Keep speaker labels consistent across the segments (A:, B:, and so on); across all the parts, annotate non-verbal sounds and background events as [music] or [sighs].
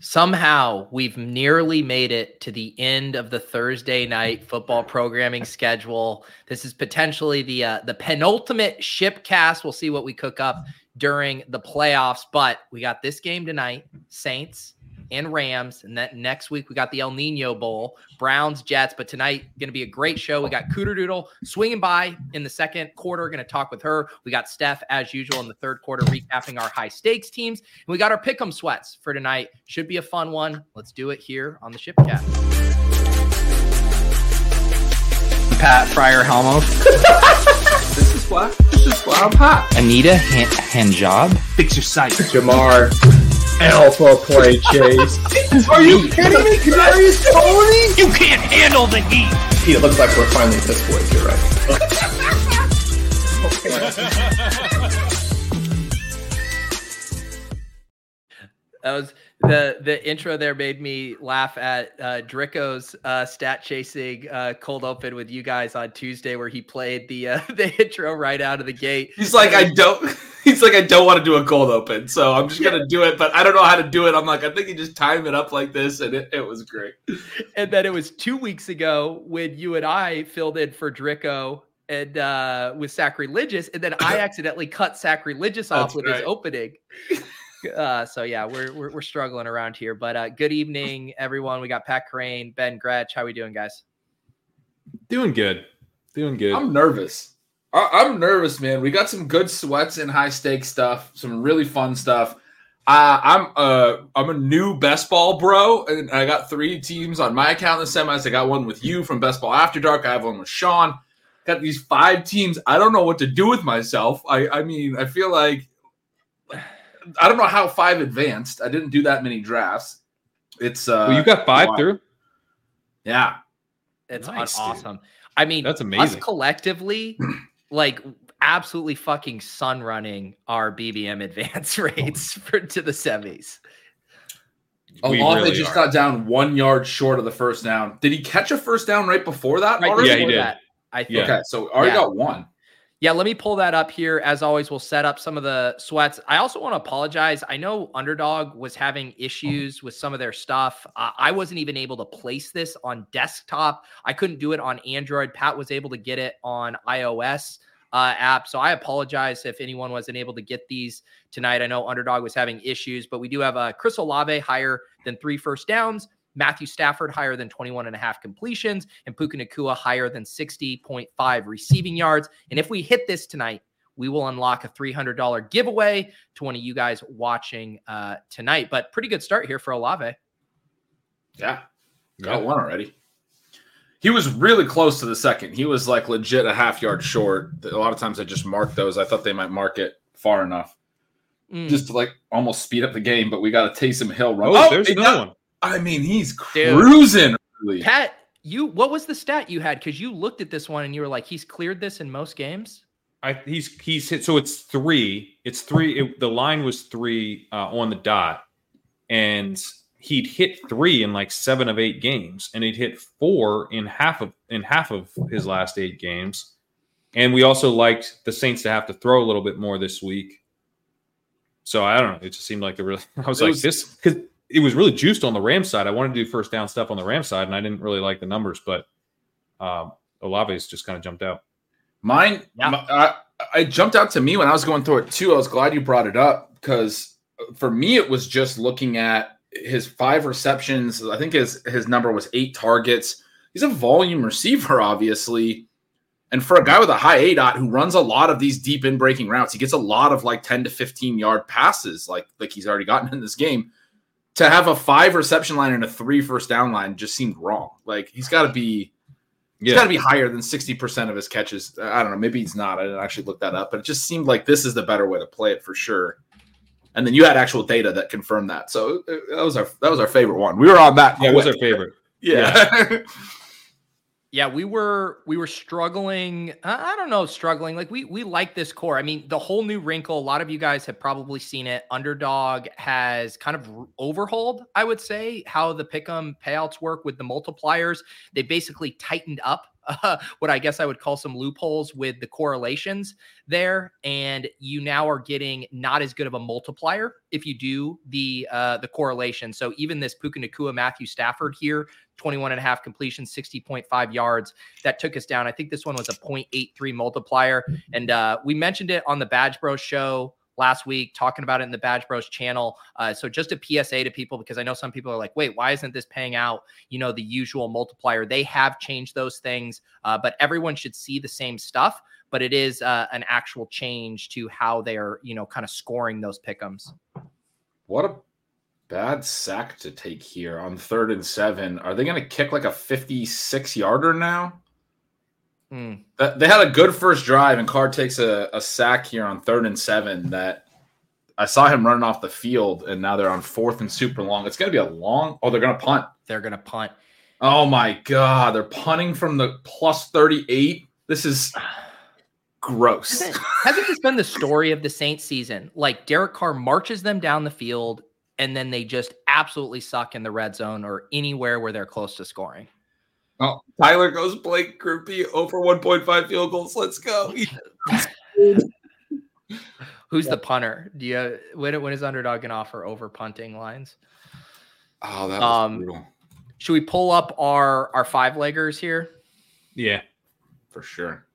A: somehow we've nearly made it to the end of the Thursday night football programming schedule. This is potentially the uh, the penultimate ship cast. We'll see what we cook up during the playoffs, but we got this game tonight, Saints and Rams, and that next week we got the El Nino Bowl, Browns Jets, but tonight going to be a great show. We got Cooter Doodle swinging by in the second quarter, going to talk with her. We got Steph as usual in the third quarter recapping our high stakes teams. And we got our pick'em sweats for tonight. Should be a fun one. Let's do it here on the Shipcast. Pat Fryer Helmo,
B: [laughs] This is why. This is why I'm hot.
A: Anita hand, Handjob.
B: Fix your sight.
C: Jamar, alpha play chase.
B: Are you kidding me? Kadarius Tony?
D: You can't handle the heat.
C: it looks like we're finally at this point. You're right.
A: That was the the intro there made me laugh at uh, Drico's uh, stat chasing uh, cold open with you guys on Tuesday where he played the uh, [laughs] the intro right out of the gate.
B: He's like, I don't. [laughs] He's like, I don't want to do a cold open, so I'm just gonna do it. But I don't know how to do it. I'm like, I think you just time it up like this, and it, it was great.
A: And then it was two weeks ago when you and I filled in for Drico and uh, with sacrilegious, and then I accidentally cut sacrilegious off
B: That's
A: with his
B: right.
A: opening. Uh, so yeah, we're, we're we're struggling around here, but uh, good evening, everyone. We got Pat Crane, Ben Gretsch. How we doing, guys?
E: Doing good. Doing good.
B: I'm nervous. I, I'm nervous, man. We got some good sweats and high stakes stuff. Some really fun stuff. Uh, I'm uh I'm a new best ball bro, and I got three teams on my account in the semis. I got one with you from Best Ball After Dark. I have one with Sean. Got these five teams. I don't know what to do with myself. I I mean, I feel like I don't know how five advanced. I didn't do that many drafts. It's uh
E: well, you got five
B: wow.
E: through.
B: yeah.
A: It's
E: Nice, dude.
A: awesome. I mean,
E: That's
A: Us
E: amazing.
A: collectively, like absolutely fucking sun running our BBM advance [laughs] rates for to the semis.
E: We
B: Alonzo
E: really
B: Oh, just
E: are.
B: got down one yard short of the first down. Did he catch a first down right before that?
A: Right
B: already?
E: Yeah, he
A: before
E: did.
A: that, I think.
E: Yeah.
B: Okay, so already
A: Yeah.
B: got one.
A: Yeah, let me pull that up here. As always, we'll set up some of the sweats. I also want to apologize. I know Underdog was having issues with some of their stuff. Uh, I wasn't even able to place this on desktop. I couldn't do it on Android. Pat was able to get it on iOS uh, app. So I apologize if anyone wasn't able to get these tonight. I know Underdog was having issues, but we do have uh, Chris Olave higher than three first downs. Matthew Stafford higher than 21 and a half completions and Puka Nakua higher than 60.5 receiving yards. And if we hit this tonight, we will unlock a $300 giveaway to one of you guys watching uh, tonight. But pretty good start here for Olave.
B: Yeah, got one already. He was really close to the second. He was like legit a half yard short. A lot of times I just mark those. I thought they might mark it far enough
A: Mm.
B: just to like almost speed up the game, but we got a Taysom Hill run.
E: Oh, there's
B: he
E: another
B: got-
E: one.
B: I mean, he's
A: Dude.
B: cruising. Early.
A: Pat, you what was the stat you had? Because you looked at this one and you were like, he's cleared this in most games.
E: I, he's he's hit. So it's three. It's three. It, the line was three uh, on the dot, and he'd hit three in like seven of eight games, and he'd hit four in half of in half of his last eight games. And we also liked the Saints to have to throw a little bit more this week. So I don't know. It just seemed like the real. [laughs] I was
B: It
E: like
B: was-
E: this because it was really juiced on the Ram side. I wanted to do first down stuff on the Ram side, and I didn't really like the numbers, but um, Olave's just kind of jumped out.
B: Mine,
A: Yeah.
B: my- I, I jumped out to me when I was going through it too. I was glad you brought it up because for me, it was just looking at his five receptions. I think his his number was eight targets. He's a volume receiver, obviously. And for a guy with a high A dot who runs a lot of these deep in breaking routes, he gets a lot of like 10 to 15 yard passes, like like he's already gotten [laughs] in this game. To have a five reception line and a three first down line just seemed wrong. Like he's got to be He's got to be higher than 60% of his catches. I don't know. Maybe he's not. I didn't actually look that up, but it just seemed like this is the better way to play it for sure. And then you had actual data that confirmed that. So uh, that was our that was our favorite one. We were on that.
E: Yeah, it was our
B: quick.
E: favorite.
B: [laughs] Yeah.
A: Yeah, we were we were struggling. I I don't know, struggling. Like we we like this core. I mean, the whole new wrinkle. A lot of you guys have probably seen it. Underdog has kind of r- overhauled, I would say, how the pick'em payouts work with the multipliers. They basically tightened up [laughs] uh, what I guess I would call some loopholes with the correlations there, and you now are getting not as good of a multiplier if you do the uh, the correlation. So even this Puka Nakua, Matthew Stafford here, 21 and a half completions, 60.5 yards. That took us down. I think this one was a 0.83 multiplier. And uh, we mentioned it on the Badge Bros show last week, talking about it in the Badge Bros channel. Uh, so just a PSA to people, because I know some people are like, wait, why isn't this paying out, you know, the usual multiplier? They have changed those things, uh, but everyone should see the same stuff. But it is uh, an actual change to how they're, you know, kind of scoring those pickums.
B: What a bad sack to take here on third and seven. Are they going to kick like a 56 yarder now?
A: Mm.
B: That, they had a good first drive, and Carr takes a, a sack here on third and seven that I saw him running off the field, and now they're on fourth and super long. It's going to be a long. Oh, they're going to punt.
A: They're going to punt.
B: Oh my God. They're punting from the plus 38. This is gross. [laughs]
A: Hasn't, hasn't this been the story of the Saints season? Like Derek Carr marches them down the field, and then they just absolutely suck in the red zone or anywhere where they're close to scoring.
B: Oh, Tyler goes Blake Groupie over 1.5 field goals. Let's go.
A: Who's the punter? Do you when when is underdog an offer over punting lines?
B: Oh, that was
A: Um,
B: brutal
A: Should we pull up our our five leggers here?
E: Yeah.
B: for sure.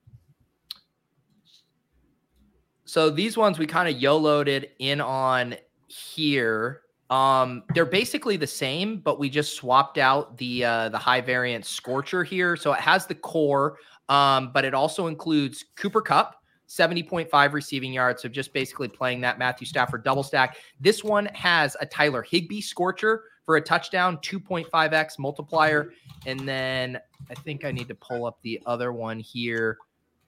A: So these ones we kind of YOLO'd in on here. Um, they're basically the same, but we just swapped out the uh, the high variance scorcher here. So it has the core, um, but it also includes Cooper Cup, 70.5 receiving yards. So just basically playing that Matthew Stafford double stack. This one has a Tyler Higbee scorcher for a touchdown, 2.5x multiplier. And then I think I need to pull up the other one here.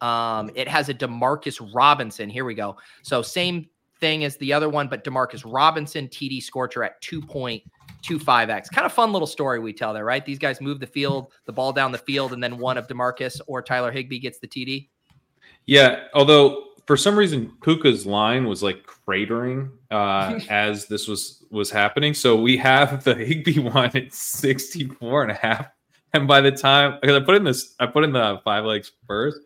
A: Um, it has a Demarcus Robinson. Here we go. So same thing as the other one, but Demarcus Robinson, TD Scorcher at 2.25x. Kind of fun little story we tell there, right? These guys move the field, the ball down the field, and then one of Demarcus or Tyler Higbee gets the TD.
E: Yeah. Although for some reason Puka's line was like cratering
A: [laughs]
E: uh, as this was was happening. So we have the Higby one at 64 and a half. And by the time because I put in this, I put in the five legs first.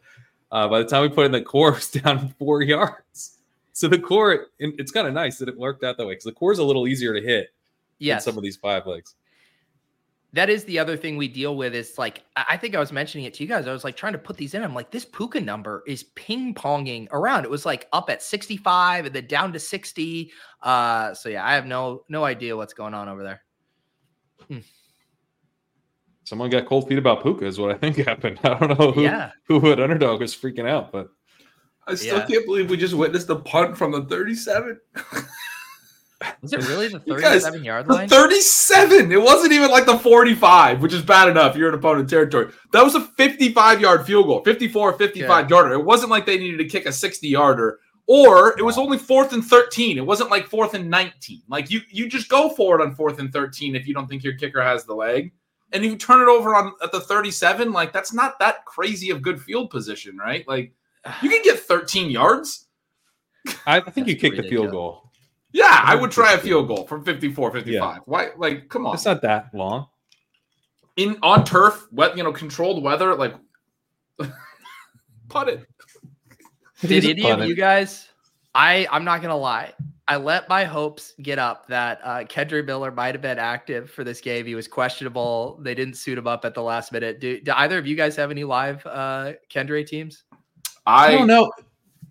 E: Uh, by the time we put in the core, [laughs] it was down four yards. So the core, and it's kind of nice that it worked out that way because the core is a little easier to hit
A: Yes.
E: than some of these five legs.
A: that is the other thing we deal with is like I I think I was mentioning it to you guys. I was like trying to put these in. I'm like, this Puka number is ping ponging around. It was like up at 65 and then down to 60. Uh so yeah, I have no no idea what's going on over there.
E: Someone got cold feet about Puka is what I think [laughs] happened. I don't know who
A: Yeah.
E: who at underdog was freaking out, but
B: I still
A: Yeah.
B: can't believe we just witnessed the punt from the 37.
A: Was it really the
B: You guys-
A: 37 yard
B: The
A: line?
B: 37. It wasn't even like the 45, which is bad enough. You're in opponent territory. That was a 55 yard field goal, 54, 55 yarder. It wasn't like they needed to kick a 60 yarder, or it was only fourth and 13. It wasn't like fourth and 19. Like you, you just go for it on fourth and 13 if you don't think your kicker has the leg, and you turn it over on at the 37. Like that's not that crazy of good field position, right? Like you can get 13 yards.
E: I, I think you
A: That's
E: kicked the
A: ridiculous.
E: field goal.
B: Yeah, I would try a field goal from 54, 55. Why? Like, come on.
E: It's not that long.
B: in on turf, wet, you know, controlled weather, like [laughs] putt it.
A: Did
E: He's a
A: any of
E: punter.
A: you guys? I I'm not gonna lie. I let my hopes get up that uh, Kendry Miller might have been active for this game. He was questionable. They didn't suit him up at the last minute. Do, do either of you guys have any live uh, Kendra teams?
E: I
B: I
E: don't know.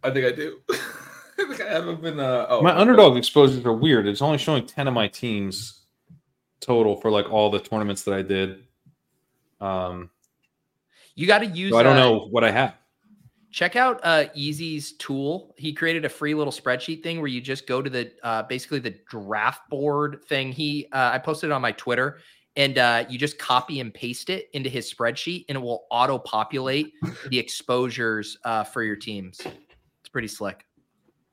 B: I think I do. [laughs] I think I haven't been. Uh, oh,
E: My underdog exposures are weird. It's only showing ten of my teams total for like all the tournaments that I did. Um,
A: You got to use.
E: so I don't
A: uh,
E: know what I have.
A: check out uh Easy's tool. He created a free little spreadsheet thing where you just go to the uh basically the draft board thing. He uh I posted it on my Twitter and uh you just copy and paste it into his spreadsheet and it will auto populate the exposures uh for your teams. It's pretty slick.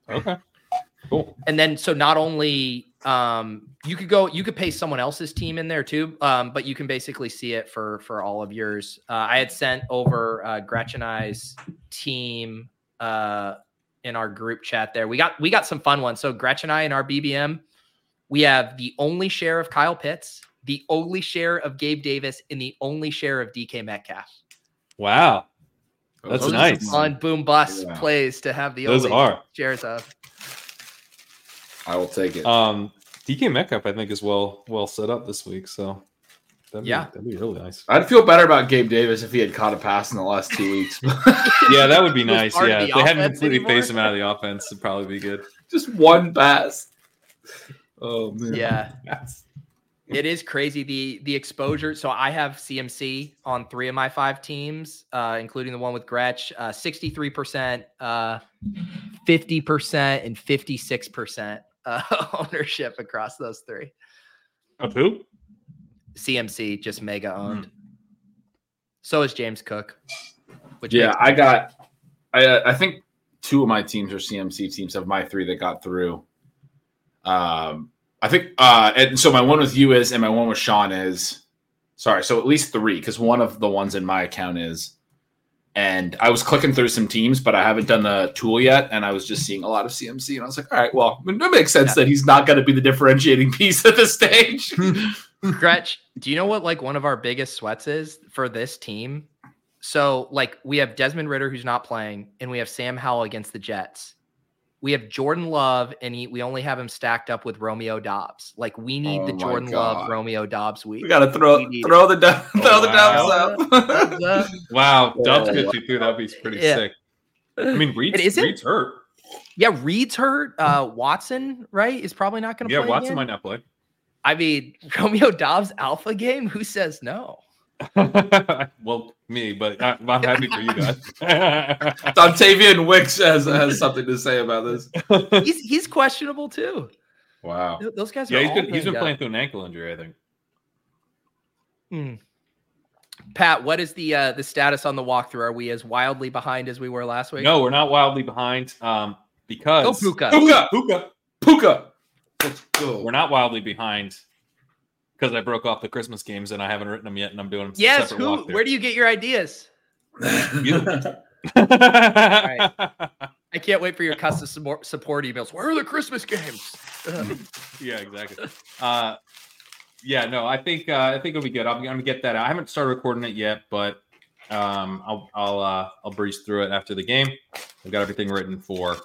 E: Okay, cool.
A: And then so not only um you could go you could pay someone else's team in there too, um, but you can basically see it for for all of yours. Uh, I had sent over uh Gretchen I's team uh in our group chat there. We got we got some fun ones. So Gretchen and I in our BBM, we have the only share of Kyle Pitts, the only share of Gabe Davis, and the only share of DK Metcalf.
E: Wow. That's
A: Those are
E: nice.
A: some Fun boom bust
B: Yeah.
A: plays to have the
E: Those
A: only
E: are.
A: shares of.
B: I will take it.
E: Um, DK Metcalf, I think, is well well set up this week. So that'd be,
A: Yeah.
E: that'd be really nice.
B: I'd feel better about Gabe Davis if he had caught a pass in the last two weeks.
E: Yeah, that
A: [laughs]
E: would be
A: He was
E: nice.
A: part of
E: Yeah,
A: the
E: if they hadn't
A: offense
E: completely
A: anymore.
E: phased him out of the offense, it'd probably be good.
B: [laughs] Just one pass.
E: Oh man.
A: Yeah. it is crazy the the exposure. So I have CMC on three of my five teams, uh, including the one with Gretsch, sixty three percent, uh, fifty percent, and fifty six percent uh, [laughs] ownership across those three.
E: Of who?
A: CMC just mega owned. So is James Cook. Which
B: Yeah,
A: makes-
B: I got. I I think two of my teams are CMC teams of my three that got through. Um, I think. Uh, and so my one with you is, and my one with Sean is. Sorry, so at least three because one of the ones in my account is. And I was clicking through some teams, but I haven't done the tool yet, and I was just seeing a lot of CMC, and I was like, "All right, well, it makes sense that he's not going to be the differentiating [laughs] piece at this stage."
A: Gretch, do you know what like one of our biggest sweats is for this team? So like we have Desmond Ritter who's not playing, and we have Sam Howell against the Jets. We have Jordan Love, and he, we only have him stacked up with Romeo Dobbs. Like we need
B: Oh
A: the
B: my
A: Jordan
B: God.
A: Love Romeo Dobbs week.
B: we got to throw
A: We need-
B: throw the dub- throw the
E: Wow.
B: dubs [laughs] up.
A: Uh,
E: Wow, Dobbs
B: Yeah.
E: fifty three. That'd be pretty
A: Yeah.
E: sick. I mean, Reed's,
A: It isn't?
E: Reed's hurt.
A: [laughs] yeah, Reed's hurt. Uh, Watson, right, is probably not going to
E: Yeah,
A: play.
E: Watson
A: again.
E: might not play.
A: I mean, [laughs] Romeo Dobbs alpha game. Who says
E: [laughs]
A: no? [laughs]
E: well, me, but I, I'm happy for
A: [laughs]
E: you guys.
B: Dontavian Wicks has, has something to say about this.
A: He's he's questionable too.
B: Wow.
A: Th- Those guys are.
E: yeah, he's
A: all
E: been he's been
A: banged up.
E: playing through an ankle injury, I think.
A: Hmm. Pat, what is the uh, the status on the walkthrough? Are we as wildly behind as we were last week?
E: No, we're not wildly behind. Um, because
A: Go Puka.
B: Puka,
E: Puka.
B: Puka. Let's go.
E: We're not wildly behind because I broke off the Christmas games and I haven't written them yet, and I'm doing them.
A: Yes.
E: separate
A: Who?
E: [laughs]
A: Where do you get your ideas? I can't wait for your custom support, support emails. Where are the Christmas games? Ugh.
E: yeah, exactly. Uh, yeah, no, I think uh, I think it'll be good. I'm, I'm gonna get that. out. I haven't started recording it yet, but um, I'll I'll uh, I'll breeze through it after the game. I've got everything written for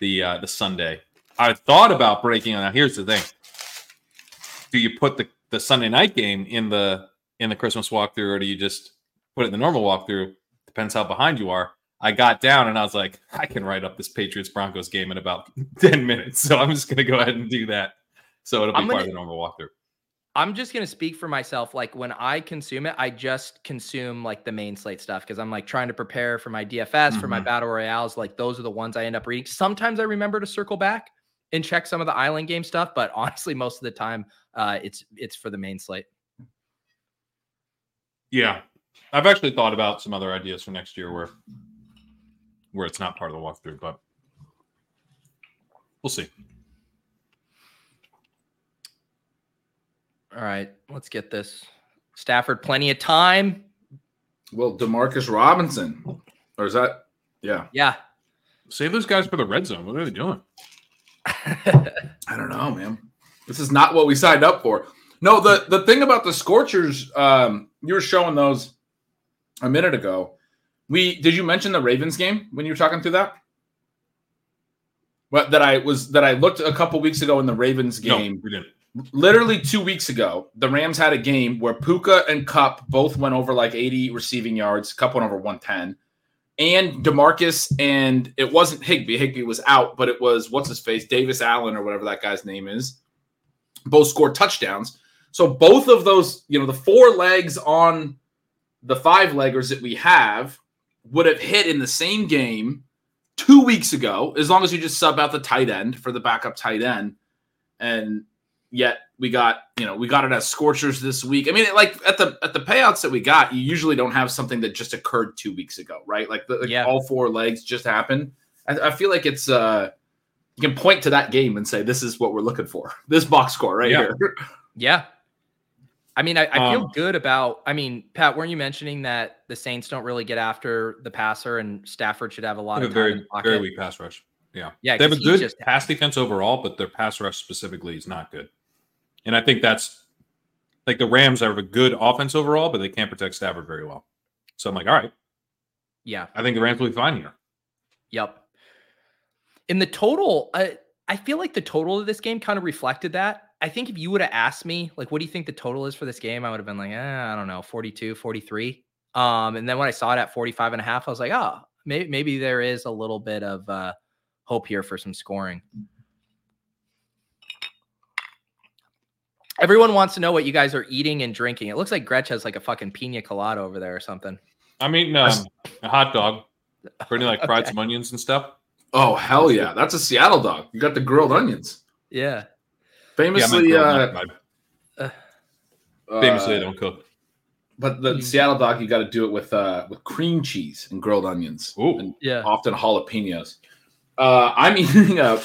E: the uh, the Sunday. I thought about breaking on. Now, here's the thing: Do you put the the Sunday night game in the in the Christmas walkthrough, or do you just put it in the normal walkthrough? Depends how behind you are. I got down and I was like, I can write up this Patriots Broncos game in about [laughs] 10 minutes. So I'm just going to go ahead and do that. So it'll be
A: I'm
E: part of
A: gonna-
E: the normal walkthrough.
A: I'm just gonna speak for myself. Like when I consume it, I just consume like the main slate stuff because I'm like trying to prepare for my DFS for my
E: Mhm.
A: battle royales. Like those are the ones I end up reading. Sometimes I remember to circle back and check some of the island game stuff, but honestly, most of the time, uh, it's it's for the main slate.
E: Yeah. I've actually thought about some other ideas for next year where where it's not part of the walkthrough, but we'll see.
A: All right, let's get this. Stafford, plenty of time.
B: well, Demarcus Robinson. Or is that? Yeah.
A: Yeah.
E: Save those guys for the red zone. What are they doing?
B: I don't know, man. This is not what we signed up for. No, the, the thing about the Scorchers, um, you were showing those a minute ago. We did you mention the Ravens game when you were talking through that? But that I was that I looked a couple weeks ago in the Ravens game.
E: No, we didn't.
B: literally two weeks ago, the Rams had a game where Puka and Cup both went over like 80 receiving yards. Cup went over 110. And Demarcus and it wasn't Higby. Higby was out, but it was what's his face, Davis Allen or whatever that guy's name is. Both scored touchdowns. So both of those, you know, the four legs on the five leggers that we have would have hit in the same game two weeks ago, as long as you just sub out the tight end for the backup tight end. And yet we got you know we got it as scorchers this week i mean it, like at the at the payouts that we got you usually don't have something that just occurred two weeks ago right like, the, like
A: Yeah.
B: all four legs just happened I, I feel like it's uh you can point to that game and say this is what we're looking for [laughs] this box score right
E: Yeah.
B: here
A: Yeah. I mean, I, I feel
E: Um,
A: good about. I mean, Pat, weren't you mentioning that the Saints don't really get after the passer, and Stafford should have a lot
E: They
A: of
E: have
A: time in
E: a very
A: the pocket?
E: very weak pass rush.
A: Yeah,
E: They have a
A: 'cause he
E: good
A: just-
E: pass defense overall, but their pass rush specifically is not good. And I think that's like the Rams have a good offense overall, but they can't protect Stafford very well. So I'm like, all right,
A: Yeah.
E: I think the Rams will be fine here.
A: Yep. In the total, I I feel like the total of this game kind of reflected that. I think if you would have asked me, like, what do you think the total is for this game? I would have been like, eh, I don't know, 42, 43. Um, and then when I saw it at 45 and a half, I was like, oh, maybe, maybe there is a little bit of uh, hope here for some scoring. Everyone wants to know what you guys are eating and drinking. It looks like Gretch has like a fucking pina colada over there or something.
E: I'm eating um, a hot dog. Brittany like
A: [laughs]
E: fried some onions and stuff.
B: Oh hell yeah, that's a Seattle dog. You got the grilled onions.
A: Yeah.
E: Yeah, my
B: Famously,
E: girl,
B: uh,
E: my-
B: uh,
E: famously, they don't cook.
B: But the Seattle dog, you got to do it with uh, with cream cheese and grilled onions,
E: Ooh.
B: and
A: Yeah.
B: [laughs] often jalapenos. Uh, I'm eating a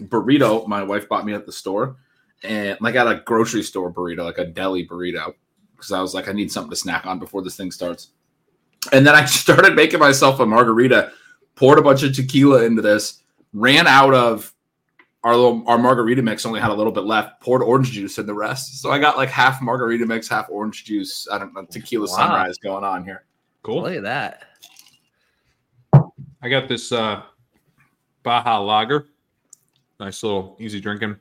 B: burrito. My wife bought me at the store, and like at a grocery store burrito, like a deli burrito, because I was like, I need something to snack on before this thing starts. And then I [laughs] started making myself a margarita, poured a bunch of tequila into this, ran out of our little our margarita mix only had a little bit left, poured orange juice in the rest. So I got like half margarita mix, half orange juice. I don't know, tequila
A: Wow.
B: sunrise going on here.
E: Cool.
A: Look at that.
E: I got this uh, Baja Lager. Nice little easy drinking.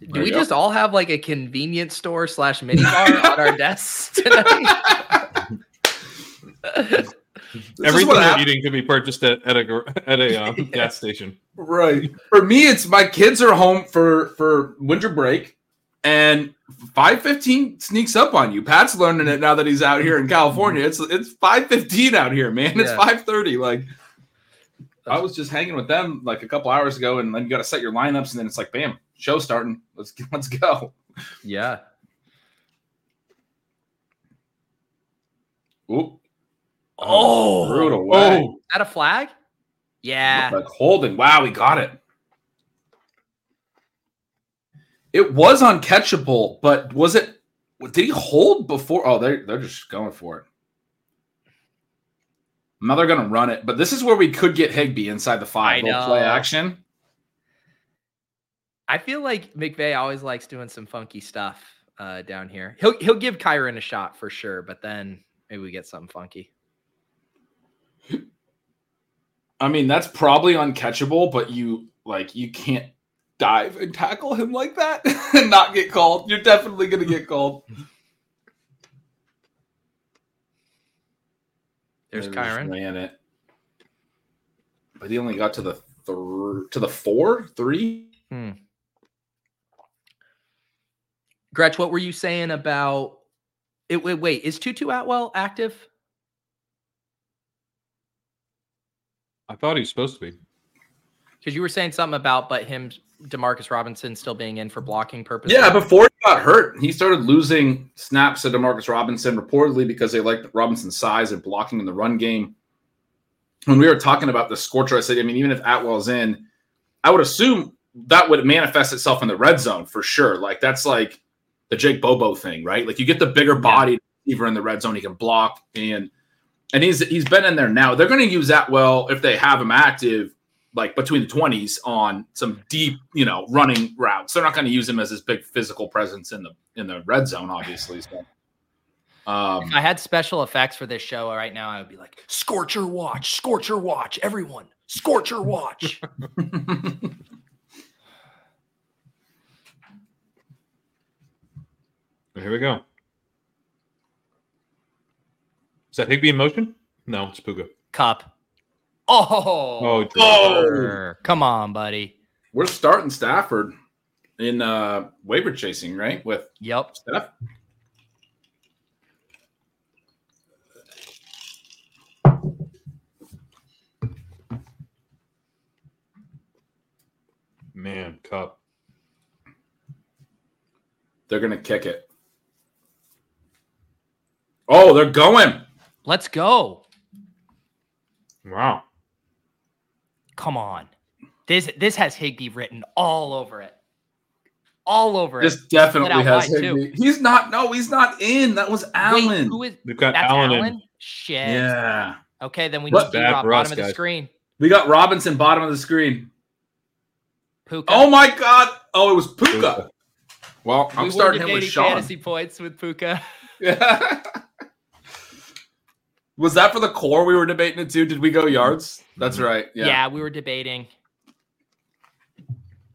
A: Do
B: There
A: we
B: you go.
A: just all have like a convenience store slash mini bar on
B: [laughs]
A: our desks tonight?
B: This is
E: Everything
B: what
E: you're
B: hap-
E: eating can be purchased at, at a gr- [laughs] at
B: [laughs]
E: a uh, gas station.
B: Right. For me, it's my kids are home for for winter break, and five fifteen sneaks up on you. Pat's learning it now that he's out here in California. It's it's five fifteen out here, man. It's
A: Yeah.
B: five thirty. Like I was just hanging with them like a couple hours ago, and then you got to set your lineups, and then it's like, bam, show starting. Let's let's go.
A: yeah.
B: Oop.
A: Oh,
B: threw it
A: is
B: away.
A: that a flag? Yeah.
B: Like holding. Wow, we got it. It was uncatchable, but was it? Did he hold before? Oh, they're they're just going for it. Now they're gonna run it, but this is where we could get Higby inside the
A: I
B: five. Little play
A: know.
B: action.
A: I feel like McVay always likes doing some funky stuff uh, down here. He'll he'll give Kyron a shot for sure, but then maybe we get something funky.
B: I mean, that's probably uncatchable, but you like you can't dive and tackle him like that [laughs] and not get called. You're definitely gonna get called.
A: There's
B: They just
A: Kyron.
B: Ran it, but he only got to the thr to the four, three.
A: Gretch, what were you saying about it? Wait, wait is Tutu Atwell active?
E: I thought he was supposed to be.
A: Because you were saying something about but him Demarcus Robinson still being in for blocking purposes.
B: Yeah, before he got hurt, he started losing snaps to Demarcus Robinson reportedly because they liked Robinson's size and blocking in the run game. When we were talking about the scorcher, I said, I mean, even if Atwell's in, I would assume that would manifest itself in the red zone for sure. Like that's like the Jake Bobo thing, right? Like you get the bigger body receiver in the red zone, he can block and and he's he's been in there now. They're going to use Atwell if they have him active like between the twenties on some deep, you know, running routes. They're not going to use him as his big physical presence in the in the red zone, obviously. So, um,
A: If I had special effects for this show right now, I would be like, Scorcher Watch, Scorcher Watch, everyone, Scorcher Watch.
E: Here we go. Is that Higby in motion? No, it's Puka.
A: Cup. Oh,
E: Oh,
A: brr. come on, buddy.
B: we're starting Stafford in uh, waiver chasing, right? With
A: Yep.
B: Steph.
E: man, cup.
B: They're going to kick it. Oh, they're going.
A: Let's go.
E: Wow.
A: Come on. This this has Higby written all over it. All over
B: This
A: it.
B: definitely
A: Split out
B: has
A: wide,
B: him. He's not. No, he's not in. That was
A: Wait,
B: Allen.
A: who is
E: They've got
A: that's
E: Allen,
A: Allen?
E: in.
A: Shit.
B: yeah,
A: Okay, then we need
B: What
A: to
E: bad
A: drop
E: for
A: bottom
E: us,
A: of the
E: guys.
A: screen.
B: we got Robinson bottom of the screen.
A: Puka.
B: Oh my God! Oh, it was Puka.
E: Puka.
B: Well,
A: We
B: I'm
A: were
B: starting him with
A: debating
B: Sean.
A: fantasy points with Puka.
B: Yeah. [laughs] Was that for the core we were debating it too? Did we go yards? That's right.
A: Yeah.
B: Yeah.
A: we were debating.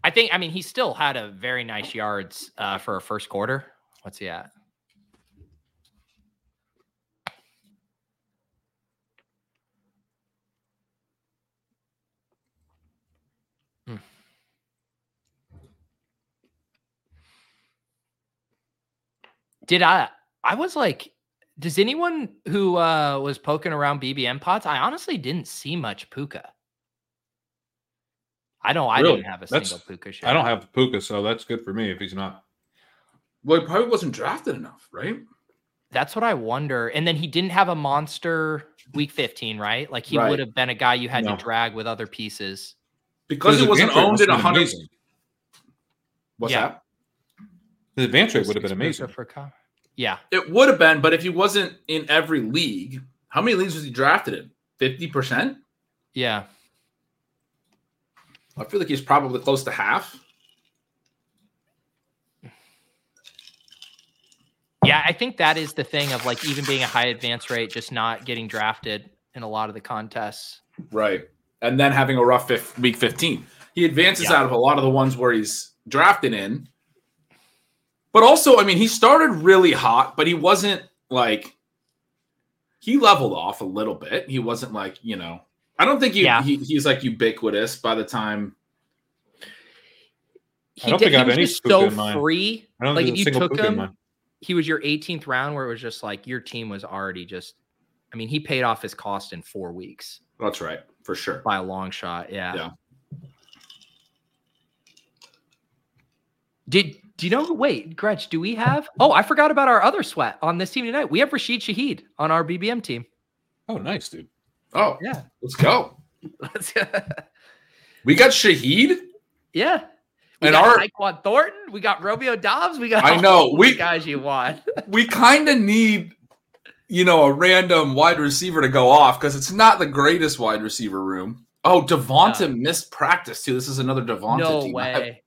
A: I think I mean he still had a very nice yards uh, for a first quarter. What's he at? Hmm. Did I? I was like, does anyone who uh, was poking around BBM pots? I honestly didn't see much Puka. I know I
E: Really?
A: didn't have a
E: That's-
A: single Puka shot.
E: I don't have Puka, so that's good for me if he's not.
B: Well, he probably wasn't drafted enough, right?
A: That's what I wonder. And then he didn't have a monster week 15, right? Like he
B: Right.
A: would have been a guy you had
E: No.
A: to drag with other pieces.
B: Because
E: His
B: it wasn't
E: advance rate
B: owned
E: must've
B: at
E: been
B: 100.
E: amazing.
B: What's
A: Yeah.
B: that?
E: His advance rate would have
A: It's
E: been
A: Puka
E: amazing.
A: For co- yeah.
B: It would have been, but if he wasn't in every league, how many leagues was he drafted in? Fifty percent.
A: Yeah.
B: I feel like he's probably close to half.
A: Yeah. I think that is the thing of like even being a high advance rate, just not getting drafted in a lot of the contests.
B: Right. And then having a rough fif- week fifteen, he advances
A: Yeah.
B: out of a lot of the ones where he's drafted in. But also, I mean, he started really hot, but he wasn't like he leveled off a little bit. He wasn't like you know. I don't think he,
A: Yeah.
B: he he's like ubiquitous by the time
A: He,
E: don't think I
A: he
E: have
A: was
E: any
A: just
E: Puka
A: so
E: in mine.
A: free.
E: I don't
A: Like
E: think
A: if you
E: there's a single
A: took
E: Puka in
A: him,
E: mine.
A: he was your 18th round where it was just like your team was already just, I mean, he paid off his cost in four weeks
B: That's right, for sure.
A: by a long shot. Yeah.
B: Yeah.
A: Did do you know? Wait, Gretch, do we have? Oh, I forgot about our other sweat on this team tonight. We have Rashid Shaheed on our BBM team.
E: Oh, nice, dude.
B: Oh,
A: Yeah.
B: let's go. We got Shahid.
A: [laughs] yeah. We
B: And
A: got
B: our-
A: Tyquan Thornton. We got Romeo Dobbs. We got
B: I
A: all
B: know,
A: the
B: we-
A: guys you want.
B: We kind of need, you know, a random wide receiver to go off because it's not the greatest wide receiver room. Oh, Devonta
A: Yeah.
B: missed practice too. This is another Devonta.
A: no
B: team. I-
A: way.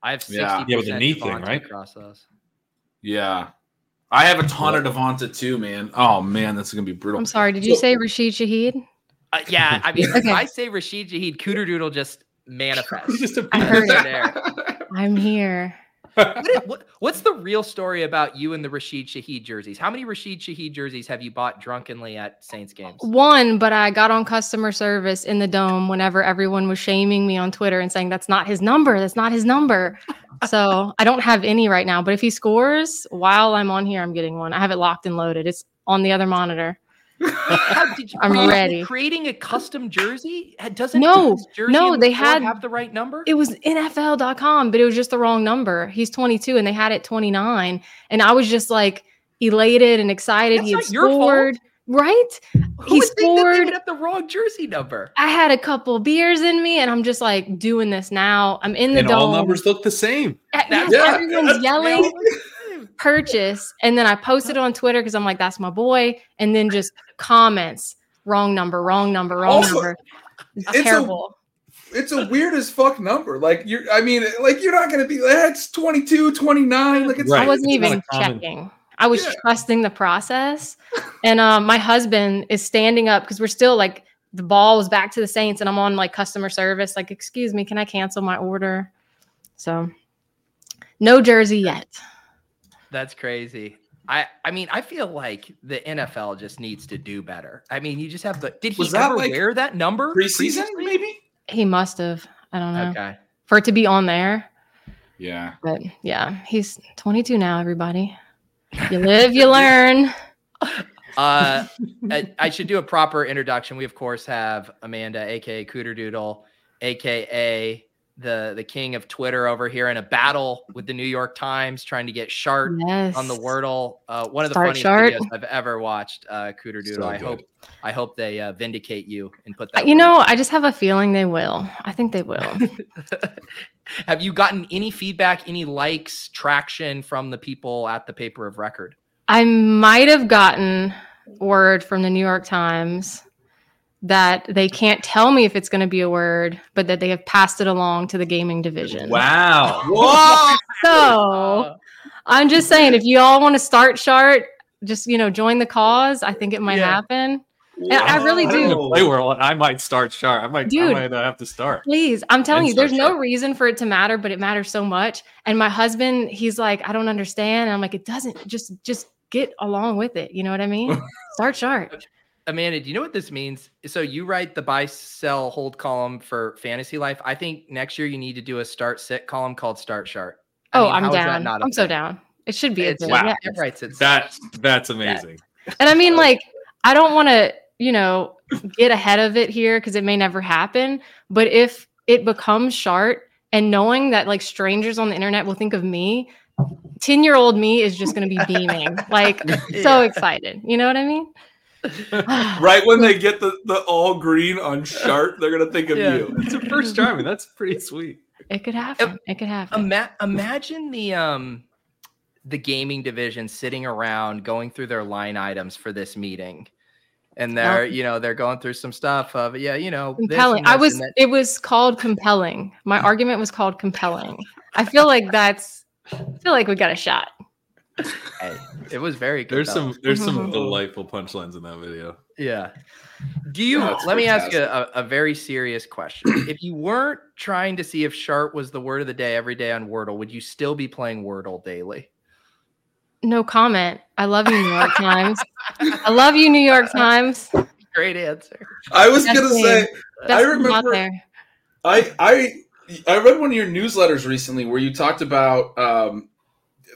A: I have 60%
B: Yeah.
E: Yeah, with the knee thing,
A: Devontae
E: right?
A: Across those.
B: [laughs] yeah, I have a ton of Devonta too, man. Oh man, that's gonna be brutal. [laughs]
D: I'm sorry. Did you
B: So-
D: say Rashid Shaheed?
A: Uh, yeah, I mean, if
D: Okay.
A: I say Rashid Jaheed, Cooter Doodle just manifests.
E: Just a
D: I heard
A: They're
D: it.
A: there.
D: I'm here.
A: What is- what- what's the real story about you and the Rashid Shaheed jerseys? How many Rashid Shaheed jerseys have you bought drunkenly at Saints games?
D: One, but I got on customer service in the dome whenever everyone was shaming me on Twitter and saying that's not his number. That's not
A: [laughs]
D: his number. so I don't have any right now. But if he scores while I'm on here, I'm getting one. I have it locked and loaded. It's on the other monitor.
A: How did you
D: I'm
A: create-
D: ready.
A: Creating a custom jersey Ha- doesn't
D: No,
A: does jersey
D: no,
A: in the
D: they
A: store
D: had-
A: have the right number.
D: It was NFL.com, but it was just the wrong number. He's 22 and they had it 29. And I was just like elated and excited.
A: That's
D: he had
A: not your fault.
D: scored. Right?
A: Who
D: he
A: would think that they would
D: scored-
A: have the wrong jersey number?
D: I had a couple beers in me, and I'm just like doing this now. I'm in the
E: and
D: dome.
E: all numbers look the same.
D: Uh, yes,
B: Yeah.
D: Everyone's yelling purchase, and then I posted on Twitter because I'm like, "That's my boy," and then just comments, wrong number, wrong number, wrong
B: Also,
D: number. It's,
B: it's a-
D: terrible.
B: It's a weird as fuck number. Like you're, I mean, like you're not gonna be. That's 22, 29. Like it's
E: Right.
D: I wasn't
E: It's not
D: even
E: a common-
D: checking. I was
B: Yeah.
D: trusting the process. And um, my husband is standing up because we're still like the ball was back to the Saints, and I'm on like customer service. Like, excuse me, can I cancel my order? So, no jersey yet.
A: That's crazy. I I mean, I feel like the NFL just needs to do better. I mean, you just have the. Did he
B: Was that
A: ever
B: like
A: wear that number
B: preseason,
A: previously?
B: maybe.
D: He must have. I don't know
A: Okay.
D: for it to be on there,
B: Yeah.
D: but yeah, he's 22 now. Everybody, you live, you learn.
A: Uh, I, I should do a proper introduction. We of course have Amanda, aka Cooter Doodle, aka the the king of Twitter over here in a battle with the New York Times, trying to get Shart
D: Yes.
A: on the Wordle. Uh, one of the
D: Start
A: funniest
D: Shart.
A: videos I've ever watched. Uh, Cooter Doodle.
E: So
A: I
E: good.
A: hope I hope they uh, vindicate you and put
D: Uh,
A: that.
D: You
A: word.
D: know, I just have a feeling they will. I think they will.
A: have you gotten any feedback, any likes, traction from the people at the paper of record?
D: I might have gotten word from the New York Times that they can't tell me if it's going to be a word, but that they have passed it along to the gaming division.
E: [laughs] Wow. [laughs]
B: Whoa.
D: So I'm just saying, if you all want to start Shart, just you know, join the cause. I think it might
A: Yeah.
D: happen. And I really
E: I'm in the
D: do.
E: play world. I might start sharp. I might.
D: Dude.
E: I might uh, have to start.
D: Please, I'm telling you, there's no
E: Infrastructure.
D: reason for it to matter, but it matters so much. And my husband, he's like, I don't understand. And I'm like, it doesn't. Just, just get along with it. You know what I mean? Start sharp.
A: Amanda, do you know what this means? So you write the buy, sell, hold column for fantasy life. I think next year you need to do a start sit column called Start Chart. I
D: Oh,
A: mean, how
D: I'm
A: is that
D: down.
A: not a
D: I'm so
A: thing?
D: down. It should be a
A: It's
D: thing.
E: wow.
D: Yeah.
A: It writes itself.
E: That that's
D: [laughs]
E: amazing.
D: And I mean, like, I don't want to, you know, get ahead of it here because it may never happen. But if it becomes short and knowing that like strangers on the internet will think of me, 10 year old me is just going to be beaming.
A: [laughs]
D: Like, so excited. You know what I mean? [sighs]
B: Right when they get the, the all green on sharp, they're gonna think of
A: Yeah.
B: you.
E: It's a first driving. That's pretty sweet.
D: It could happen. It could happen.
A: Ima- imagine the um the gaming division sitting around going through their line items for this meeting. And they're, you know, they're going through some stuff of yeah, you know, this
D: compelling.
A: and
D: I
A: this
D: was.
A: and that.
D: It was called compelling.
A: [laughs]
D: My argument was called compelling. I feel like that's. I feel like we got a shot.
A: Hey, it was very good.
E: There's
A: though.
E: some there's some
D: [laughs] Mhm.
E: delightful punchlines in that video.
A: Yeah. Do you
B: That's
A: let me ask you a, a very serious question? [clears throat] if you weren't trying to see if sharp was the word of the day every day on Wordle, would you still be playing Wordle
E: [laughs]
A: daily?
D: No comment. I love you, New York Times. I love you, New York Times.
A: Great answer.
B: I was
D: That's
B: gonna
D: me.
B: say
D: Best out
B: remember-
D: there.
B: I I I read one of your newsletters recently where you talked about um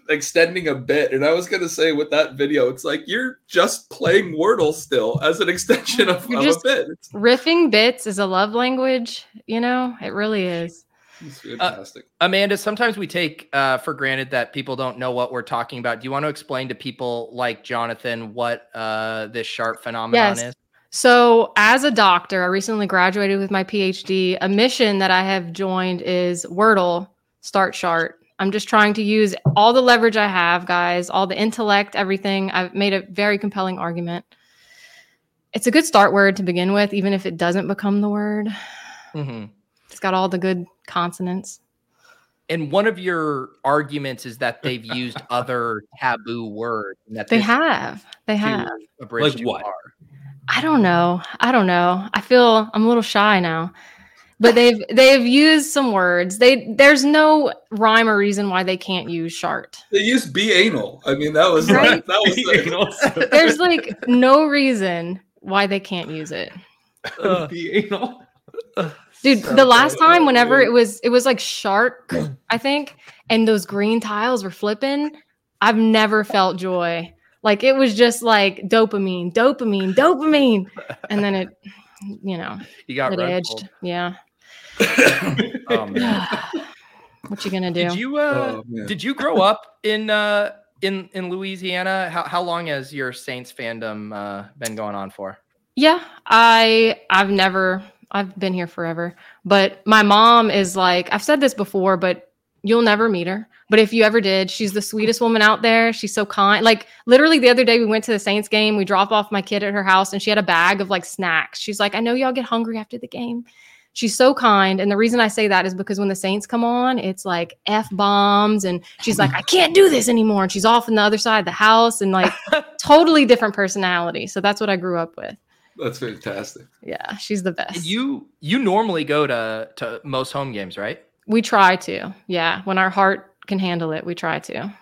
B: extending a bit and I was gonna say with that video, it's like you're just playing Wordle still as an extension
D: [laughs]
B: of,
D: You're
B: of
D: just-
B: a bit. It's,
D: Riffing bits is a love language. You know, it really is.
B: it's
D: Uh,
B: fantastic.
A: Amanda, sometimes we take uh, for granted that people don't know what we're talking about. Do you want to explain to people like Jonathan what uh, this sharp phenomenon
D: Yes.
A: is?
D: So, as a doctor, I recently graduated with my PhD. A mission that I have joined is Wordle Start Chart. I'm just trying to use all the leverage I have, guys, all the intellect, everything. I've made a very compelling argument. It's a good start word to begin with, even if it doesn't become the word.
A: Mhm.
D: It's got all the good consonants.
A: And one of your arguments is that they've
E: [laughs]
A: used other taboo words. And that
D: They
A: this
D: have. They
A: two
D: have.
A: abridged
E: Like what?
A: are.
D: I don't know. I don't know. I feel I'm a little shy now. But they've [laughs] they've used some words. They there's no rhyme or reason why they can't use shart.
B: They used be anal. I mean that was [laughs]
D: Right?
B: that
E: [laughs]
D: [laughs]
B: was
E: You
B: the,
E: can also
D: There's like no reason why they can't use it.
A: Ugh.
E: be anal.
D: Dude,
B: So
D: the last
B: good.
D: time whenever it was it was like shark, I think, and those green tiles were flipping, I've never felt joy. Like it was just like dopamine, dopamine, dopamine. And then it you know,
A: [laughs] You got
D: it
A: Red
D: edged. Yeah.
A: Bull. Oh, man.
D: [sighs] what you gonna do?
A: Did you uh,
B: Oh, man.
A: did you grow up in uh in in Louisiana? How how long has your Saints fandom uh been going on for?
D: Yeah, I I've never I've been here forever. But my mom is like I've said this before, but you'll never meet her. But if you ever did, she's the sweetest woman out there. She's so kind. Like literally the other day we went to the Saints game, we drop off my kid at her house and she had a bag of like snacks. She's like, "I know y'all get hungry after the game." She's so kind. And the reason I say that is because when the Saints come on, it's like F bombs. And she's like, I can't do this anymore. And she's off on the other side of the house and like totally different personality. So that's what I grew up with.
B: That's fantastic.
D: Yeah, she's the best.
A: And you you normally go to to most home games, right?
D: we try to. Yeah, when our heart can handle it, we try to.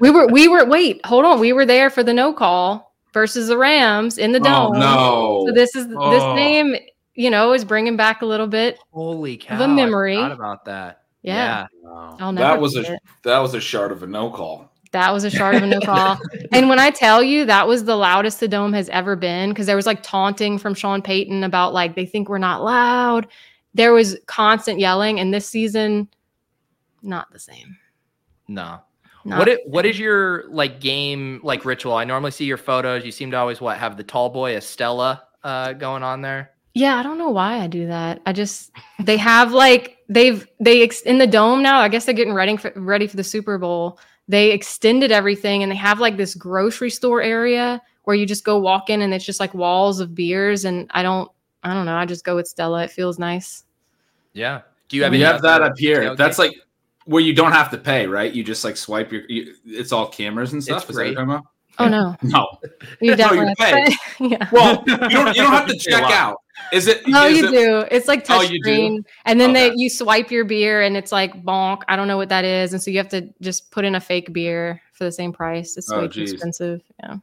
D: we were we were wait, hold on. We were there for the no call versus the Rams in the dome.
B: Oh, no.
D: Oh. So this is this
E: Oh.
D: name, you know, is bringing back a little bit.
A: Holy cow!
D: The memory.
A: I forgot about that.
D: Yeah. I'll never
B: that was
D: forget.
B: a that was a shard of a no call.
D: That was a shard of a
B: [laughs]
D: no call. and when I tell you that was the loudest the dome has ever been, because there was like taunting from Sean Payton about like they think we're not loud. There was constant yelling, and this season, not the same.
A: No.
D: Not
A: What it, what is your like game like ritual? I normally see your photos. You seem to always what have the tall boy Estella uh going on there.
D: Yeah, I don't know why I do that. I just they have like they've they ex- in the dome now. I guess they're getting ready for ready for the Super Bowl. They extended everything and they have like this grocery store area where you just go walk in and it's just like walls of beers and I don't I don't know. I just go with Stella. It feels nice.
A: Yeah. Do you
B: We
A: have
B: have,
A: any other-
B: that up here.
A: Okay.
B: That's like where you don't have to pay, right? You just like swipe your. You, it's all cameras and stuff.
A: It's
B: Is that what
A: free.
B: you're talking about?
D: Oh no,
E: No,
D: you
B: No,
D: definitely.
B: you
D: have to pay. [laughs] yeah.
B: Well, you don't you don't
A: [laughs]
B: have to
E: You're
B: check
E: lying.
B: out. Is it?
D: No,
B: is
D: you
B: it-
D: do. It's like
B: Oh,
D: touch
B: you do?
D: screen, and then
B: Okay.
D: they you swipe your beer, and it's like bonk. I don't know what that is, and so you have to just put in a fake beer for the same price. It's
B: Oh,
D: way too
B: geez.
D: expensive. Yeah.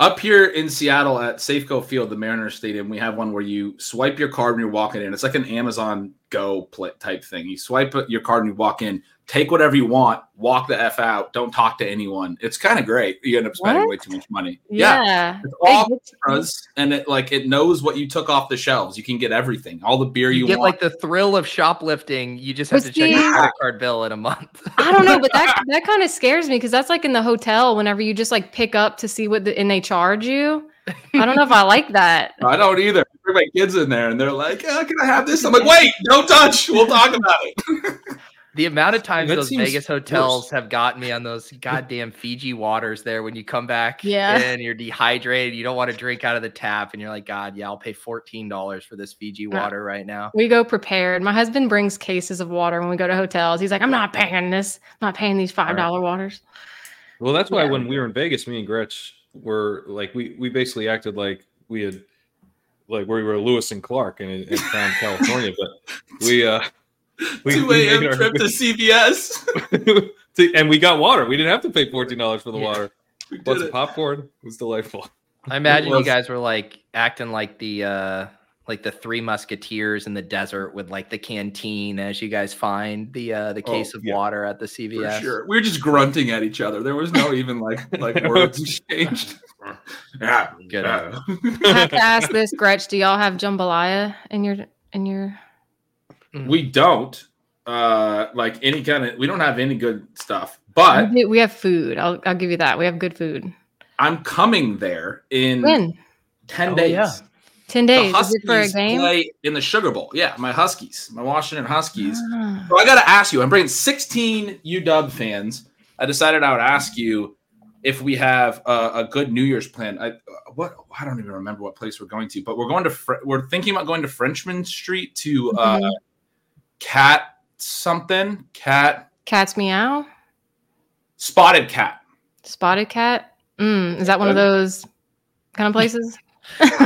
B: Up here in Seattle at Safeco Field, the Mariners Stadium, we have one where you swipe your card when you're walking in. It's like an Amazon Go pl- type thing. You swipe your card and you walk in, take whatever you want, walk the F out, don't talk to anyone. It's kind of great. You end up spending
D: What?
B: way too much money. Yeah.
D: Yeah.
B: It's
D: They
B: all
D: get-
B: extras, and it like it knows what you took off the shelves. You can get everything, all the beer
A: You,
B: you,
A: get
B: want.
A: like the thrill of shoplifting. You just have
D: But
A: to check your
D: see-
A: credit card bill in a month.
D: [laughs] I don't know, but that that kind of scares me because that's like in the hotel whenever you just like pick up to see what the, and they charge you. I don't know
B: [laughs]
D: if I like that.
B: I don't either. I bring my kids in there, and they're like, "Yeah, "Can I have this?" I'm like, "Wait, don't touch. We'll talk about it."
A: The amount of times
E: That
A: those
E: seems
A: Vegas hotels have gotten me on those goddamn Fiji waters there when you come back
D: [laughs] Yeah.
A: and you're dehydrated, you don't want to drink out of the tap, and you're like, God, yeah, I'll pay $14 for this Fiji
D: Yeah.
A: water right now.
D: We go prepared. My husband brings cases of water when we go to hotels. He's like, I'm not paying this. I'm not paying these five dollar waters.
E: Well, that's why
D: Yeah.
E: when we were in Vegas, me and Gretch were like we we basically acted like we had like we were Lewis and Clark in, in
D: [laughs]
E: Crown, California, but we uh we,
B: Two
E: we made
B: a.m.
E: our-
B: trip to CVS.
E: [laughs] to- and we got water. We didn't have to pay fourteen dollars for the
A: Yeah.
E: water.
B: [laughs] We did
E: Lots
B: it.
E: of popcorn. It was delightful.
A: I imagine you
B: was-
A: guys were like acting like the uh like the three musketeers in the desert with like the canteen as you guys find the uh the
B: Oh,
A: case of
E: yeah.
A: water at the
B: For
A: CVS.
B: sure. We were just grunting at each other. There was no
E: [laughs]
B: even like like words exchanged. [laughs] yeah.
A: Good.
B: yeah.
D: I
B: [laughs]
D: have to ask this, Gretch. Do y'all have jambalaya in your in your?
B: We don't uh like any kind of we don't have any good stuff. But
A: Mm-hmm.
D: We do- we have food. I'll I'll give you that. We have good food.
B: I'm coming there in
D: When
B: ten
A: Oh,
B: days.
A: yeah.
D: ten
B: Mm. The
D: days is
B: Huskies
D: it for a game?
B: play in the Sugar Bowl. Yeah, my Huskies, my Washington Huskies.
D: Ah.
B: So I got to ask you. I'm bringing 16 UW fans. I decided I would ask you if we have a, a good New Year's plan. I what I don't even remember what place we're going to, but we're going to Fre- we're thinking about going to Frenchman Street to uh,
D: Mhm.
B: Cat something Cat
D: Cats meow.
B: Spotted Cat.
D: Spotted cat. Mm, is that one of
B: Uh,
D: those kind
B: [laughs]
D: of places?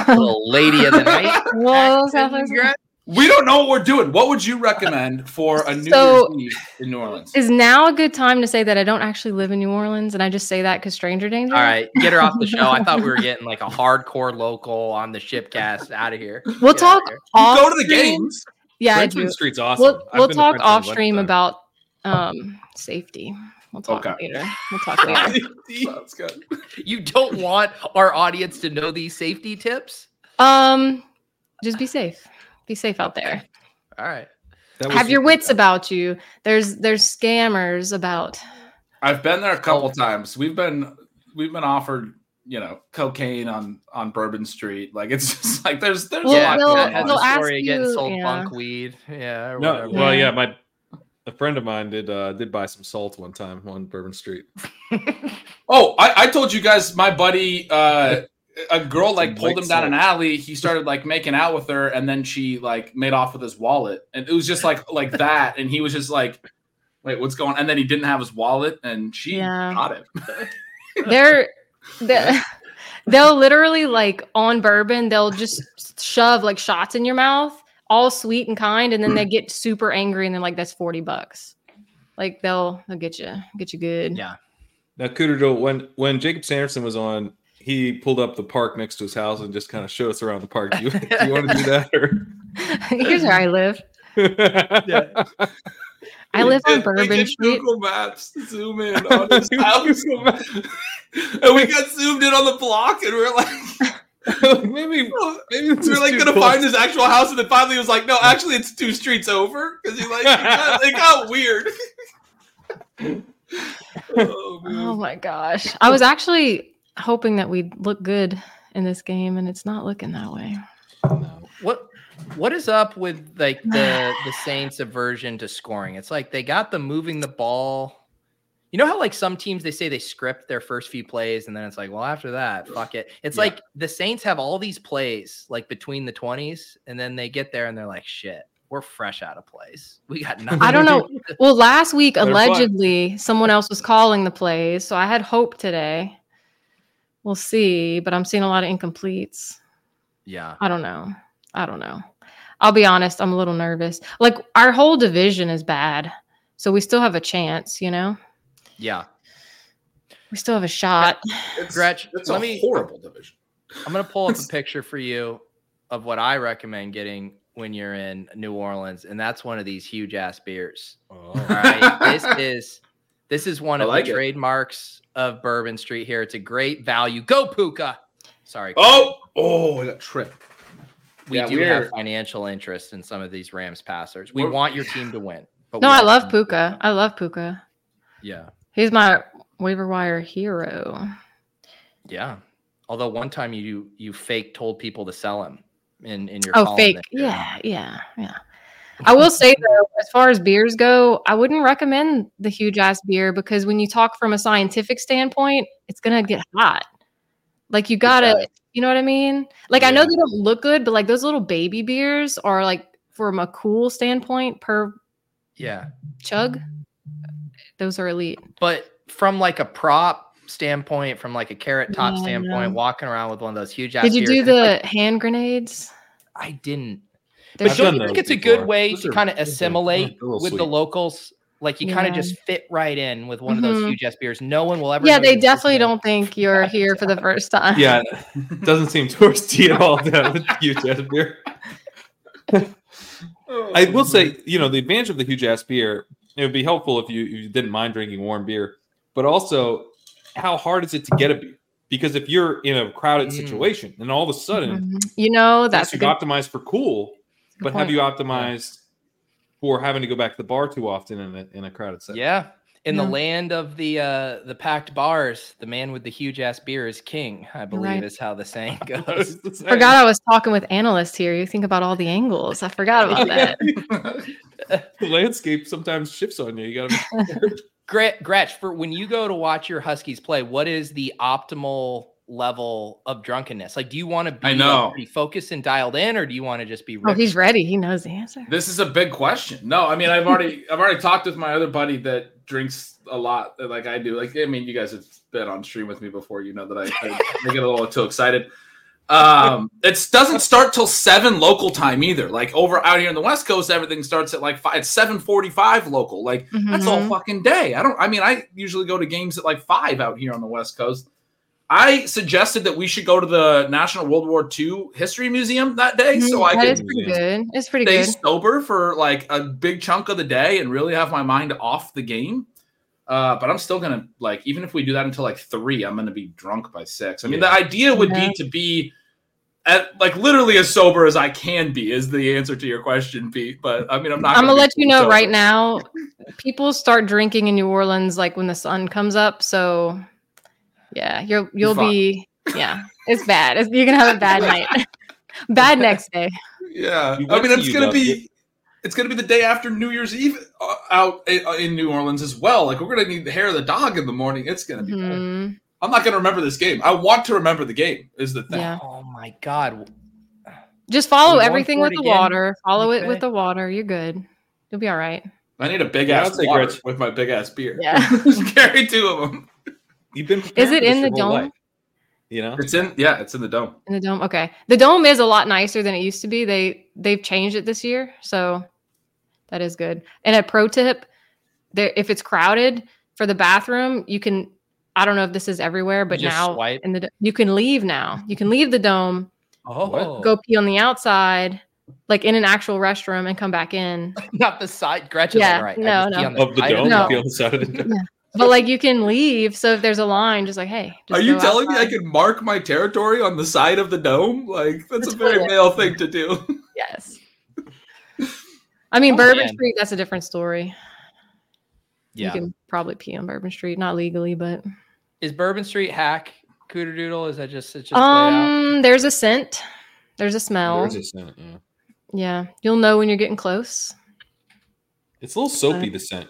A: Little lady of the
D: [laughs]
A: night.
D: Whoa, those kind of
A: Acting
D: places?
A: gra-
B: We don't know what we're doing. What would you recommend for a New
D: So-
B: Year's Eve in New Orleans?
D: Is now a good time to say that I don't actually live in New Orleans and I just say that because stranger danger?
A: All right, get her off the show. I thought we were getting like a hardcore local on the shipcast out of here.
D: We'll
A: Get
D: talk
A: outta here.
B: You
D: off.
B: go to the
D: stream.
B: games.
D: Yeah, I
E: Frenchman
D: do.
E: Street's awesome.
D: We'll,
E: I've
D: we'll
E: been to
D: talk
E: Frenchman
D: off
E: one
D: stream
E: time.
D: about um, safety. We'll talk
B: Okay.
D: later.
E: [laughs]
D: We'll talk later.
B: [laughs] Sounds good.
A: You don't want our audience to know these safety tips.
D: Um, just be safe. Be safe out there.
A: All right.
E: That was
D: Have your
E: the-
D: wits about you. There's there's scammers about.
B: I've been there a
D: Oh.
B: couple times. We've been we've been offered, you know, cocaine on on Bourbon Street. Like it's [laughs] just like there's there's
D: Well,
A: yeah,
B: a
D: they'll-
B: lot
A: that
B: going
A: has
B: on.
D: they'll
A: a story
D: ask
A: of getting
D: you-
A: sold
D: yeah.
A: bunk weed. Yeah. Or
E: No,
A: whatever.
E: well, yeah, my a friend of mine did uh did buy some salt one time on Bourbon Street.
B: Oh, I, I told you guys my buddy uh a girl like pulled him down an alley. He started like making out with her and then she like made off with his wallet. And it was just like like that and he was just like wait, what's going on? And then he didn't have his wallet and she
D: Yeah.
B: got it.
E: [laughs]
D: They're they they'll literally like on bourbon. They'll just shove like shots in your mouth, all sweet and kind, and then
E: Mm.
D: they get super angry and they're like, "That's forty bucks." Like they'll they'll get you get you good.
A: Yeah.
E: Now, Cooterdo, when when Jacob Sanderson was on, he pulled up the park next to his house and just kind of showed us around the park. Do you, do you want to do that?
D: [laughs] Here's where I live.
E: Or...
D: I live
B: They
D: on
B: did- they
D: Bourbon
B: did
D: Street.
B: Google Maps zoom in on his house. [laughs] and we got zoomed in on the block and we are like
E: [laughs] maybe maybe this
B: we
E: is
B: were like
E: too
B: gonna
E: close.
B: find his actual house, and then finally it was like, no, actually it's two streets over because he like it got, it got weird. oh,
D: Oh
B: man.
D: my gosh! I was actually hoping that we'd look good in this game, and it's not looking that way.
A: What what is up with like the the Saints aversion to scoring? It's like they got the moving the ball. You know how like some teams they say they script their first few plays and then it's like, well, after that, fuck it. It's
B: Yeah.
A: like the Saints have all these plays like between the 20s and then they get there and they're like, shit, we're fresh out of place. We got nothing.
D: I don't know. Well, last week
E: Better fly.
D: allegedly someone else was calling the plays, so I had hope today. We'll see, but I'm seeing a lot of incompletes.
A: Yeah.
D: I don't know. I don't know. I'll be honest, I'm a little nervous. Like our whole division is bad. So we still have a chance, you know?
A: Yeah.
D: We still have a shot.
B: It's,
A: Gretch,
B: it's
A: let
B: a
A: me-
B: horrible division.
A: I'm gonna pull up a picture for you of what I recommend getting when you're in New Orleans, and that's one of these huge ass beers. All right,
B: [laughs]
A: this is this is one
B: I
A: of
B: like
A: the
B: it.
A: trademarks of Bourbon Street here. It's a great value. Go Puka. Sorry,
B: Oh, oh, that trip.
A: we
B: yeah,
A: do
B: we're-
A: have financial interest in some of these Rams passers. We
B: We're-
A: want your team to win. But
D: No,
A: we
D: I
A: want
D: love
A: them to
D: Puka.
A: win.
D: I love Puka.
A: Yeah,
D: He's my waiver wire hero.
A: yeah. Although one time you you fake told people to sell him in in your
D: Oh,
A: column
D: fake.
A: there.
D: Yeah, yeah, yeah. I will say though, as far as beers go, I wouldn't recommend the huge ass beer because when you talk from a scientific standpoint, it's gonna get hot. Like you gotta, you know what I mean? Like I know they don't look good, but like those little baby beers are like from a cool standpoint per
A: yeah.
D: chug, those are elite.
A: But from like a prop standpoint, from like a carrot top
D: Yeah, I
A: standpoint,
D: know.
A: walking around with one of those huge. ass
D: Did you
A: beers, and
D: do
A: it's like,
D: the hand grenades?
A: I didn't.
D: They're
A: But don't
E: done
A: you
E: those
A: think it's a
E: before.
A: good way
E: Those
A: to
E: are-
A: kind of
E: those are-
A: assimilate
E: they're real
A: with the
E: sweet.
A: locals? Like you kind of
D: Yeah.
A: just fit right in with one of those
D: Mhm.
A: huge ass beers. No one will ever.
D: yeah,
A: know
D: they
A: this is
D: definitely
A: me.
D: don't think you're here for the first time.
E: Yeah, it doesn't seem [laughs] touristy at all. The huge ass beer.
B: Oh,
E: I will say, you know, the advantage of the huge ass beer. It would be helpful if you, if you didn't mind drinking warm beer, but also, how hard is it to get a beer? Because if you're in a crowded
A: Mm.
E: situation and all of
D: [laughs]
E: a sudden,
D: Mhm. You know
E: yes,
D: that's a
E: you've
D: good,
E: optimized for cool,
D: good
E: but
D: point.
E: have you optimized for having to go back to the bar too often in a, in a crowded setting?
A: Yeah, in the
D: No.
A: land of the uh the packed bars, the man with the huge ass beer is king. I believe
D: right.
A: is how the saying [laughs]
E: [laughs]
A: goes.
E: I
D: forgot I was talking with analysts here. You think about all the angles. I forgot
B: [laughs]
D: about that.
E: the landscape sometimes shifts on you. You gotta be
A: Gret- Gretch, for when you go to watch your Huskies play, what is the optimal level of drunkenness? Like, do you want to be,
B: I know.
A: like, be focused and dialed in, or do you want to just be?
D: Oh,
A: ripped?
D: he's ready. He knows the answer.
B: This is a big question. No, I mean I've already I've already talked with my other buddy that drinks a lot like I do. Like I mean you guys have been on stream with me before. You know that I, I, I get a little too excited. Um, it doesn't start till seven local time either. Like over out here in the West Coast, everything starts at like five. It's seven forty-five local. Like that's all
D: Mhm.
B: fucking day. I don't. I mean, I usually go to games at like five out here on the West Coast. I suggested that we should go to the National World War II History Museum that day, so I
D: Mm-hmm. That
B: could
D: is pretty good. It's pretty
B: stay
D: good.
B: sober for like a big chunk of the day and really have my mind off the game. Uh, but I'm still gonna like, even if we do that until like three, I'm gonna be drunk by six. I mean, the idea would
D: Yeah.
B: be to be at like literally as sober as I can be is the answer to your question, Pete. But I mean, I'm not.
D: I'm gonna
B: be
D: let you
B: fully
D: know
B: sober.
D: right now. People start drinking in New Orleans like when the sun comes up. So, yeah, you'll you'll
B: Fuck.
D: be [laughs] yeah. It's bad. It's, you're gonna have a
B: [laughs]
D: bad night. [laughs] bad next day.
B: [laughs] Yeah,
E: You
B: I
E: went
B: mean,
E: to
B: it's
E: you,
B: gonna
E: though.
B: be it's gonna be the day after New Year's Eve uh, out i- uh, in New Orleans as well. Like we're gonna need the hair of the dog in the morning. It's gonna be.
D: Mhm.
B: I'm not gonna remember this game. I want to remember the game. Is the thing.
D: Yeah.
A: Oh my god!
D: Just follow
A: We're going
D: everything
A: for
D: with
A: it
D: the
A: again?
D: water. Follow it
A: Okay.
D: with the water. You're good. You'll be all right.
B: I need a big
E: Yeah, I'll
B: ass
E: take
B: water
E: Gretch.
B: with my big ass beer.
D: Yeah.
B: [laughs] Just carry two of them.
E: You've
D: [laughs]
E: been. preparing
D: it
E: for this
D: in
E: your
D: the
E: whole
D: dome?
E: life, You know,
B: It's in. Yeah, it's in the dome.
D: In the dome. Okay. The dome is a lot nicer than it used to be. They they've changed it this year, so that is good. And a pro tip, there if it's crowded for the bathroom, you can I don't know if this is everywhere, but
A: Just
D: now
A: swipe?
D: in the do- you can leave now. You can leave the dome,
A: Oh,
D: go pee on the outside, like in an actual restroom and come back in.
A: [laughs] not the side. Gretchen,
D: Yeah,
A: all right. I
D: no,
A: just pee
D: no.
A: on
E: of the
A: side
E: dome,
D: No.
E: the other side of the
D: [laughs]
E: dome.
D: But like you can leave, so if there's a line, just like, hey, just
B: Are you
D: go
B: telling me I
D: outside.
B: can mark my territory on the side of the dome? Like that's
D: The
B: a very
D: toilet.
B: male thing to do. [laughs]
D: Yes. I mean,
A: Oh,
D: Bourbon
A: man.
D: Street, that's a different story.
A: Yeah.
D: You can probably pee on Bourbon Street, not legally, but
A: Is Bourbon Street hack cooter doodle? Is that just it's just layout?
D: um, there's a scent, there's a smell.
E: There's a scent, yeah.
D: yeah, you'll know when you're getting close.
E: It's a little soapy. The scent.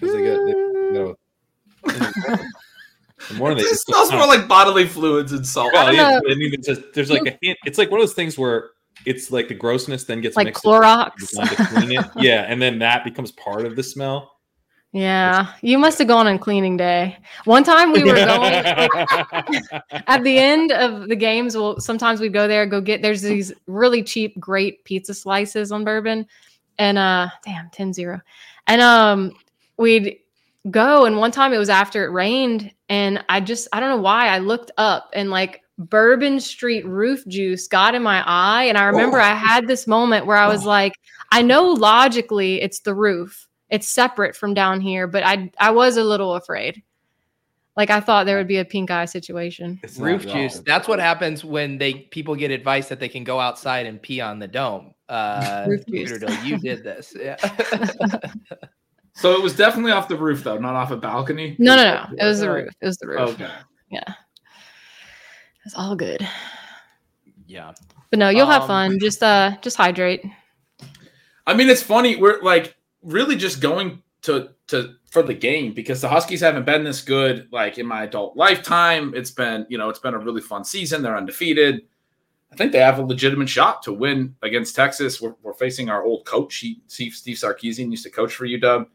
E: 'Cause they got- they-
D: Uh,
E: you
D: Mm,
E: know, [laughs] the more they-
B: It
E: it's
B: smells more like bodily fluids and salt.
E: Well,
D: I don't
E: yeah,
D: know.
E: but I mean, it's just, there's like a hint. It's like one of those things where it's like the grossness then gets
D: Like
E: mixed with-
D: Clorox. [laughs]
E: you want to clean it. yeah, and then that becomes part of the smell.
D: Yeah, you must have gone on cleaning day. One
E: [laughs]
D: time we were going at the end of the games. Well, sometimes we go there, go get there's these really cheap, great pizza slices on bourbon. And uh damn, 10 0. And um we'd go and one time it was after it rained, and I just I don't know why I looked up and like Bourbon Street roof juice got in my eye. And I remember I had this moment where I was like, I know logically it's the roof it's separate from down here, but I I was a little afraid. Like I thought there would be a pink eye situation.
F: It's not
A: Roof
F: wrong.
A: juice. That's what happens when they people get advice that they can go outside and pee on the dome. Uh,
D: [laughs] Roof juice.
A: Weirdo, you did this. Yeah.
B: So it was definitely off the roof though, not off a balcony.
D: No, no, no. It was the roof. It was the roof.
B: Okay.
D: It's all good.
A: [laughs] yeah.
D: But no, you'll have
A: Um,
D: fun. Just uh just hydrate.
B: I mean, it's funny. We're like really just going to to for the game because the Huskies haven't been this good like in my adult lifetime. It's been you know it's been a really fun season. They're undefeated. I think they have a legitimate shot to win against Texas. We're, we're facing our old coach. He, Steve, Steve Sarkeesian used to coach for UW.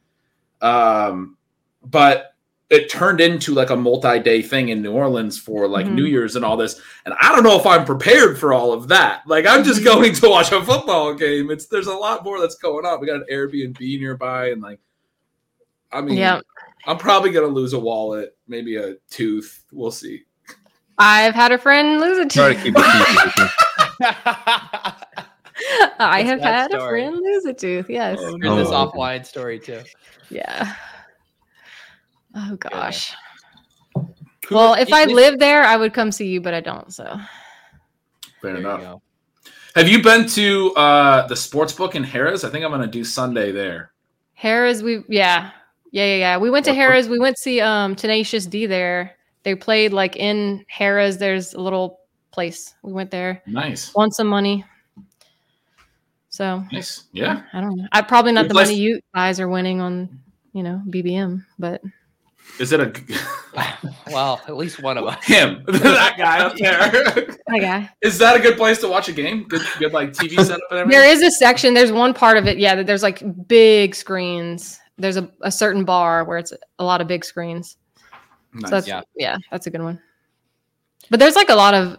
B: Um, but it turned into like a multi-day thing in New Orleans for like
D: Mhm.
B: New Year's and all this. And I don't know if I'm prepared for all of that. Like I'm just going to watch a football game. It's there's a lot more that's going on. We got an Airbnb nearby, and like, I mean,
D: Yeah.
B: I'm probably gonna lose a wallet, maybe a tooth. We'll see.
D: I've had a friend lose a
F: Try to
D: tooth. [laughs]
F: keep it PG.
D: I
A: That's
D: have
A: that
D: had
A: story.
D: a friend lose a tooth. Yes.
B: Oh,
A: Here's this
F: Oh.
A: offline story too.
D: Yeah. Oh gosh.
B: Who-
D: Well, if
A: you-
D: I
A: you-
D: lived there, I would come see you, but I don't. So
A: There
B: Fair
A: you
B: enough.
A: go.
B: Have you been to uh, the sports book in Harris? I think I'm gonna do Sunday there.
D: Harris, we yeah. Yeah, yeah, yeah. We went to
B: What- what-
D: Harris. We went to see um Tenacious D there. They played like in Harris. There's a little place. We went there.
B: Nice,
D: Won some money. So
B: nice, yeah.
D: I don't know. I probably not
B: Good
D: the
B: place.
D: money you guys are winning on, you know, BBM, but
B: Is it a
A: Well, at least one of us.
B: [laughs] him [laughs] that guy up there?
D: hi guy.
B: [laughs] Is that a good place to watch a game? Good, good like TV setup and everything.
D: There is a section. There's one part of it, yeah. That there's like big screens. There's a, a certain bar where it's a lot of big screens.
B: Nice.
D: So that's
A: Yeah.
D: yeah. that's a good one. But there's like a lot of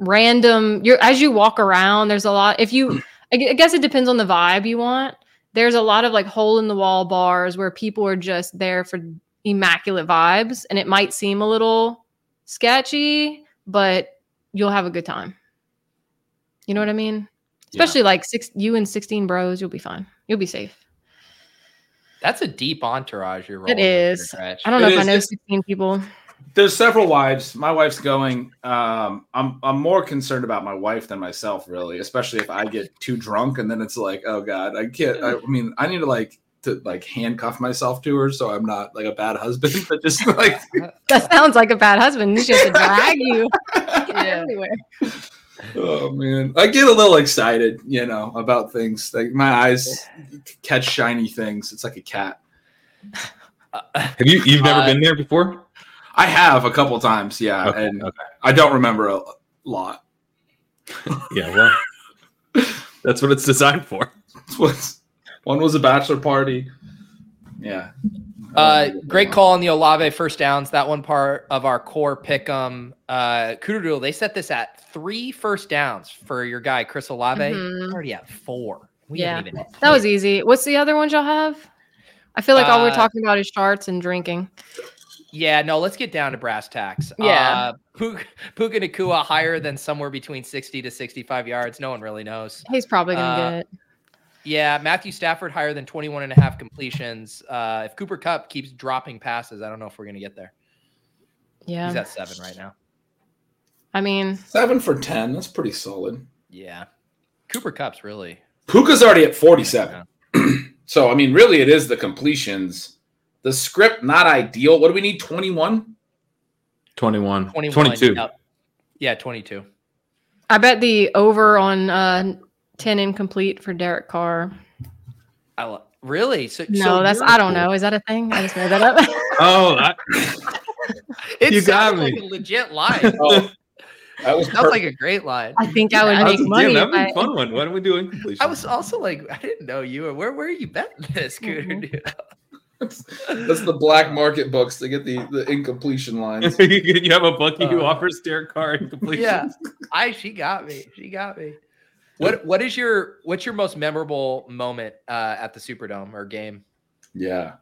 D: random. You're as you walk around. There's a lot. If you,
B: [clears throat]
D: I gu- I guess it depends on the vibe you want. There's a lot of like hole in the wall bars where people are just there for immaculate vibes, and it might seem a little sketchy, but you'll have a good time. You know what I mean?
B: Yeah.
D: Especially like six, you and sixteen bros, you'll be fine. You'll be safe.
A: That's a deep entourage you're rolling. with
D: is.
A: there, Gretch.
D: I don't
B: It
D: know if
B: is-
D: I know
B: it's-
D: sixteen people.
B: there's several wives. My wife's going. Um, I'm I'm more concerned about my wife than myself, really. Especially if I get too drunk, and then it's like, oh god, I can't. I, I mean, I need to like to like handcuff myself to her, so I'm not like a bad husband, [laughs] but just like
D: That sounds like a bad husband. She has
A: [laughs]
D: to drag you everywhere.
B: Oh man, I get a little excited, you know, about things. Like my eyes catch shiny things. It's like a cat.
E: Have you? You've never
A: Uh,
E: been there before?
B: I have a couple times, yeah,
E: Okay,
B: and I don't remember a lot.
E: Yeah. Well, that's what it's designed for.
B: It's what's- One was a bachelor party. Yeah.
A: Uh, great call on the Olave first downs. That one part of our core pick 'em. Uh, Kudadul, they set this at three first downs for your guy Chris Olave.
D: Mhm.
A: We're Already at four. We
D: Yeah.
A: haven't even.
D: That was easy. What's the other ones y'all have? I feel like all we're
A: Uh,
D: talking about is charts and drinking.
A: Yeah, no. Let's get down to brass tacks.
D: Yeah.
A: Uh, Puka, Puka Nakua higher than somewhere between sixty to sixty-five yards. No one really knows.
D: He's probably gonna
A: Uh,
D: get it.
A: Yeah, Matthew Stafford higher than 21 and a half completions. Uh, if Cooper Cup keeps dropping passes, I don't know if we're gonna get there. He's
D: Yeah.
A: at seven right now.
D: I mean,
B: Seven for ten. That's pretty solid.
A: Yeah, Cooper Cup's really
B: Puka's already at forty-seven. so I mean, really, it is the completions. The script not ideal. What do we need? Twenty-one.
E: 21,
A: 21,
E: 22.
A: yep. Yeah, 22.
D: I bet the over on uh, ten incomplete for Derek Carr.
A: I lo- really. So
D: No,
A: so
D: that's
A: you're-
D: I don't know. Is that a thing? I just made that up.
E: Oh, I,
A: It
E: You
A: sounds
E: got
A: like
E: me.
A: a legit line.
B: Oh, that was
A: sounds
B: perfect.
A: like a great line.
D: [laughs] I think I would
E: that's,
D: make money.
E: damn,
D: if
E: that'd be a
D: I,
E: fun one. [laughs] Why don't we do incompletion?
A: I was also like, I didn't know you. Were, where were you betting this, Cooter?
D: Mhm.
A: dude?
B: That's, that's the black market books to get the, the
A: [laughs]
B: incompletion lines.
E: you have a bookie who
A: Uh,
E: offers Derek Carr incompletion.
A: yeah, [laughs] I she got me. She got me. What what is your what's your most memorable moment uh, at the Superdome or game?
B: Yeah.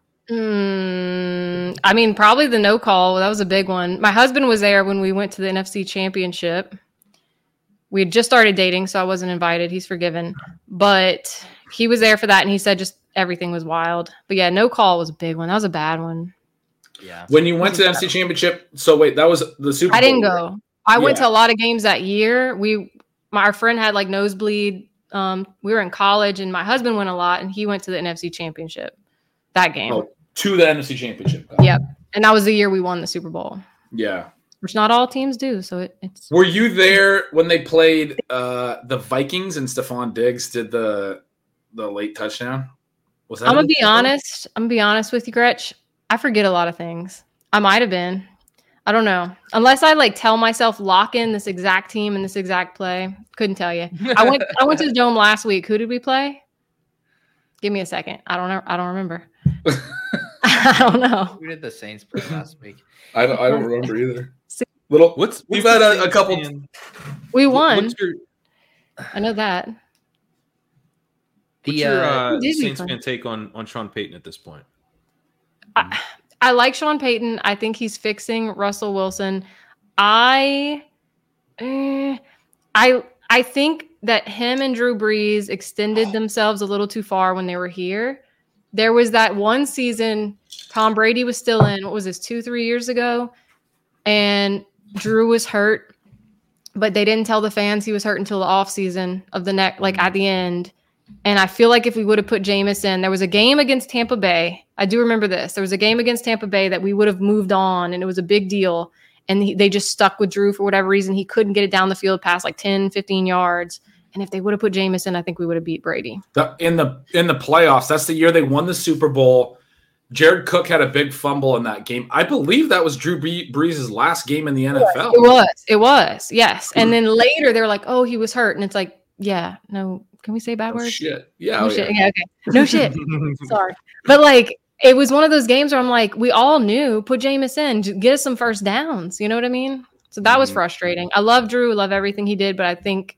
D: Mm, I mean, probably the no call. That was a big one. My husband was there when we went to the NFC Championship. We had just started dating, so I wasn't invited. He's forgiven, but he was there for that, and he said just everything was wild. But yeah, no call was a big one. That was a bad one.
A: Yeah,
B: When you went to the MC Championship, so wait, that was the Super
D: I didn't
B: Bowl, right?
D: go. I went
B: Yeah.
D: to a lot of games that year. We, my our friend had like nosebleed. Um, we were in college, and my husband went a lot, and he went to the NFC Championship that game,
B: Oh. To the NFC Championship.
D: Yeah. and that was the year we won the Super Bowl.
B: Yeah.
D: which not all teams do. So it, it's
B: Were you there when they played uh the Vikings and Stephon Diggs did the the late touchdown? Was that
D: I'm gonna
B: in the
D: be
B: Super Bowl?
D: honest. I'm gonna be honest with you, Gretch. I forget a lot of things. I might have been. I don't know. Unless I like tell myself lock in this exact team and this exact play. Couldn't tell you. I went I went to the dome last week. Who did we play? Give me a second. I don't know. I don't remember. [laughs] I don't know.
A: [laughs] Who did the Saints play last week?
B: I don't I don't remember either.
D: See-
B: Little
E: What's
B: We've
E: what's
B: had
E: the
B: a- a
E: Saints
B: couple-
E: fan-
D: We
E: what-
D: won.
E: What's your,
D: I know that.
A: The
E: what's your
A: uh,
E: uh,
D: Who did we
E: Saints
D: play?
E: fan take on on Sean Payton at this point?
D: I like Sean Payton. I think he's fixing Russell Wilson. I, eh, I, I think that him and Drew Brees extended themselves a little too far when they were here. There was that one season Tom Brady was still in. What was this? Two, three years ago, and Drew was hurt, but they didn't tell the fans he was hurt until the offseason of the neck, like at the end. And I feel like if we would have put Jameis in, there was a game against Tampa Bay. I do remember this. There was a game against Tampa Bay that we would have moved on, and it was a big deal. And he, they just stuck with Drew for whatever reason. He couldn't get it down the field past like 10, 15 yards. And if they would have put Jameis in, I think we would have beat Brady.
B: the, in the in the playoffs. That's the year they won the Super Bowl. Jared Cook had a big fumble in that game. I believe that was Drew Bree- Brees' last game in the NFL.
D: It was. It was. Yes. And then later they were like, oh, he was hurt. And it's like, yeah, no. Can we say bad
B: Oh,
D: words?
B: shit. Yeah.
D: No
B: oh,
D: shit.
B: yeah.
D: Yeah, okay.
B: [laughs]
D: No shit. Sorry. But like it was one of those games where I'm like, we all knew put Jameis in, j- get us some first downs. You know what I mean? So that was
B: Mhm.
D: frustrating. I love Drew, love everything he did, but I think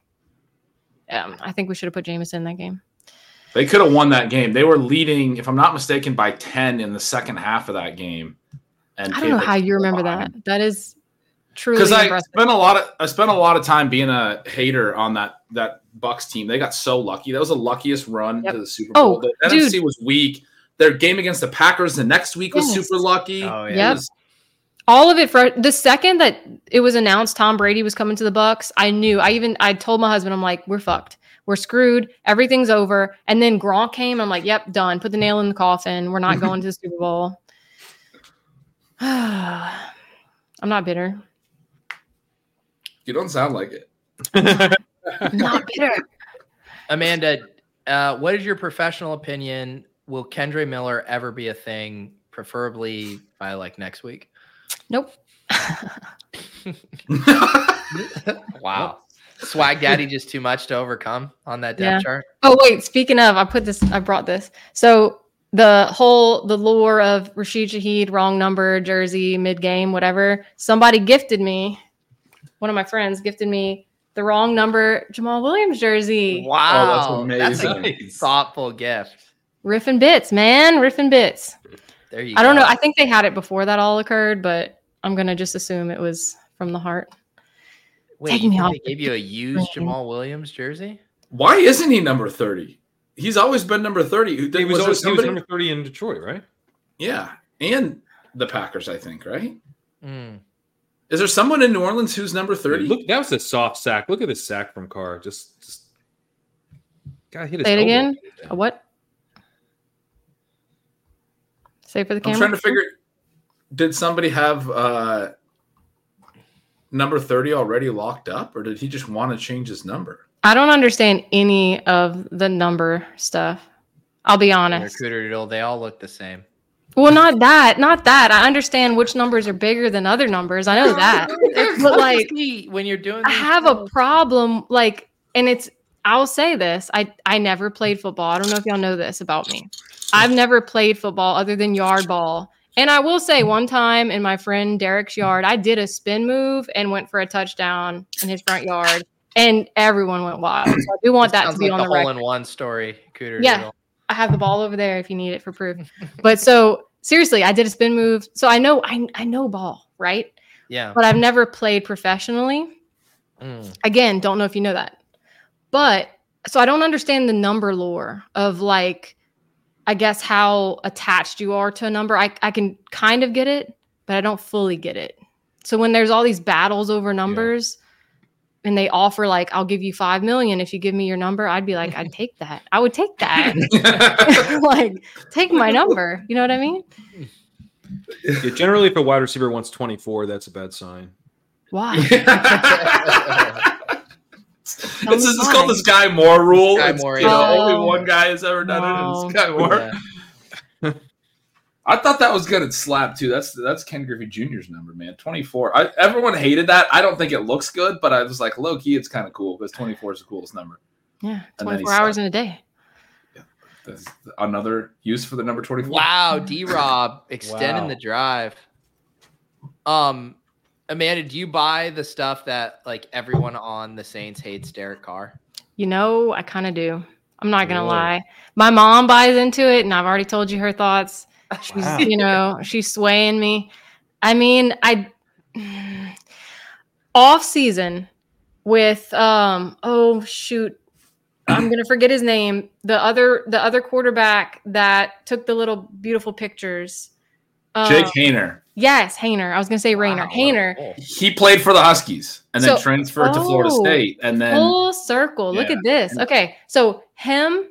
D: um, I think we should have put Jameis in that game.
B: They could have won that game. They were leading, if I'm not mistaken, by 10 in the second half of that game. And
D: I don't know how you remember that. That is truly
B: Because I
D: impressive.
B: spent a lot of I spent a lot of time being a hater on that that Bucks team. They got so lucky. That was the luckiest run
D: Yep.
B: to the Super
D: Oh,
B: Bowl. The
D: dude.
B: NFC was weak. Their game against the Packers the next week was
D: Yes.
B: super lucky.
A: Oh,
D: yeah. Yep. all of it for the second that it was announced Tom Brady was coming to the Bucks, I knew. I even I told my husband, I'm like, we're fucked. We're screwed. Everything's over. And then Gronk came. I'm like, yep, done. Put the nail in the coffin. We're not going to the Super Bowl. [sighs] I'm not bitter.
B: You don't sound like it. [laughs]
D: I'm not bitter.
A: Amanda, uh, what is your professional opinion? Will Kendra Miller ever be a thing? Preferably by like next week.
D: Nope.
A: Wow, swag daddy just too much to overcome on that depth
D: Yeah.
A: chart.
D: Oh wait, speaking of, I put this. I brought this. So the whole the lore of Rashid Shaheed, wrong number, jersey, mid game, whatever. Somebody gifted me. One of my friends gifted me the wrong number Jamal Williams jersey.
A: Wow, that's a
B: amazing.
A: thoughtful gift.
D: Riff and bits, man, riff and bits.
A: There you.
D: I don't know.
A: go.
D: I think they had it before that all occurred, but I'm gonna just assume it was from the heart.
A: Wait,
D: Take
A: you
D: me
A: think
D: off
A: they
D: the
A: gave you a used
D: screen.
A: Jamal Williams jersey?
B: Why isn't he number 30? He's always been number 30. Who-
E: he was,
B: there
E: always, he was
B: somebody-
E: number thirty in Detroit, right?
B: Yeah. And the Packers, I think, right?
A: Mm.
B: Is there someone in New Orleans who's number 30?
E: Look, that was a soft sack. Look at this sack from Carr. Just, just God hit his
D: Say it
E: elbow.
D: again. A what? Say for the
B: I'm
D: camera.
B: trying to figure did somebody have uh number 30 already locked up or did he just want to change his number? [laughs]
D: I don't understand any of the number stuff. I'll be honest.
A: Cooter Doodle, they all look the same.
D: Well, not that, not that. I understand which numbers are bigger than other numbers. I know that. but like
A: See, when you're doing,
D: I
A: these
D: have a
A: things-
D: problem like and it's I'll say this. I I never played football. I don't know if y'all know this about me. I've never played football other than yard ball. And I will say, one time in my friend Derek's yard, I did a spin move and went for a touchdown in his front yard, and everyone went wild. So I do want
A: This
D: that to
A: sounds
D: be
A: like
D: on
A: the
D: the record.
A: hole in one story, Cooter.
D: Yeah.
A: Doodle.
D: I have the ball over there if you need it for proof. But so seriously, I did a spin move. So I know I, I know ball, right?
A: yeah.
D: But I've never played professionally.
A: Mm.
D: Again, don't know if you know that. But so I don't understand the number lore of like I guess how attached you are to a number. I, I can kind of get it, but I don't fully get it. So when there's all these battles over numbers and they offer like I'll give you 5 million if you give me your number, I'd be like I'd take that. I would take that. [laughs] like take my number you know what i mean
E: Yeah, generally, if a wide receiver wants 24, that's a bad sign.
D: why
B: this is it's
D: why.
B: called the Sky Moore rule.
A: Sky
B: It's,
A: Moore,
B: you know,
D: yeah.
B: only
D: Oh.
B: one guy has ever done it.
D: No.
B: And Sky Moore.
A: Yeah.
B: I thought that was good at slap too. That's that's Ken Griffey Jr.'s number, man. Twenty four. I everyone hated that. I don't think it looks good, but I was like, low key, it's kind of cool because twenty four is the coolest number.
D: [laughs] yeah
B: And then he
D: 24 hours in a day
B: That's another use for the number twenty four.
E: [laughs]
A: Wow, D Rob extending
E: Wow.
A: the drive. Um, Amanda, do you buy the stuff that like everyone on the Saints hates Derek Carr?
D: you know i kind of do i'm not gonna
E: Really?
D: lie my mom buys into it and i've already told you her thoughts she's
E: Wow.
D: you know she's swaying me i mean i [sighs] off season with um oh shoot i'm gonna forget his name the other the other quarterback that took the little beautiful pictures um,
B: Jake Hayner.
D: Yes, Hayner. I was gonna say Rayner.
A: Wow, what a
D: Hayner.
A: pull.
B: He played for the Huskies and then
D: So-
B: transferred to Florida
D: oh.
B: State, and then
D: Full circle. Look
B: yeah,
D: at this.
B: and-
D: Okay, so him,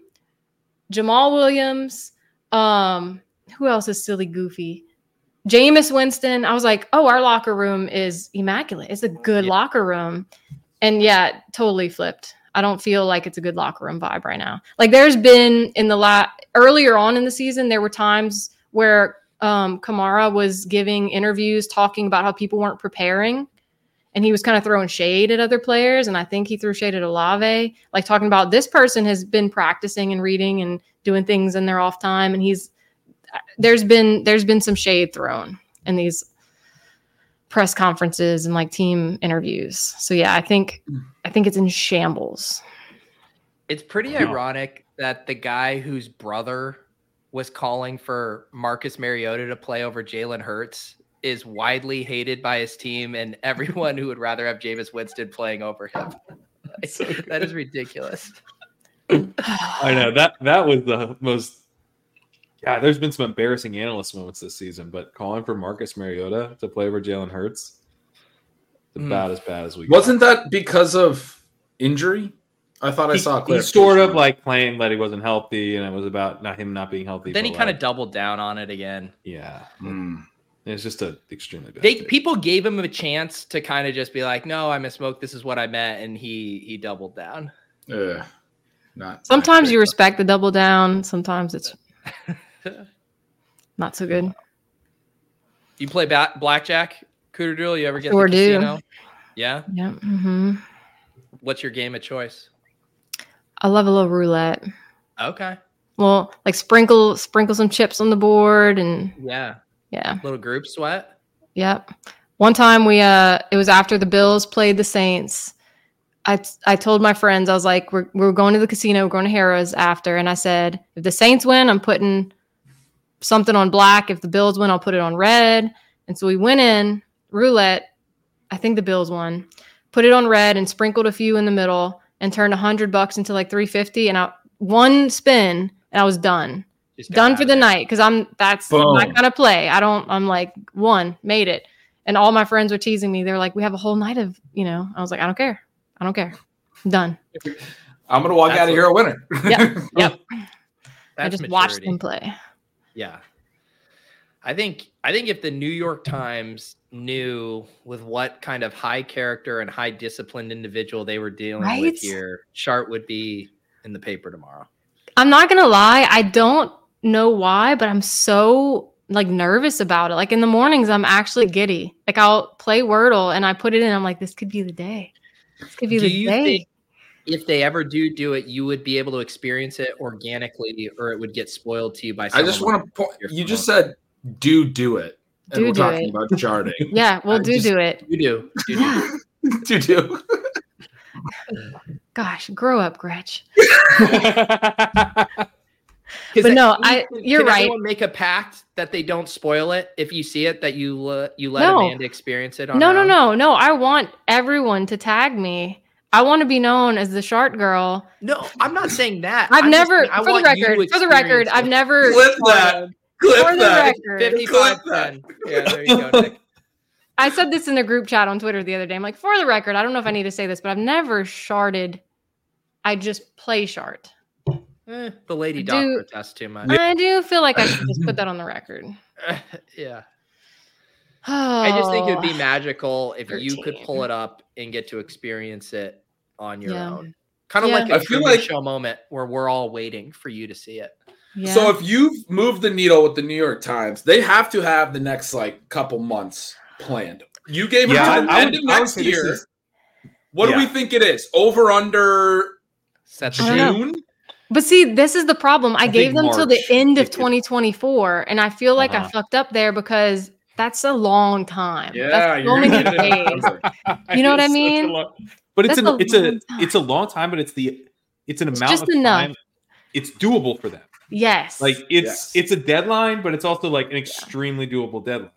D: Jamal Williams. Um, who else is silly goofy? Jameis Winston. I was like, oh, our locker room is immaculate. It's a good
A: Yeah.
D: locker room, and yeah, totally flipped. I don't feel like it's a good locker room vibe right now. Like there's been in the la earlier on in the season, there were times where um, Kamara was giving interviews talking about how people weren't preparing and he was kind of throwing shade at other players. And I think he threw shade at Olave, like talking about this person has been practicing and reading and doing things in their off time. And he's uh, there's been there's been some shade thrown in these press conferences and like team interviews. So yeah, I think I think it's in shambles.
A: It's pretty ironic that the guy whose brother was calling for Marcus Mariota to play over Jalen Hurts is widely hated by his team and [laughs] everyone who would rather have Jameis Winston playing over him. [laughs] that is ridiculous.
E: I know that that was the most. Yeah, there's been some embarrassing analyst moments this season, but calling for Marcus Mariota to play over Jalen Hurts, it's
A: Mm.
E: about as bad as we. got.
B: wasn't that because of injury? I thought I
E: he,
B: saw. A
E: he sort
B: clarification.
E: of like claimed that he wasn't healthy, and it was about not him not being healthy.
A: Then he
E: but,
A: kind of
E: like,
A: doubled down on it again.
E: yeah,
B: Hmm.
E: it's just a extremely bad.
A: They
E: take. [laughs]
A: people gave him a chance to kind of just be like, "No, I misspoke. This is what I meant," and he he doubled down.
B: Ugh. Not
D: Sometimes you
B: were.
D: respect the double down, sometimes it's not so good.
A: You play ba- blackjack, Cooter Doodle? You ever get
D: Sure
A: the
D: do.
A: casino? Yeah.
D: Yeah. hmm
A: What's your game of choice?
D: I love a little roulette.
A: Okay.
D: Well, like sprinkle sprinkle some chips on the board and
A: Yeah.
D: yeah.
A: Little group sweat.
D: Yep. One time we uh it was after the Bills played the Saints. I I told my friends, I was like, we're we're going to the casino, we're going to Harrah's after. And I said, if the Saints win, I'm putting something on black. If the Bills win, I'll put it on red. And so we went in, roulette. I think the Bills won. Put it on red and sprinkled a few in the middle and turned hundred bucks into like three fifty. And I one spin and I was done
A: Just
D: done
A: got
D: for
A: out
D: the
A: of
D: night because I'm that's my
B: Boom.
D: kind of play. I don't. I'm like one made it, and all my friends were teasing me. They're like, "We have a whole night of you know." I was like, "I don't care. I don't care. Done."
B: I'm gonna walk
A: That's
B: out of
A: what-
B: here a winner.
A: there.
D: I
A: That's
D: just watched
A: maturity.
D: them play.
A: Yeah. I think I think if the New York Times knew with what kind of high character and high disciplined individual they were dealing
D: Right?
A: with here, Chart would be in the paper tomorrow.
D: I'm not gonna lie. I don't know why, but I'm so like nervous about it. Like in the mornings, I'm actually giddy. Like I'll play Wordle and I put it in. I'm like, "This could be the day. This could be
A: Do
D: the
A: you
D: day."
A: think if they ever do do it, you would be able to experience it organically, or it would get spoiled to you by.
B: I just want to. Po- you just said do do it, and
D: Do
B: we're
D: do
B: talking
D: it.
B: about charting.
D: Yeah,
B: I
D: we'll do
B: just-
D: do it.
A: You do. You do.
D: Yeah.
B: [laughs] do do.
D: [gasps] Gosh, grow up, Gretch.
A: 'Cause
D: But no,
A: can-
D: I- you're
A: can
D: right.
A: everyone make a pact that they don't spoil it if you see it that you uh, you let
D: No.
A: Amanda experience it. On
D: No,
A: her
D: no,
A: own?
D: no, no. I want everyone to tag me. I want to be known as the short girl.
A: No, I'm not saying that.
D: I've
A: I'm just
D: never,
A: saying I
D: for the
A: want you
D: record,
A: to
D: for the record,
A: experience
D: I've
A: it.
D: never.
B: Clip that. Clip
D: For the
B: that.
D: record,
A: 55 10. Yeah, there you go,
B: [laughs]
A: Nick.
D: I said this in a group chat on Twitter the other day. I'm like, for the record, I don't know if I need to say this, but I've never sharded. I just play shard.
A: Eh, the lady
D: I
A: doc
D: do-
A: protests too much.
D: I do feel like I should just put that on the record. [sighs]
A: yeah.
D: Oh,
A: I just think it would be magical if you could
D: 13.
A: pull it up and get to experience it on your
D: Yeah.
A: own. Kind of
D: Yeah.
A: like a
B: I feel
A: Truman
B: like-
A: show moment where we're all waiting for you to see it.
D: [sighs] Yeah.
B: So if you've moved the needle with the New York Times, they have to have the next like couple months planned. You gave it
E: Yeah,
B: to
E: I-
B: the
E: I
B: end
E: would-
B: of
E: I would
B: next
E: say this
B: year.
E: is-
B: What
E: Yeah.
B: do we think it is? Over under
A: Set the
D: I don't know.
A: scene.
B: June?
D: But see, this is the problem. I,
E: I
D: gave
E: think
D: them till the
E: March
D: end
E: it-
D: of
E: it-
D: 2024, and I feel like
E: Uh-huh.
D: I fucked up there because that's a long time.
B: Yeah,
D: [laughs] that's so
B: you're
D: many
B: gonna get it
D: days.
B: over.
D: You know what I
E: It's such a
D: mean?
E: lo- but it's
D: That's
E: an,
D: a
E: it's a
D: long time.
E: it's a long time, but it's the it's an
D: It's
E: amount
D: just
E: of
D: enough.
E: time. It's doable for them.
D: Yes,
E: Like it's
B: Yes.
E: it's a deadline, but it's also like an extremely doable deadline.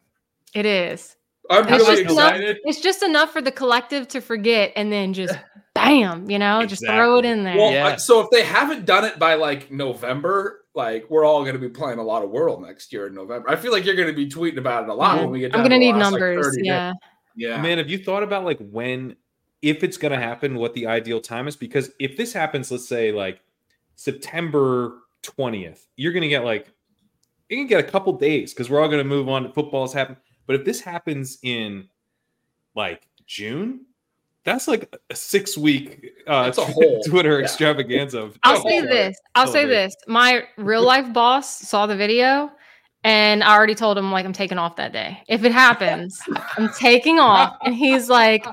D: it is.
B: I'm
D: It's
B: really
D: just enough-
B: excited.
D: It's just enough for the collective to forget, and then just bam, you know, just throw it
E: Exactly.
D: in there.
B: Well,
A: Yeah.
B: I- so if they haven't done it by like November, like we're all going to be playing a lot of World next year in November. I feel like you're going to be tweeting about it a lot when we get.
D: I'm
B: down
D: gonna
B: to the
D: need
B: last, like,
D: numbers.
B: 30 days.
D: yeah,
B: yeah.
E: Man, have you thought about like when, if it's going to happen, what the ideal time is? Because if this happens, let's say like September 20th, you're going to get like, you can get a couple days because we're all going to move on. Football's happened. But if this happens in like June, that's like a six week uh,
B: That's a whole-
E: [laughs] Twitter
B: yeah.
E: extravaganza. Of,
D: I'll
B: Oh,
D: say
B: yeah.
D: this. I'll say
E: Totally.
D: this. My real life boss saw the video, and I already told him like I'm taking off that day. If it happens, I'm taking off. And he's like,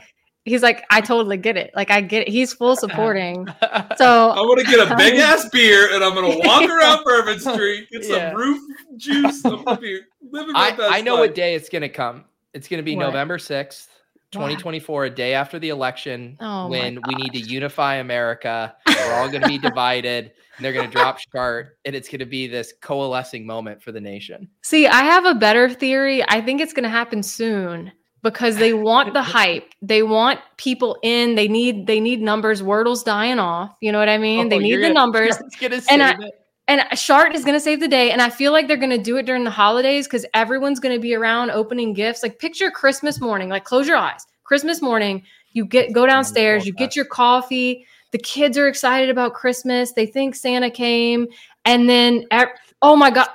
D: he's like, I totally get it. Like I get it.
A: [laughs]
D: He's full supporting.
B: [laughs] I
D: So
B: want to
D: [laughs]
B: get a big ass beer and I'm going to walk around Bourbon Street, get some
A: Yeah.
B: roof juice. I'm
E: [laughs]
B: going to be living my
A: I,
B: best
A: I know
B: life.
A: what day it's going to come. It's going to be
D: What?
A: November 6th,
D: Wow.
A: 2024, a day after the election
D: Oh my
A: when we need to unify America. We're all
D: [laughs]
A: going to be divided. And they're going to drop Chart, and it's going to be this coalescing moment for the nation.
D: see, I have a better theory. I think it's gonna happen soon because they want the hype. They want people in. They need they need numbers. Wordle's dying off. You know what I mean? they
A: Oh,
D: need
A: you're
D: the
A: gonna- [laughs]
D: numbers.
A: Chart's gonna
D: And
A: save
D: I-
A: it.
D: And Shart is going to save the day. And I feel like they're going to do it during the holidays because everyone's going to be around opening gifts. Like picture Christmas morning, like close your eyes. Christmas morning, you get go downstairs, you get your coffee. The kids are excited about Christmas. They think Santa came. And then, ev- oh my God,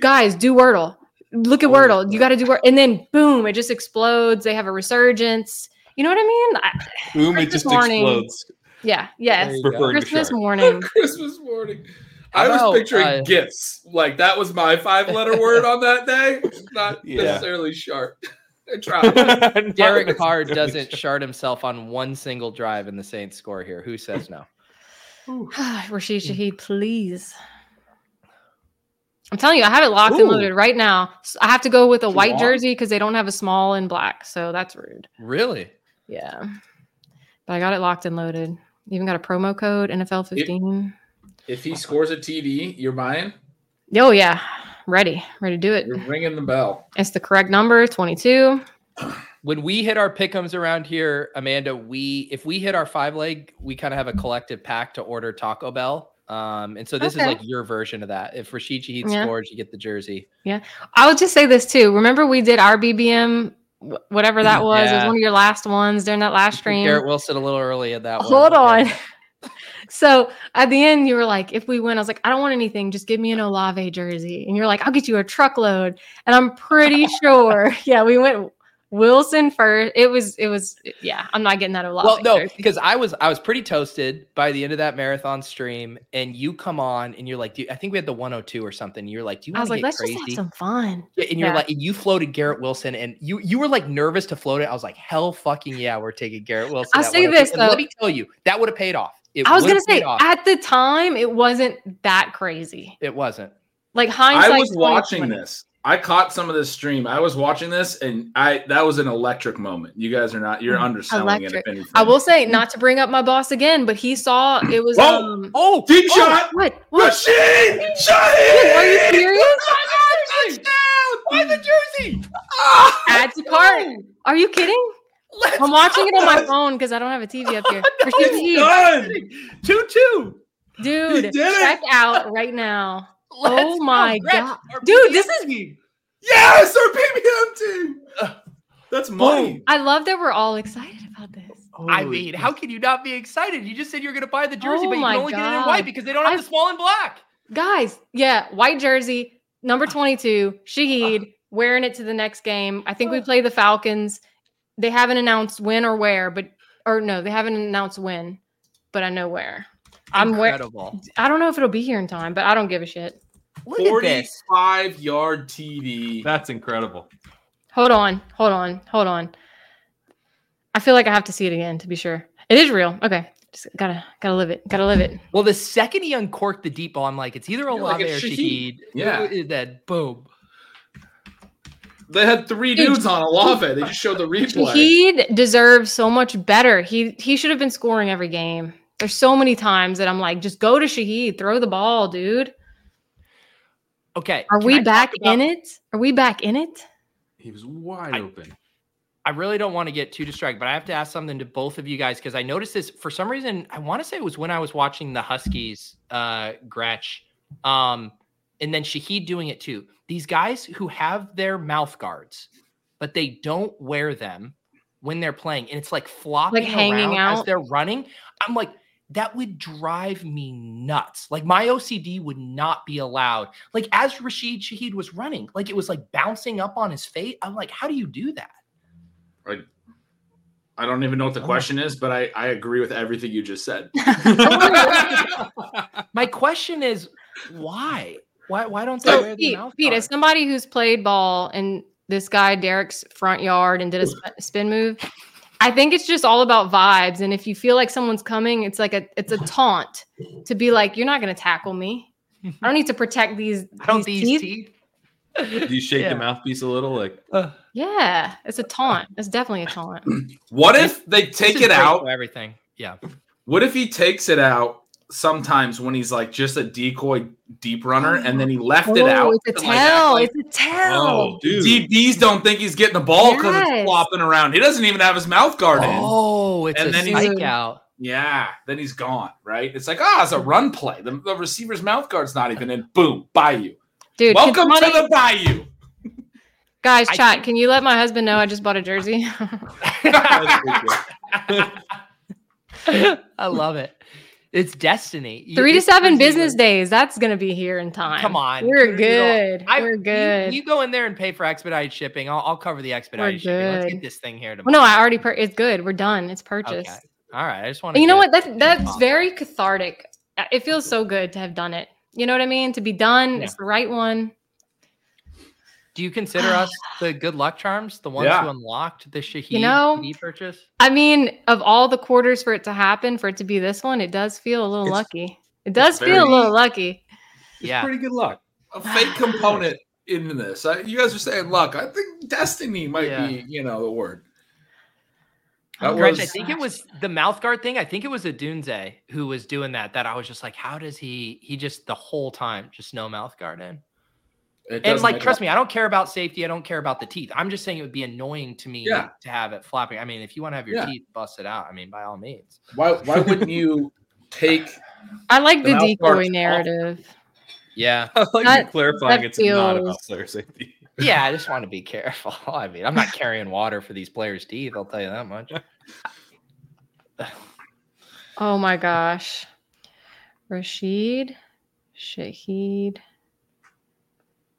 D: guys, do Wordle. Look at Wordle. You got to do Wordle. And then, boom, it just explodes. They have a resurgence. You know what I mean? I-
E: boom, it
D: Christmas
E: just
D: morning.
E: explodes.
D: yeah, yes.
A: you go.
E: Referring to
D: Christmas
E: Shark.
B: [laughs]
D: morning.
B: Christmas morning. I
A: How
B: was
A: about,
B: picturing
A: uh,
B: gifts. Like that was my five
D: [laughs]
B: letter word on that day. It's not
E: Yeah.
B: necessarily sharp. [laughs] I tried.
E: [laughs]
D: [laughs]
A: Derek Carr doesn't shard himself on one single drive in the Saints score here. Who says no?
D: [sighs] Rashid Shaheed, please. I'm telling you, I have it locked and
E: Ooh.
D: loaded right now. S- I have to go with a white
B: Juwan?
D: jersey because they don't have a small and black. So that's rude.
A: Really?
D: Yeah. But I got it locked and loaded. Even got a promo code NFL 15.
B: if he scores a TD, you're buying.
D: Oh, yeah. Ready. Ready to do it.
B: You're ringing the bell.
D: It's the correct number 22.
A: When we hit our pickums around here, Amanda, we if we hit our five leg, we kind of have a collective pack to order Taco Bell. Um, and so this
D: Okay.
A: is like your version of that. If Rashid Shaheed
D: Yeah.
A: scores, you get the jersey.
D: I would just say this too. Remember, we did our BBM, wh- whatever that was. It was
A: Yeah.
D: one of your last ones during that last
A: Took
D: stream.
A: Garrett Wilson a little early in that one.
D: Hold
A: but
D: on.
A: yeah.
D: [laughs] so at the end, you were like, if we win, I was like, I don't want anything. Just give me an Olave jersey. And you're like, I'll get you a truckload. And I'm
A: [laughs]
D: pretty sure. [laughs] Yeah, we went Wilson first. It was, it was, yeah, I'm not getting that Olave.
A: Well, no,
D: jersey.
A: because I was I was pretty toasted by the end of that marathon stream, and you come on and you're like, dude, I think we had the 102 or something. You're like, do you
D: I
A: want
D: was
A: to
D: like,
A: get
D: let's
A: crazy?
D: just have some fun.
A: Yeah, and you're
D: Yeah.
A: like you floated Garrett Wilson, and you you were like nervous to float it. I was like, hell, fucking yeah, we're taking Garrett Wilson.
D: I'll
A: at
D: say
A: 102.
D: this,
A: And let
D: though.
A: me tell you, that would have paid off. It
D: I was
A: would
D: gonna say
A: paid off.
D: at the time it wasn't that crazy.
A: it wasn't.
D: Like hindsight,
B: I was watching
D: 2020.
B: this. I caught some of this stream. I was watching this, and I that was an electric moment. You guys are not. You're underselling it.
D: Mm, Electric.
B: If anything.
D: I will say not to bring up my boss again, but he saw it was.
B: Whoa!
D: um,
A: Oh,
B: Deep
D: oh,
B: shot.
D: What? What?
B: Machine. Shot
D: Dude,
B: it.
D: are you
A: [laughs]
D: serious?
A: touchdown! Why the jersey?
B: Ah!
D: Add to cart. Are you kidding?
A: Let's
D: I'm watching it on my phone because I don't have a TV up
A: [laughs]
D: here. For
B: It's
D: TV.
B: done.
A: two two.
D: Dude,
B: You did it.
D: check out right now.
A: Let's
D: Oh my
A: Rex,
D: God.
A: our
D: Dude, this
A: PBS team.
B: Yes, our PBM team. That's money.
D: I love that we're all excited about this.
A: I mean, how can you not be excited? You just said you're going to buy the jersey,
D: Oh
A: but you
D: my
A: can only get it in
D: God.
A: white because they don't have
D: I-
A: the small and black.
D: Guys, yeah, white jersey, number 22, Shahid, wearing it to the next game. I think we play the Falcons. They haven't announced when or where, but, or no, they haven't announced when, but I know where. I'm wear-
A: Incredible.
D: I don't know if it'll be here in time, but I don't give a shit.
A: Look at this.
B: Forty-five yard TD.
E: That's incredible.
D: Hold on, hold on, hold on. I feel like I have to see it again to be sure. It is real. Okay. Just gotta gotta live it. Gotta live it.
A: Well, the second he uncorked the deep ball, I'm like, it's either Olave
B: like,
A: or
B: it's Shaheed.
A: Shahid.
B: Yeah.
A: That boom.
B: They had three
D: Dude.
B: dudes on Olave. They just showed the replay.
D: He deserves so much better. He he should have been scoring every game. There's so many times that I'm like, just go to Shahid, throw the ball, dude.
A: Okay.
D: Are
A: can I
D: we
A: talk
D: back
A: about-
D: in it? Are we back in it?
E: He was wide
A: I-
E: open.
A: I really don't want to get too distracted, but I have to ask something to both of you guys because I noticed this for some reason. I want to say it was when I was watching the Huskies, uh, Gretch, um, and then Shahid doing it too. These guys who have their mouth guards, but they don't wear them when they're playing, and it's like flopping
D: hanging
A: around as
D: out?
A: they're running. I'm like, that would drive me nuts. Like my OCD would not be allowed. Like as Rashid Shahid was running, like it was like bouncing up on his face. I'm like, how do you do that?
B: I don't even know
E: Oh.
B: what the question is, but I, I agree with everything you just
D: [laughs]
B: said.
A: My question is why? Why why don't they
D: So
A: wear the
D: Pete,
A: mouth
D: Pete,
A: guard?
D: as somebody who's played ball in this guy Derek's front yard and did a sp- spin move, I think it's just all about vibes. And if you feel like someone's coming, it's like a it's a taunt to be like, you're not going to tackle
A: [laughs]
D: me. I don't need to protect these.
A: I don't
D: these
A: these teeth.
E: Do you shake
A: Yeah.
E: the mouthpiece a little? Like
D: Yeah, it's a taunt. It's definitely
A: [laughs]
D: a taunt.
B: What if they
A: This
B: take
A: is
B: it
A: great
B: out?
A: for everything. Yeah.
B: What if he takes it out sometimes when he's like just a decoy deep runner and then he left it
D: Oh,
B: out?
D: It's a
B: and, like,
D: tell.
B: act
D: it's a tell.
E: oh, dude.
B: like DBs don't think he's getting the ball because it's
D: Yes.
B: flopping around. He doesn't even have his mouth guard in.
A: Oh, it's
B: And
A: a
B: then
D: he's-
A: strike out.
B: Yeah, then he's gone, right? It's like, ah, it's a run play. The, the receiver's mouth guard's not even in. Boom, Bayou.
D: Dude, can
B: Welcome to
D: somebody-
B: the
D: [laughs]
B: Bayou.
D: guys.
A: I
D: Chat, can you let my husband know I just bought
A: [laughs]
D: a jersey?
A: I love it. It's destiny. You-
D: Three to
A: it's
D: seven
A: crazy.
D: business days. That's gonna be here in time.
A: Come on.
D: we're
A: Dude, you know,
D: good.
A: I-
D: we're
A: you-
D: good.
A: You, go in there and pay for expedited shipping. I'll, I'll cover the expedited shipping. Let's get
D: good.
A: this thing here
D: Well,
A: tomorrow.
D: no, I already pur- it's good. We're done. It's purchased.
A: All right. I just want
D: And
A: to
D: you know what? That that's very cathartic. Uh, It feels so good to have done it. You know what I mean? To be done,
A: Yeah.
D: it's the right one.
A: Do you consider us the good luck charms, the ones
B: Yeah.
A: who unlocked the Shahid
D: know,
A: Shahid purchase?
D: I mean, of all the quarters for it to happen, for it to be this one, it does feel a little
B: It's-
D: lucky. It does
B: very-
D: feel a little lucky.
A: Yeah.
E: Pretty good luck.
B: a fake component in this. I, you guys are saying luck. I think destiny might
A: Yeah.
B: be, you know, the word. That
A: Gretch, Oh I
B: was-
A: think it was the mouth guard thing. I think it was Adunze who was doing that. That I was just like, how does he? He just the whole time just no mouth guard in.
B: It
A: And
B: does
A: like,
B: make
A: trust
B: a-
A: me, I don't care about safety. I don't care about the teeth. I'm just saying it would be annoying to me
B: Yeah.
A: to have it flopping. I mean, if you want to have your
B: Yeah.
A: teeth busted out, I mean, by all means.
B: Why, why
A: [laughs]
B: wouldn't you take?
D: I like
B: The
D: the,
B: mouth guard is
D: decoy
B: off.
D: narrative.
A: Yeah,
E: I like
D: That-
E: you clarifying
D: that
E: it's not
D: feels-
E: about player safety.
A: yeah. I just want to be [laughs] careful. I mean, I'm not carrying water for these players' teeth. I'll tell you that much.
D: Oh my gosh. Rashid, Shahid.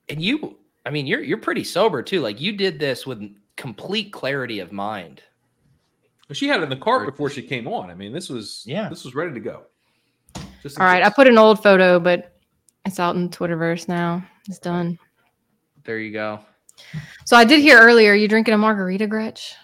A: and you i mean you're you're pretty sober too like you did this with complete clarity of mind
E: She had it in the cart before she came on. I mean, this was
A: Yeah.
E: this was ready to go. Just in
D: All right, I
E: case.
D: put an old photo, but it's out in Twitterverse now. It's done.
A: there you go
D: So I did hear earlier you drinking a margarita, Gretch.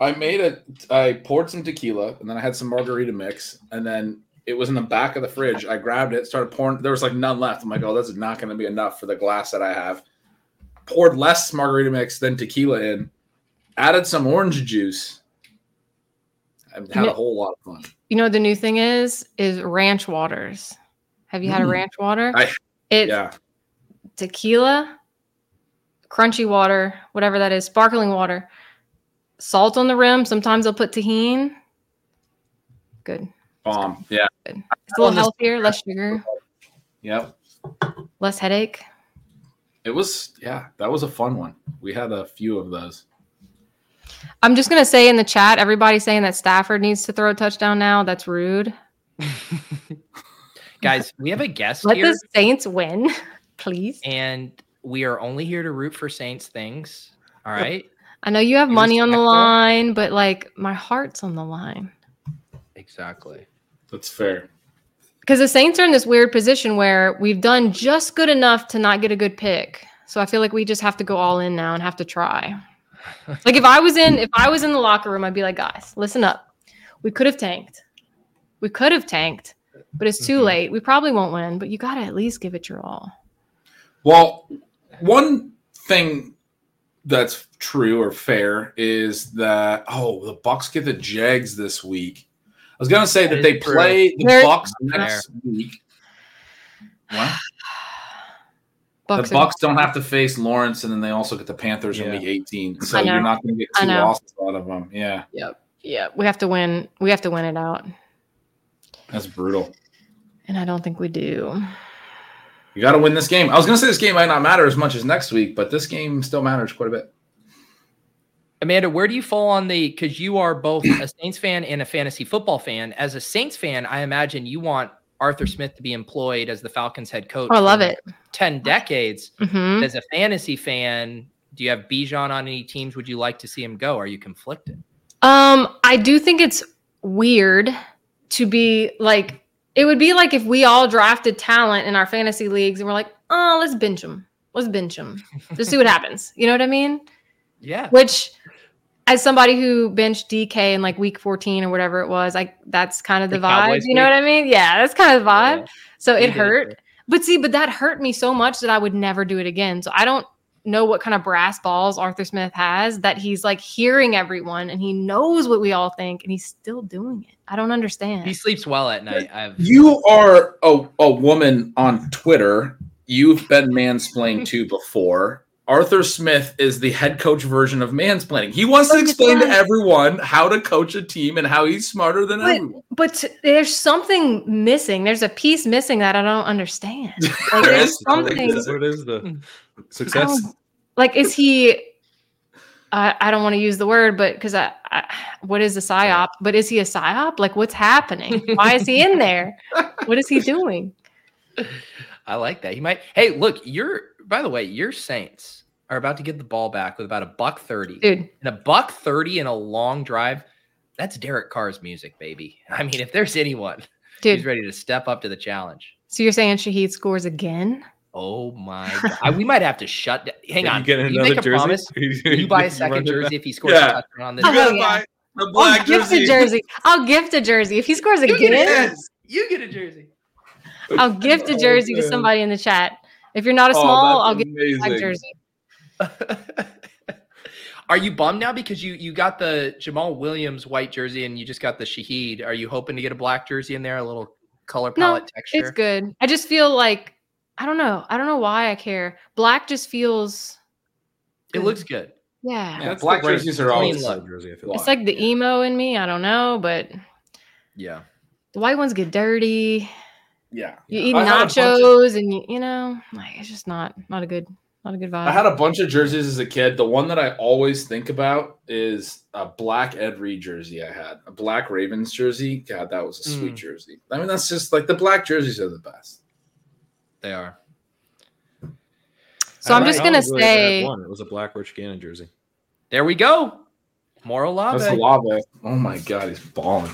B: I made a. I poured some tequila and then I had some margarita mix and then it was in the back of the fridge. I grabbed it, started pouring. There was like none left. I'm like, oh, this is not going to be enough for the glass that I have. Poured less margarita mix than tequila in. Added some orange juice. I've had a whole lot of fun.
D: You know what the new thing is is ranch waters. Have you had
B: Mm.
D: a ranch water?
B: I-
D: it's
B: Yeah,
D: tequila, crunchy water, whatever that is, sparkling water, salt on the rim. Sometimes they'll put tahine. Good.
B: bomb. Yeah,
D: It's a little
B: this-
D: healthier, less sugar,
B: yep.
D: less headache.
B: It was. Yeah, that was a fun one. We had a few of those.
D: I'm just gonna say in the chat, everybody's saying that Stafford needs to throw a touchdown now. That's rude.
A: Guys, we have a guest
D: Let
A: here.
D: the Saints win, [laughs] please.
A: and we are only here to root for Saints things. All right.
D: I know you have
A: Be
D: money on the
A: respectful.
D: line, but like my heart's on the line.
A: Exactly.
B: That's fair.
D: Because the Saints are in this weird position where we've done just good enough to not get a good pick. So I feel like we just have to go all in now and have
B: [laughs]
D: to try. like if I was in if I was in the locker room, I'd be like, guys, listen up. We could have tanked. We could have tanked, but it's too
B: Mm-hmm.
A: Mhm.
D: late. We probably won't win, but you gotta at least give it your all.
B: Well, one thing that's true or fair is that oh, the Bucks get the Jags this week. I was gonna say that,
A: That
B: they
A: is true.
B: play the
D: They're-
B: Bucks next week. What?
D: Bucks
B: the
D: are-
B: Bucks don't have to face Lawrence, and then they also get the Panthers in
E: Yeah.
B: Week 18. So
D: I know.
B: you're not going to get
D: I
B: two
D: know.
B: losses out of them. Yeah,
D: yeah, we have to win. We have to win it out.
B: that's brutal.
D: And I don't think we do.
B: You got to win this game. I was going to say this game might not matter as much as next week, but this game still matters quite a bit.
A: Amanda, where do you fall on the because you are both a [clears throat] Saints fan and a fantasy football fan? As a Saints fan, I imagine you want Arthur Smith to be employed as the Falcons head coach.
D: Oh, I love
A: for
D: it.
A: 10 decades.
D: hmm
A: As a fantasy fan, do you have Bijan on any teams? Would you like to see him go? Are you conflicted?
D: Um, I do think it's weird to be like it would be like if we all drafted talent in our fantasy leagues and we're like, oh, let's bench them. Let's bench them. Just see what happens. You know what I mean?
A: Yeah.
D: Which as somebody who benched DK in like week 14 or whatever it was, like that's kind of the
A: The
D: vibe.
A: Cowboys
D: you know
A: week?
D: what I mean? Yeah, that's kind of the vibe. So
A: You
D: it
A: did
D: hurt. But see, but that hurt me so much that I would never do it again. So I don't know what kind of brass balls Arthur Smith has that he's like hearing everyone and he knows what we all think and he's still doing it. I don't understand.
A: He sleeps well at night. I've
B: You are a, a woman on Twitter. You've been mansplained
D: [laughs]
B: to before. Arthur Smith is the head coach version of mansplaining. He wants to
D: Oh, yes,
B: explain to
D: yes.
B: everyone how to coach a team and how he's smarter than
D: But-
B: everyone.
D: but t- there's something missing. There's a piece missing that I don't understand. Like,
B: There
D: there's
B: is
D: something. Oh,
E: That's what it is the
D: I
E: success.
D: don't- Like, is he? I I don't want to use the word, but because I, I, what is a psyop? But is he a psyop? Like, what's happening? Why is he in there? What is he doing?
A: I like that. He might. Hey, look, you're. By the way, your Saints are about to get the ball back with about a buck thirty,
D: Dude,
A: and a buck thirty in a long drive. That's Derek Carr's music, baby. I mean, if there's anyone
D: Dude,
A: who's ready to step up to the challenge,
D: so you're saying Shahid scores again?
A: oh my! [laughs] God. I- we might have to shut. down. Hang
E: If
A: on.
E: You get
A: Can
E: another
A: you make a
E: jersey. [laughs]
A: promise. You buy a second jersey if he scores
B: Yeah.
A: a touchdown on this.
D: You gotta
A: drive.
D: buy
B: the
D: I'll gift a Oh, jersey. I'll gift a jersey. If he scores
A: You get,
D: again,
A: a, [laughs] you get a jersey.
D: I'll gift a
B: Oh,
D: jersey to
B: man.
D: somebody in the chat. If you're
B: Oh,
D: not a small, I'll get a black jersey.
A: [laughs] Are you bummed now because you you got the Jamal Williams white jersey and you just got the Shahid? Are you hoping to get a black jersey in there, a little color
D: No,
A: palette texture?
D: It's good. I just feel like I don't know. I don't know why I care. Black just feels
A: It looks good.
D: yeah.
B: Yeah, black jerseys are always
A: clean
B: so
A: look.
E: jersey. I feel
D: It's like the emo in me. I don't know, but
A: Yeah.
D: the white ones get dirty.
B: Yeah.
D: You eat
B: I had a bunch of-
D: nachos, and you, you know, like it's just not not a good not a good vibe.
B: I had a bunch of jerseys as a kid. The one that I always think about is a black Ed Reed jersey I had. A black Ravens jersey. God, that was a sweet
A: Mm.
B: jersey. I mean, that's just like the black jerseys are the best.
A: They are.
D: so I'm
A: Alright.
D: just gonna say.
E: one. It was a black Rich Gannon jersey.
A: There we go. Moro
B: That's
A: Lave.
B: Alave. Oh my God, he's balling.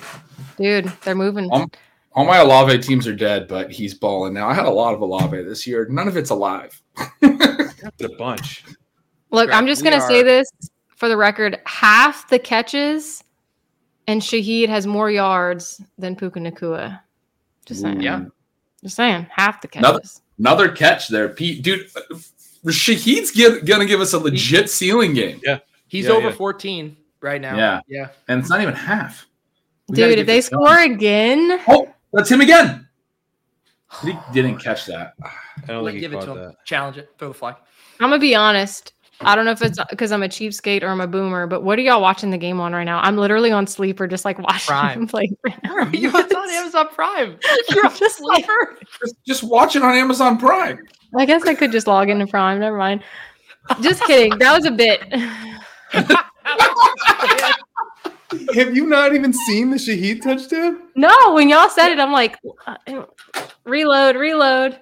D: Dude, they're moving.
B: Um, All my Alave teams are dead, but he's balling now. I had a lot of Alave this year. None of it's alive.
E: That's a bunch.
D: Look,
A: Correct.
D: I'm just
A: We
D: gonna say
A: are-
D: this for the record, half the catches, and Shahid has more yards than Puka Nakua. Just saying.
A: Yeah.
D: Just saying. Half the catches.
B: Another- Another catch there, Pete. Dude, uh, Shahid's get, gonna give us a legit ceiling game,
A: He's
E: Yeah,
A: over
E: yeah.
A: 14 right now.
B: Yeah.
A: Yeah.
B: and it's not even half. We gotta
D: Dude,
B: get
D: if they
B: this
D: score
B: done.
D: again,
B: oh, that's him again. He didn't catch that.
E: I don't
A: Like,
E: think he
A: give it
E: caught
A: to him.
E: that.
A: Challenge it. Throw the flag. [laughs]
D: I'm gonna be honest. I don't know if it's because I'm a cheapskate or I'm a boomer, but what are y'all watching the game on right now? I'm literally on sleeper, just like watching [laughs]
A: Prime. [laughs]
D: them play. right now.
A: You it's on
D: Yes.
A: Amazon Prime.
D: [laughs] I'm just like,
B: Just, just watch it on Amazon Prime.
D: I guess I could just log into Prime. Never mind. Just kidding. That was a bit. [laughs]
E: Have you not even seen the Shahid touchdown?
D: No, when y'all said it, I'm like, uh, reload, reload.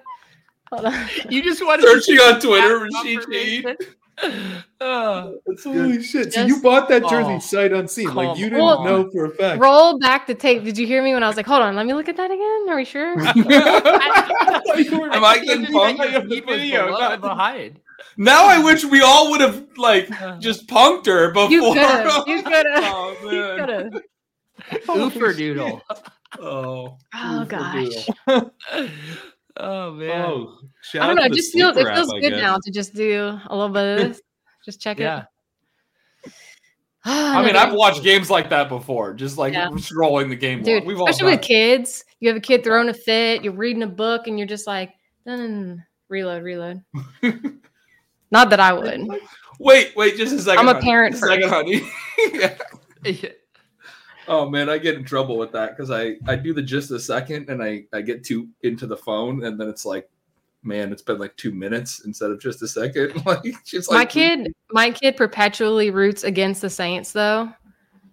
A: [laughs]
D: Hold on.
A: You just want to
B: Searching on Twitter, Rashid.
A: Rashid.
B: [laughs]
A: [laughs] Uh,
E: Holy shit!
D: So you Just-
E: bought that
A: jersey Oh,
E: sight unseen,
A: like, come you
D: didn't
A: [laughs]
D: on.
A: know
E: for a fact.
D: Roll back the tape. Did you hear me when I was like, hold on, let me look at that again? Are we
A: [laughs]
D: sure?
B: Am I getting punked?
A: video not
B: [laughs]
A: behind.
B: [laughs] Now I wish we all would have like
A: Uh,
B: just punked her before.
D: You could have. You could have.
B: [laughs] oh,
D: You
A: [laughs]
B: man.
D: could have.
A: Oofer doodle. [laughs]
B: Oh.
D: Oh, gosh.
A: Oh man.
E: Oh,
D: I don't know. It just feels it feels good now to just do a little bit of this. Just check [sighs]
A: yeah.
D: it.
B: I mean,
D: Another-
B: I've watched games like that before, just like
D: Yeah.
B: scrolling the game.
D: dude,
B: log. We've all
D: especially
B: done
D: with kids. You have a kid throwing a fit. You're reading a book, and you're just like, no, no, no, no. reload,
B: [laughs]
D: reload. Not that I would.
B: it. Wait, wait, just a second.
D: I'm a
B: honey.
D: parent
B: Just a second, honey.
A: [laughs]
B: [laughs]
A: Yeah.
B: oh man, I get in trouble with that because I I do the just a second and I I get too into the phone and then it's like, man, it's been like two minutes instead of just a second. [laughs] Like she's like
D: my kid, my kid perpetually roots against the Saints though,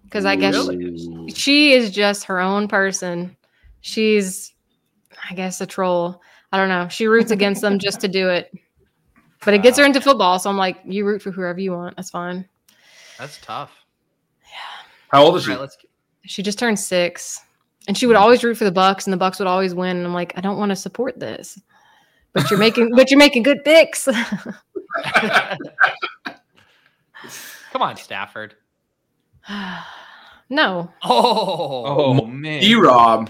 D: because I guess
A: Really?
D: she is just her own person. She's, I guess, a troll. I don't know. She roots against them just to do it. But it gets her into football. So I'm like, you root for whoever you want. That's fine.
A: That's tough.
B: How old is
A: All
B: she?
A: right,
B: [laughs]
A: let's
D: She just turned six. And she would always root for the Bucks and the Bucks would always win. And I'm like, I don't want to support this. But you're making but you're making good picks.
A: [laughs]
D: [sighs]
A: come on, Stafford.
D: no.
A: Oh,
E: Oh man,
B: D Rob.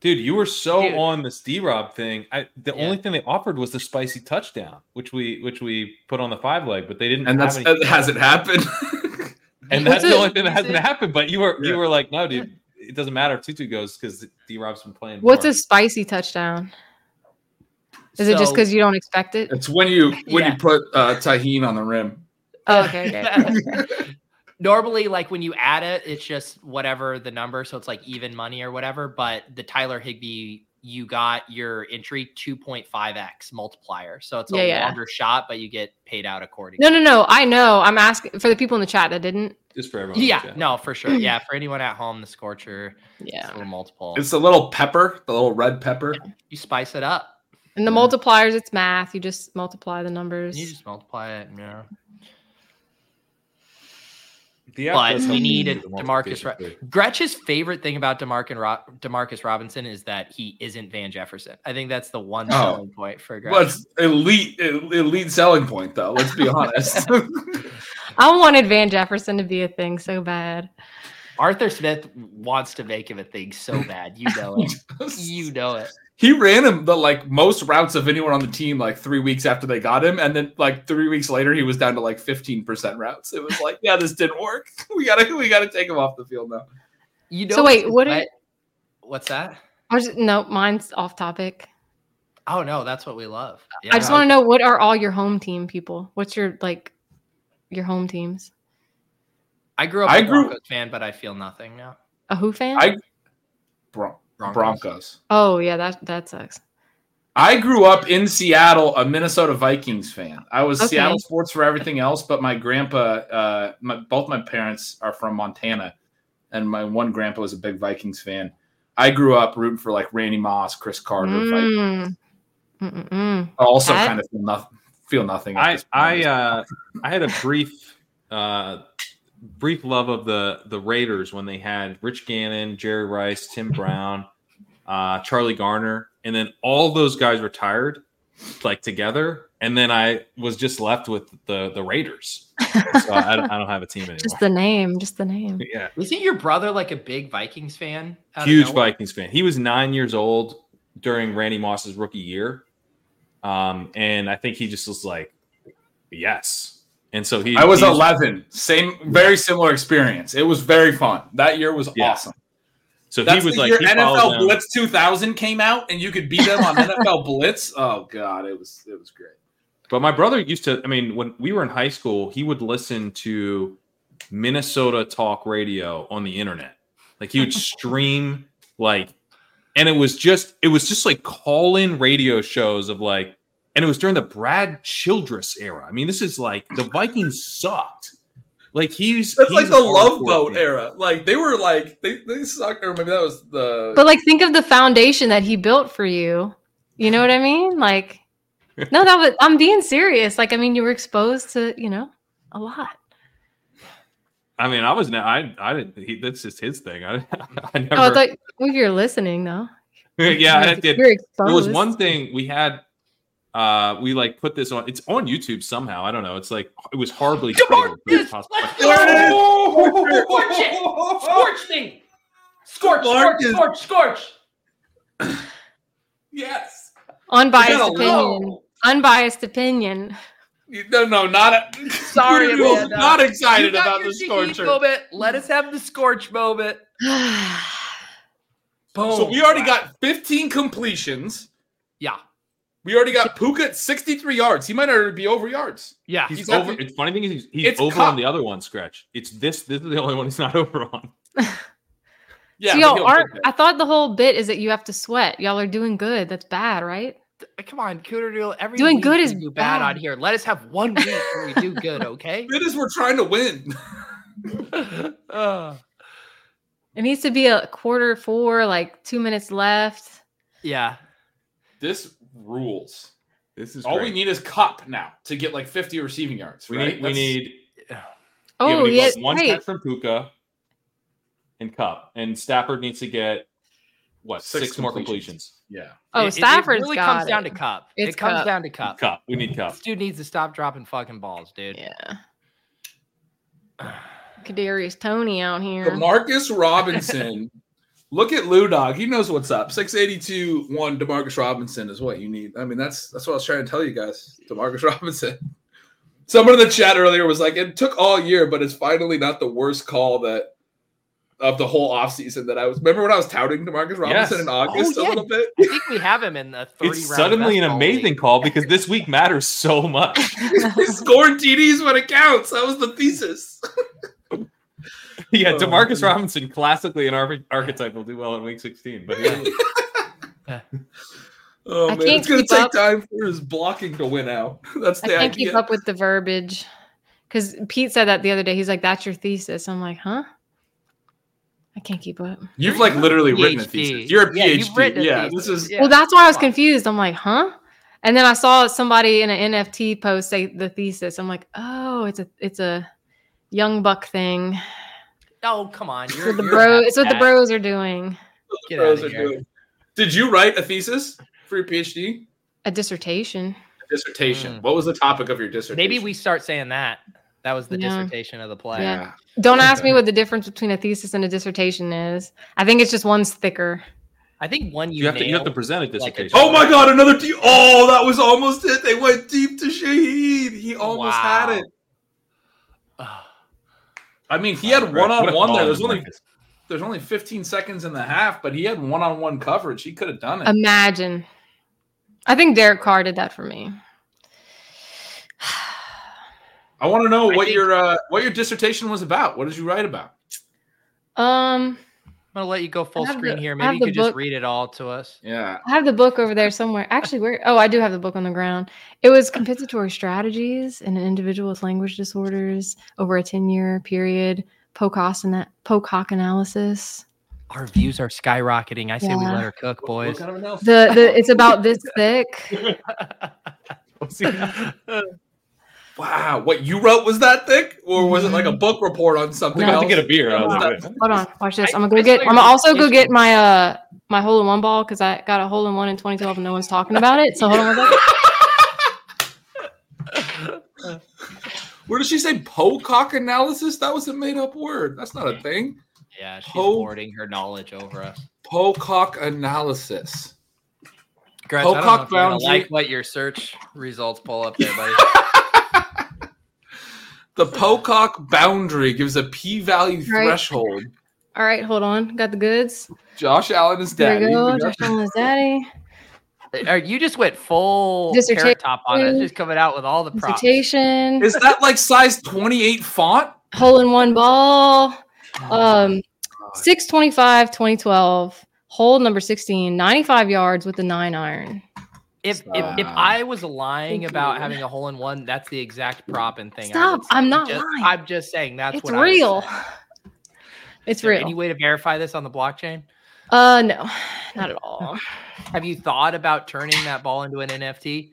E: dude, you were so
A: Dude.
E: on this D Rob thing. I, the
A: Yeah.
E: only thing they offered was the spicy touchdown, which we which we put on the five leg, but they didn't.
B: And that's
E: have any-
B: that hasn't happened. [laughs]
E: and
D: What's
E: that's the
D: it?
E: only thing that hasn't
A: What's it?
E: happened. But you were
B: Yeah.
E: you were like, no, dude, it doesn't matter if Tutu goes because D Rob's been playing.
D: What's
E: more.
D: a spicy touchdown? Is it just
A: So-
D: because you don't expect it?
B: it's when you when
A: Yeah.
B: you put uh tahine on the rim.
D: Oh, okay, okay.
A: [laughs] Normally, like when you add it, it's just whatever the number, so it's like even money or whatever. But the Tyler Higby, you got your entry 2.5x multiplier, so it's a
D: Yeah, yeah.
A: longer shot, but you get paid out accordingly.
D: No, no, no. I know. I'm asking for the people in the chat that didn't.
B: Oh,
E: just for everyone? in the
A: Yeah,
E: chat.
A: no, for sure. Yeah, for anyone at home, the scorcher, it's a little multiple.
B: It's the little pepper, the little red pepper.
A: you spice it up,
D: And the multipliers, it's math. You just multiply the numbers.
A: you just multiply it. Yeah.
E: The app
A: But
E: does
A: we
E: help you
A: need
E: do
A: it-
E: the
A: DeMarcus
E: multiplication
A: Ro-
E: too.
A: Gretch's favorite thing about DeMarcus, Ro- DeMarcus Robinson is that he isn't Van Jefferson. I think that's the one
B: Oh.
A: selling point for Gretch.
B: Well, it's elite elite selling point though. Let's be honest. [laughs]
D: I wanted Van Jefferson to be a thing so bad.
A: Arthur Smith wants to make him a thing
D: [laughs]
A: so bad. You know it. you know it.
B: he ran him the like most routes of anyone on the team like three weeks after they got him, and then like three weeks later he was down to like fifteen percent routes. It was like, yeah, this didn't work. [laughs] We gotta we gotta take him off the field now.
A: You know.
D: So wait,
A: it's
D: what
A: wet-
D: it-
A: What's that?
D: I was no, mine's off topic.
A: Oh no, that's what we love.
D: I just want to know what are all your home team people? What's your like your home teams?
A: I grew up.
B: I
A: a
B: grew-
A: Broncos fan, but I feel nothing now.
D: A Who fan?
B: I- Bron-
A: Broncos.
B: Broncos.
D: oh yeah, that that sucks.
B: I grew up in Seattle, a Minnesota Vikings fan. I was
D: Okay.
B: Seattle sports for everything else, but my grandpa, uh, my, both my parents are from Montana, and my one grandpa was a big Vikings fan. I grew up rooting for like Randy Moss, Chris Carter, Vikings.
D: Mm. Mm-mm-mm.
B: I also
D: That-
B: kind of feel nothing. Feel nothing. at
E: I
B: this point.
E: I uh, I had a brief uh, brief love of the the Raiders when they had Rich Gannon, Jerry Rice, Tim Brown, uh, Charlie Garner, and then all those guys retired like together, and then I was just left with the the Raiders. So I, don't, I don't have a team anymore.
D: Just the name, just the name.
E: yeah,
A: Isn't your brother like a big Vikings fan? out of
E: huge
A: nowhere?
E: Vikings fan. He was nine years old during Randy Moss's rookie year, um, and I think he just was like, "Yes." And so he.
B: I was
E: he
B: 11. Same, very similar experience. It was very fun. That year was
E: Yeah.
B: awesome.
E: So
B: That's
E: he was
B: the
E: like,
B: year
E: he followed
B: NFL
E: them.
B: Blitz 2000 came out, and you could beat them on
E: [laughs]
B: NFL Blitz. Oh god, it was it was great.
E: But my brother used to, I mean, when we were in high school, he would listen to Minnesota talk radio on the internet.
B: [laughs]
E: Like he would stream like and it was just it was just like call in radio shows of like and it was during the Brad Childress era. I mean, this is like the Vikings sucked. Like he's
B: That's
E: he's
B: like
E: a
B: the Love
E: hardcore
B: Boat
E: fan.
B: era. Like they were like they, they sucked, or maybe that was the.
E: [laughs]
D: But like think of the foundation that he built for you. You know what I mean? Like no, that was I'm being serious. Like I mean you were exposed to, you know, a lot.
E: I mean, I was now I I didn't he, that's just his thing. I, [laughs] I never
D: Oh, I thought well, you're listening though.
E: [laughs] Yeah, I did.
D: You're exposed.
E: There was one thing we had. Uh, we like put this on. It's on YouTube somehow. I don't know. It's like it was horribly.
A: Come
E: created
A: on,
E: for
A: let's
E: possible-
A: go.
B: Scorch
A: Scorch me! [laughs] Scorch, scorch,
B: Marcus.
A: scorch, scorch.
B: [laughs] Yes.
D: unbiased
B: You gotta
D: opinion. Unbiased opinion. [sighs]
B: No, no, not a, [laughs]
A: Sorry,
B: Rudy was
A: Amanda.
B: Not
A: You
B: excited
A: got
B: about
A: your
B: the
A: Shaquille
B: scorcher.
A: moment. Let us have the scorch moment. Boom.
B: So we already got 15 completions.
A: Yeah.
B: We already got Puka at 63 yards. He might already be over yards.
A: Yeah.
E: He's
B: He's
E: over.
B: actually-
E: It's funny thing is he's, he's
B: It's
E: over
B: cut.
E: on the other one scratch. It's this. This is the only one he's not [laughs] over on.
B: Yeah.
D: so
B: but
D: y'all
B: he'll
D: aren't
B: get
D: I
B: there.
D: thought the whole bit is that you have to sweat. Y'all are doing good. That's bad, right?
A: Come on, Cooter Deal. Every
D: Doing
A: week
D: good
A: we
D: is
A: do bad
D: bad.
A: on here. Let us have one week where we do [laughs] good, okay?
B: It is we're trying to win.
A: Uh,
D: It needs to be a quarter four, like two minutes left.
A: yeah.
B: [laughs] This rules.
E: This is
B: All we need is Cup now to get like 50 receiving yards.
E: We
B: right?
E: need. We
B: That's-
E: need. yeah,
D: Oh
E: we need
D: yeah,
E: like one
D: right.
E: catch from Puka and Cup, and Stafford needs to get what
B: Six
E: six, more
B: completions.
E: completions.
B: Yeah.
D: Oh,
A: It- it-
D: Stafford's
A: It really
D: got
A: comes
D: it.
A: down to cup.
D: It's
A: it comes
D: Cup.
A: down to cup.
E: Cup. We need Cup.
A: This dude needs to stop dropping fucking balls, dude.
D: Yeah.
A: [sighs]
D: Kadarius Tony out
B: The
D: here. [laughs]
B: Marcus Robinson. Look at Lou Dog. He knows what's up. 682 1 Demarcus Robinson is what you need. I mean, that's that's what I was trying to tell you guys. Demarcus [laughs] Robinson. Someone in the chat earlier was like, it took all year, but it's finally not the worst call that of the whole offseason that I was. Remember when I was touting Demarcus Robinson in August
A: Oh, yeah.
B: a little bit?
A: I think we have him in the 30
E: It's
A: round
E: suddenly an
A: best ball league.
E: amazing call because this week matters so much. [laughs]
B: He [laughs] scored TDs when it counts. That was the thesis.
E: Yeah,
B: Oh,
E: Demarcus
B: goodness.
E: Robinson, classically an arch- archetype, will do well in week 16. But yeah.
B: Oh,
D: I
B: man.
D: can't
B: It's going to
D: keep
B: take
D: up.
B: time for his blocking to win out. [laughs] That's
D: I
B: the
D: can't
B: idea.
D: keep up with the verbiage. Because Pete said that the other day. He's like, that's your thesis. I'm like, huh? I can't keep up.
B: You've like literally written a
A: PhD.
B: thesis. You're a
A: Yeah,
B: PhD.
A: you've written a
B: yeah,
A: thesis.
B: this is
A: Yeah.
D: Well, that's why I was
A: come on.
D: confused. I'm like, huh? And then I saw somebody in an NFT post say the thesis. I'm like, oh, it's a it's a young buck thing.
A: Oh, come on. You're,
D: It's what the
A: you're
D: bro
A: half
D: it's what the
A: fat.
D: bros are doing.
A: Get
B: pros
A: outta
B: are
A: here.
B: doing. Did you write a thesis for your PhD?
D: A dissertation.
B: A dissertation.
A: Mm.
B: What was the topic of your dissertation?
A: Maybe we start saying that. That was the
D: Yeah.
A: dissertation of the play.
D: Yeah. Don't ask me
B: Okay.
D: what the difference between a thesis and a dissertation is. I think it's just one's thicker.
A: I think one you,
E: you have to you have to
A: nailed-
E: present a
A: Like a-
E: dissertation.
B: Oh my god, another deep. Oh, that was almost it. They went deep to Shahid. He almost
A: Wow.
B: had it. I mean, he had
E: What a
B: one on one
E: call,
B: there. There's only
E: Demarcus.
B: there's only 15 seconds in the half, but he had one on one coverage. He could have done
A: Um,
B: it.
D: Imagine. I think Derek Carr did that for me.
B: I want to know
A: I
B: what
A: think-
B: your uh, what your dissertation was about. What did you write about?
D: Um,
A: I'm gonna let you go full
D: have the-
A: screen here.
D: I
A: Maybe
D: have
A: you
D: the
A: could just
D: book.
A: read it all to us.
B: Yeah.
D: I have the book over there somewhere. Actually, where? Oh, I do have the book on the ground. It was compensatory strategies in an individual with language disorders over a ten-year period. Pocock and that Pocock analysis.
A: Our views are skyrocketing. I say we
D: Yeah.
A: let her cook,
B: What
A: boys.
B: kind of analysis?
D: The the it's about this thick.
B: Wow, what you wrote was that thick, or was it like a book report on something
E: We
D: No.
E: have
B: else?
E: to get a beer. I was
B: Wow.
E: like,
D: Hold on, watch this.
A: I-
D: I'm gonna
A: I
D: go
A: saw
D: get.
A: your
D: I'm gonna also go
A: notification.
D: get my uh my hole in one ball because I got a hole in one in 2012 and no one's talking about it. So hold on one second.
B: Where did she say Pocock analysis? That was a made up word. That's not a thing.
A: Yeah, she's
B: Pope-
A: lording her knowledge over us.
B: Pocock analysis.
A: Gretz, I don't know
B: Pocock
A: if you're gonna
B: boundary.
A: like what your search results pull up there, buddy.
B: The Pocock boundary gives a p value
D: Right.
B: threshold.
D: All right, hold on. Got the goods.
B: Josh Allen is
D: There
B: daddy.
D: you go.
B: We got-
D: Josh Allen is daddy.
A: All right, you just went full
D: Dissertation.
A: carrot top on it, just coming out with all the props.
D: Dissertation.
B: Is that like size 28 font?
D: hole in one ball.
A: Oh
D: Um, 625, 2012. Hole number 16, 95 yards with the nine iron.
A: If, if if
B: Stop.
A: I was lying
D: Thank
A: about
D: you.
A: having a hole in one, that's the exact prop and thing. I
D: Stop,
A: would say.
D: I'm not
A: Just-
D: lying.
A: I'm just saying that's
D: it's
A: what I would say.
D: real. It's
A: Is there
D: real.
A: Any way to verify this on the blockchain?
D: uh, no, not at
A: [laughs]
D: all.
A: Have you thought about turning that ball into an NFT?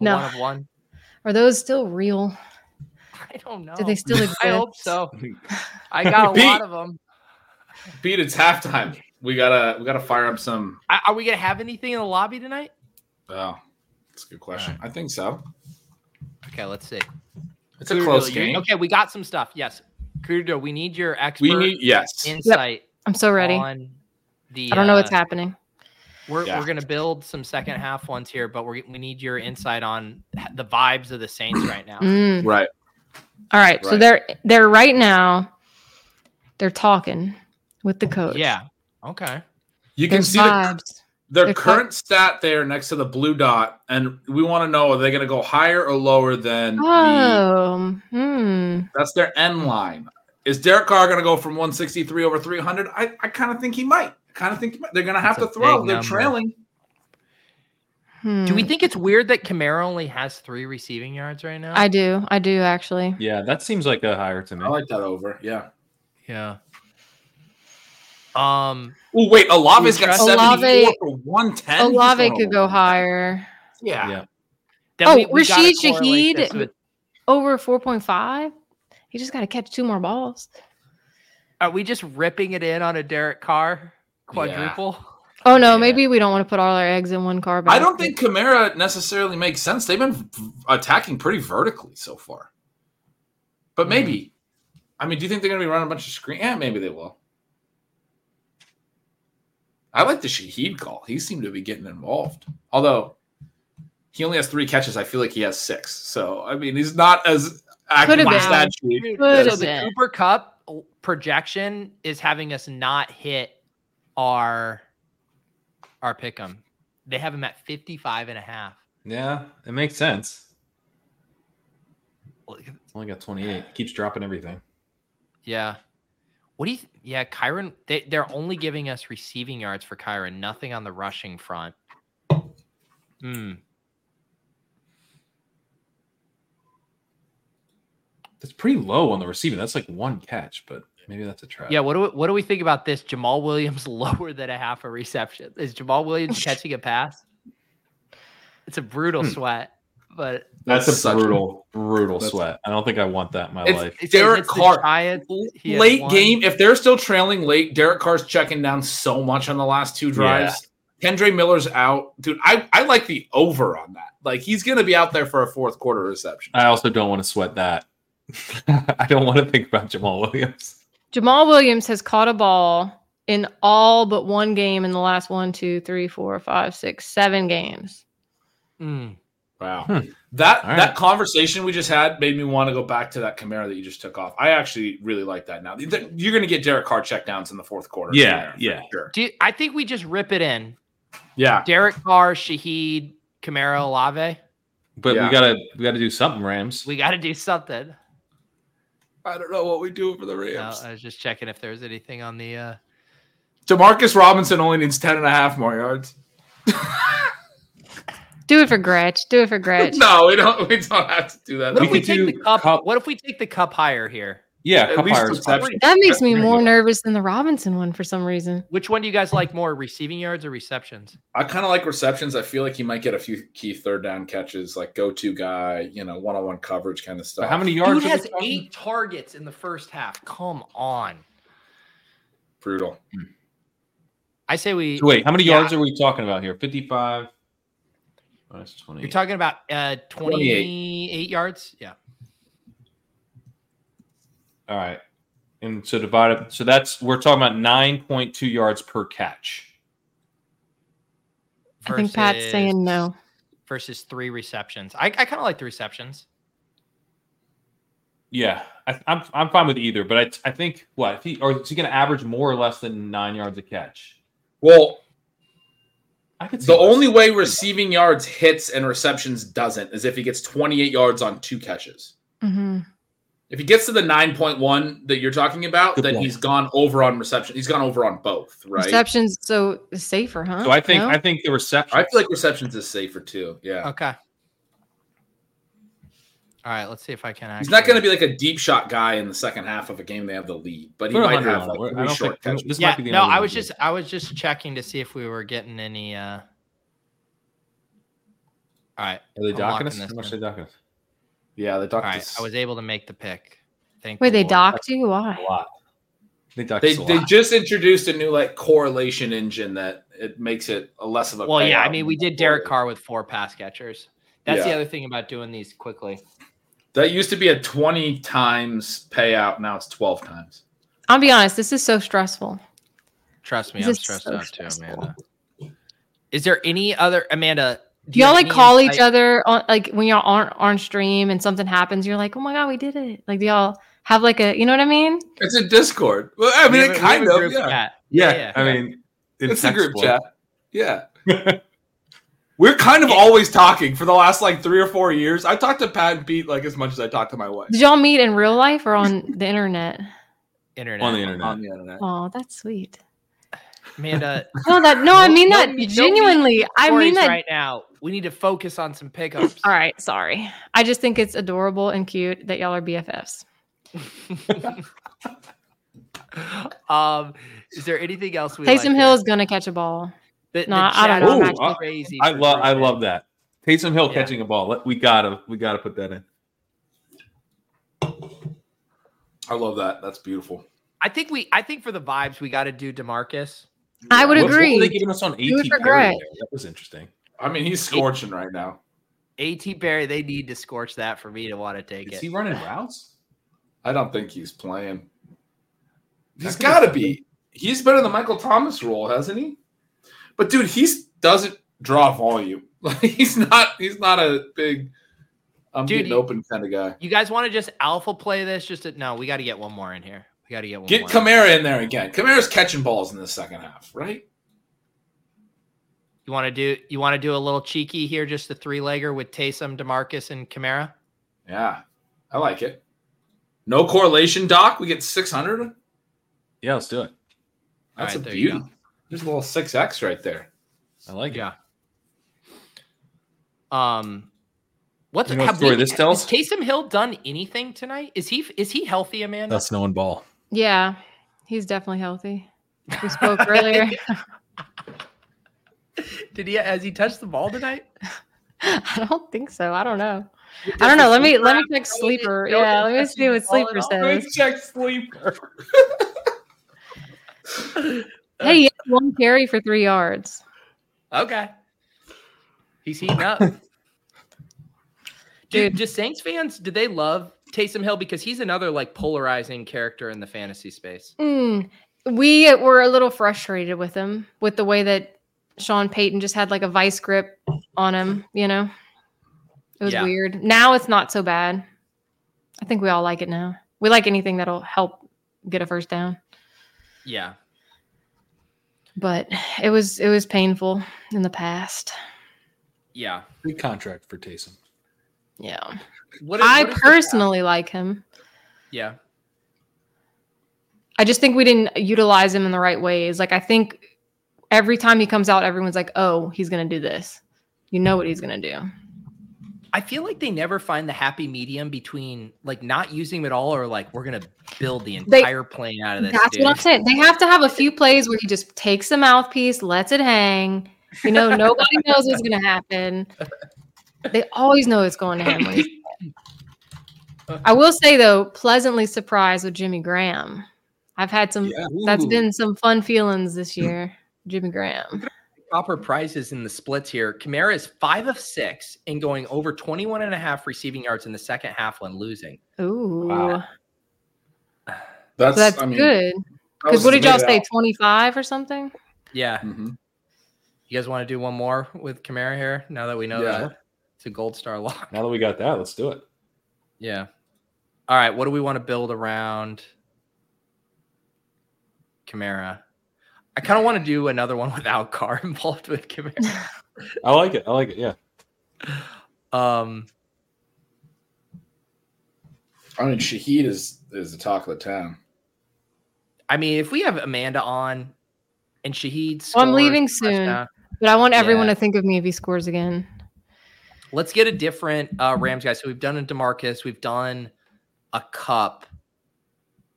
A: A
D: No.
A: One of one. [laughs]
D: Are those still real?
A: I don't know.
D: Do they still exist?
A: Oh, [laughs] I hope
D: [laughs]
A: so. I got a
E: Pete.
A: lot of them.
B: Beat it's halftime. We gotta we gotta fire up some.
A: I, are we gonna have anything in the lobby tonight?
B: Oh, that's a good question. I think so.
A: Okay, let's see.
B: It's a close
A: Kudo, you-
B: game.
A: Okay, we got some stuff. Yes, Kudo, we need your expert
B: We need yes.
A: insight
D: I'm so ready.
A: on the.
D: I don't know
A: uh,
D: what's happening.
A: We're,
B: Yeah.
A: we're gonna build some second half ones here, but we're, we need your insight on h- the vibes of the Saints right now.
D: Mm.
B: Right.
D: All right, so
B: Right.
D: they're they're right now. They're talking with the coach.
A: Yeah. Okay.
B: You can
D: There's
B: see the,
D: vibes.
B: their
D: They're cut-
B: current stat there next to the blue dot, and we want to know are they going to go higher or lower than the,
D: Oh, hmm.
B: that's their end line. Is Derek Carr going to go from 163 over 300? I, I kind of think he might. I kind of think he might. they're going to have
A: That's
B: to
A: a
B: throw.
A: big
B: They're
A: number.
B: trailing.
D: hmm. Mm.
A: Do we think it's weird that Kamara only has three receiving yards right now?
D: I do. I do actually.
E: Yeah, that seems like a higher to me.
B: I like that over. Yeah.
A: yeah. Um.
B: Oh wait, Olave's got
D: Olave-
B: 74 for 110. He's
D: Olave
B: going
D: Oh, could go
B: over.
D: higher.
B: Yeah.
E: Yeah.
A: then
D: Oh,
A: gotta
D: Rashid
A: correlate
D: Shaheed-
A: this with-
D: Over 4.5. He just got to catch two more balls.
A: Are we just ripping it in on a Derek Carr quadruple? [laughs]
D: Oh no,
A: Yeah.
D: maybe we don't want to put all our eggs in one car.
B: I don't
D: basket.
B: think Kamara necessarily makes sense. They've been v- attacking pretty vertically so far. But maybe. I mean, do you think they're going to be running a bunch of screen? Yeah, maybe they will. I like the Shaheed call. He seemed to be getting involved. Although he only has three catches. I feel like he has six. So, I mean, he's not as active
D: Could have
B: as
D: been.
B: that sheet.
A: Dude,
D: Could
A: so
D: have
A: the
D: been.
A: Cooper Cup projection is having us not hit our our pick'em. They have him at 55 and a half.
E: Yeah, it makes sense.
A: Like,
E: It's only got 28. Keeps dropping everything.
A: Yeah. What do you th- yeah, Kyron they, they're only giving us receiving yards for Kyron, nothing on the rushing front. Hmm.
E: That's pretty low on the receiving. That's like one catch, but maybe that's a try.
A: Yeah, what do we, what do we think about this? Jamal Williams [laughs] lower than a half a reception. Is Jamal Williams catching a pass? It's a brutal
E: Hmm.
A: sweat, but
E: that's,
B: That's
E: a
B: such-
E: brutal, brutal
B: that's-
E: sweat. I don't think I want that in my
B: It's-
E: life.
A: it says
B: Derek
A: it's the
B: Carr.
A: Giants. He has
B: late
A: one.
B: game, if they're still trailing late, Derek Carr's checking down so much on the last two drives. Kendra Miller's out. Dude, I, I like the over on that. Like he's gonna be out there for a fourth quarter reception.
E: I also don't want to sweat that. [laughs] I don't want to think about Jamal Williams.
D: Jamal Williams has caught a ball in all but one game in the last one, two, three, four, five, six, seven games.
A: Hmm.
B: Wow.
E: Hmm.
B: That
E: All right.
B: that conversation we just had made me want to go back to that Camaro that you just took off. I actually really like that now. Th- You're gonna get Derek Carr checkdowns in the fourth quarter.
E: Yeah,
B: for
E: yeah.
B: Sure.
A: Do you- I think we just rip it in.
B: Yeah.
A: Derek Carr, Shahid, Camaro, Olave.
E: But
B: Yeah.
E: we gotta we gotta do something, Rams.
A: We got to do something.
B: I don't know what we do for the
A: No,
B: Rams.
A: I was just checking if there was anything on the. Uh,
B: Demarcus Robinson only needs 10 and a half more yards.
D: Do it for Gretch. Do
B: [laughs]
D: it for Gretch.
B: No, we don't we don't have to do that.
A: what
E: We
A: if we
E: could
A: take
E: do
A: the cup,
E: cup-
A: What if we take the cup higher here?
E: Yeah,
B: At
E: cup
B: least
E: higher is fine.
B: reception.
D: That makes me
B: There you
D: more
B: go.
D: nervous than the Robinson one for some reason.
A: Which one do you guys like more, receiving yards or receptions?
B: I kind of like receptions. I feel like he might get a few key third down catches, like go to guy, you know, one on one coverage kind of stuff.
E: How many yards?
A: Dude
E: are we
A: has
E: talking?
A: eight targets in the first half. Come on.
B: brutal?
A: I say we.
E: Wait, how many
A: Yeah.
E: yards are we talking about here? 55 minus 20.
A: You're talking about uh, 28 yards? Yeah.
E: All right. And so divide up. So that's we're talking about nine point two yards per catch.
D: I think Pat's saying no.
A: Versus three receptions. I, I kind of like the receptions.
E: Yeah, I, I'm I'm fine with either, but I I think what if he or is he going to average more or less than nine yards a catch?
B: Well,
E: I could. see
B: the
E: less.
B: only way receiving yards hits and receptions doesn't is if he gets 28 yards on two catches.
D: Mm-hmm.
B: If he gets to the 9.1 that you're talking about,
E: Good
B: then
E: point.
B: he's gone over on reception. He's gone over on both, right?
D: Receptions so safer, huh?
E: So I think
D: No?
E: I think the reception.
B: I feel like receptions is safer too. Yeah.
A: Okay. All right. Let's see if I can. Actually...
B: He's not going to be like a deep shot guy in the second half of a game. They have the lead, but he
E: We're
B: might
E: 100
B: have
E: on it.
B: like,
E: We're- I
B: three
E: don't
B: short
E: think-
B: catches.
E: this
A: yeah.
E: might be the
A: no,
E: only
A: I
E: one
A: was
E: we do.
A: just I was just checking to see if we were getting any. uh All right.
E: Are they
A: I'm
E: docking
A: locking
E: us?
A: this
E: How much are
A: in.
E: they docking us?
B: Yeah, the
A: All
B: Ducks.
A: right. I was able to make the pick. Thank.
D: Wait,
A: the
D: they
A: Lord.
D: docked you?
E: A
D: Why?
E: lot. They docked
B: they
E: us a
B: they
E: lot.
B: just introduced a new like correlation engine that it makes it a less of a.
A: Well, yeah. I
B: payout.
A: mean, we did Derek Carr with four pass catchers. That's the
B: Yeah.
A: other thing about doing these quickly.
B: That used to be a 20 times payout. Now it's 12 times.
D: I'll be honest. This is so stressful.
A: Trust me,
D: This
A: I'm
D: is
A: stressed
D: so
A: out
D: stressful.
A: too, Amanda. Is there any other Amanda?
D: Do
A: you
D: y'all
A: have
D: like
A: any
D: call each
A: insight-
D: other on like when y'all aren't on stream and something happens? You're like, oh my god, we did it! Like, do y'all have like a, you know what I mean?
B: It's a Discord. Well, I
A: We
B: mean,
A: have a- we
B: it
A: have
B: kind
A: a
B: of.
A: group
B: Yeah.
A: chat.
E: Yeah,
A: yeah,
E: I
A: yeah.
E: mean, in
B: It's a group
E: text
B: chat. Yeah.
A: [laughs]
E: form.
B: We're kind of
A: Yeah.
B: always talking for the last like three or four years. I talked to Pat and Pete like as much as I talk to my wife
D: Did y'all meet in real life or on the internet?
A: Internet.
E: on the internet.
B: on the internet.
D: Oh, that's sweet.
A: Amanda,
D: No, that no, I
A: No-
D: mean
A: no
D: that
A: meet- no meet
D: genuinely. [laughs] I
A: stories
D: mean that.
A: right now. We need to focus on some
D: [laughs]
A: pickups.
D: All right, sorry. I just think it's adorable and cute that y'all are BFFs.
A: [laughs] um, is there anything else we
D: Taysom
A: like
D: Hill
A: here?
D: is gonna catch a ball.
A: The, the
D: Nah, I
A: chat
D: don't know.
A: is
D: I'm
E: Ooh,
A: actually
E: I-
A: crazy
E: I
A: for
E: love I
A: Thursday.
E: love that. Taysom Hill
A: Yeah.
E: catching a ball. Let- We gotta we gotta put that in.
B: I love that. That's beautiful.
A: I think we. I think for the vibes, we got to do Demarcus.
D: I would
E: What- what were
D: agree.
E: they giving us on
D: You would
E: AT Perry
D: regret.
E: there? That was interesting.
B: I mean, he's scorching right now.
A: At Barry, they need to scorch that for me to want to take
E: Is
A: it.
E: he running routes?
B: I don't think he's playing. He's
E: could be
B: got to
E: something.
B: be. He's been in the Michael Thomas role, hasn't he? But dude, he's doesn't draw volume. [laughs] Like he's not. He's not a big. I'm
A: Dude,
B: getting
A: you-
B: open kind of guy.
A: you guys want to just alpha play this? Just to, no, we got to get one more in here. We got to get one.
B: Get
D: Oh,
A: more.
B: Kamara in there again. Kamara's catching balls in the second half, right?
A: You want to do? You want to do a little cheeky here? Just the three legger with Taysom, Demarcus, and Kamara.
B: Yeah, I like it. No correlation, Doc. We get six hundred.
E: Yeah, let's do it.
B: That's
A: All right,
B: a
A: there you
B: beauty. There's a little six X right there.
E: I like it.
A: Yeah. Um, what's
E: You know what
A: have
E: story
A: we-
E: this tells?
A: Has Taysom Hill done anything tonight? Is he is he healthy, Amanda?
E: That's no one ball.
D: Yeah, he's definitely healthy.
A: [laughs]
D: We spoke earlier. [laughs]
A: Did he has he touched the ball tonight?
D: I don't think so. I don't know. I don't know. Let me let me check sleeper. Yeah, let me see what sleeper says.
B: Check sleeper.
D: Hey, he had one carry for three yards.
A: Okay. He's heating
D: [laughs]
A: up. Dude,
D: Dude.
A: just Saints fans, do they love Taysom Hill? Because he's another like polarizing character in the fantasy space.
D: Mm. We were a little frustrated with him with the way that Sean Payton just had like a vice grip on him. You know, it was
A: Yeah.
D: weird. Now it's not so bad. I think we all like it now. We like anything that'll help get a first down.
A: Yeah.
D: But it was it was painful in the past.
A: Yeah.
E: Big contract for Taysom.
D: Yeah.
A: What
D: I
A: what the-
D: personally like him.
A: Yeah.
D: I just think we didn't utilize him in the right ways. Like I think every time he comes out, everyone's like, "Oh, he's gonna do this." You know what he's gonna do.
A: I feel like they never find the happy medium between like not using him at all or like we're gonna build the
D: They-
A: entire plane out of this.
D: That's
A: dude.
D: what I'm saying. They have to have a few plays where he just takes the mouthpiece, lets it hang. You know, [laughs] nobody knows what's gonna happen. They always know
B: [laughs]
D: it's going to him. when he's- I will say though, pleasantly surprised with Jimmy Graham. I've had some. That's been some fun
B: [laughs]
D: feelings this year, Jimmy Graham.
A: proper prices in the splits here. Kamara is five of six and going over 21 and a half receiving yards in the second half when losing.
D: Ooh.
E: Wow.
B: That's,
D: So that's
B: I mean,
D: good.
B: that
D: Because
B: was
D: what did
B: made
D: y'all say?
B: out.
D: Twenty five or something?
A: Yeah.
B: Mhm.
A: You guys want to do one more with Kamara here? Now that we know
B: Yeah.
A: that it's a gold star lock.
E: [laughs] Now that we got that, let's do it.
A: Yeah. All right. What do we want to build around Kamara? I kind of want to do another one [laughs] without Carr involved with
D: [laughs]
A: Kamara.
E: I like it. I like it. Yeah.
A: Um,
B: I mean, Shahid is is the talk of the town.
A: I mean, if we have Amanda on and Shahid,
D: Well, Oh, I'm
A: scores
D: leaving
A: a
D: soon.
A: touchdown,
D: But I want everyone
A: Yeah.
D: to think of me if he scores again.
A: Let's get a different uh, Rams guy. So we've done a Demarcus, we've done a cup.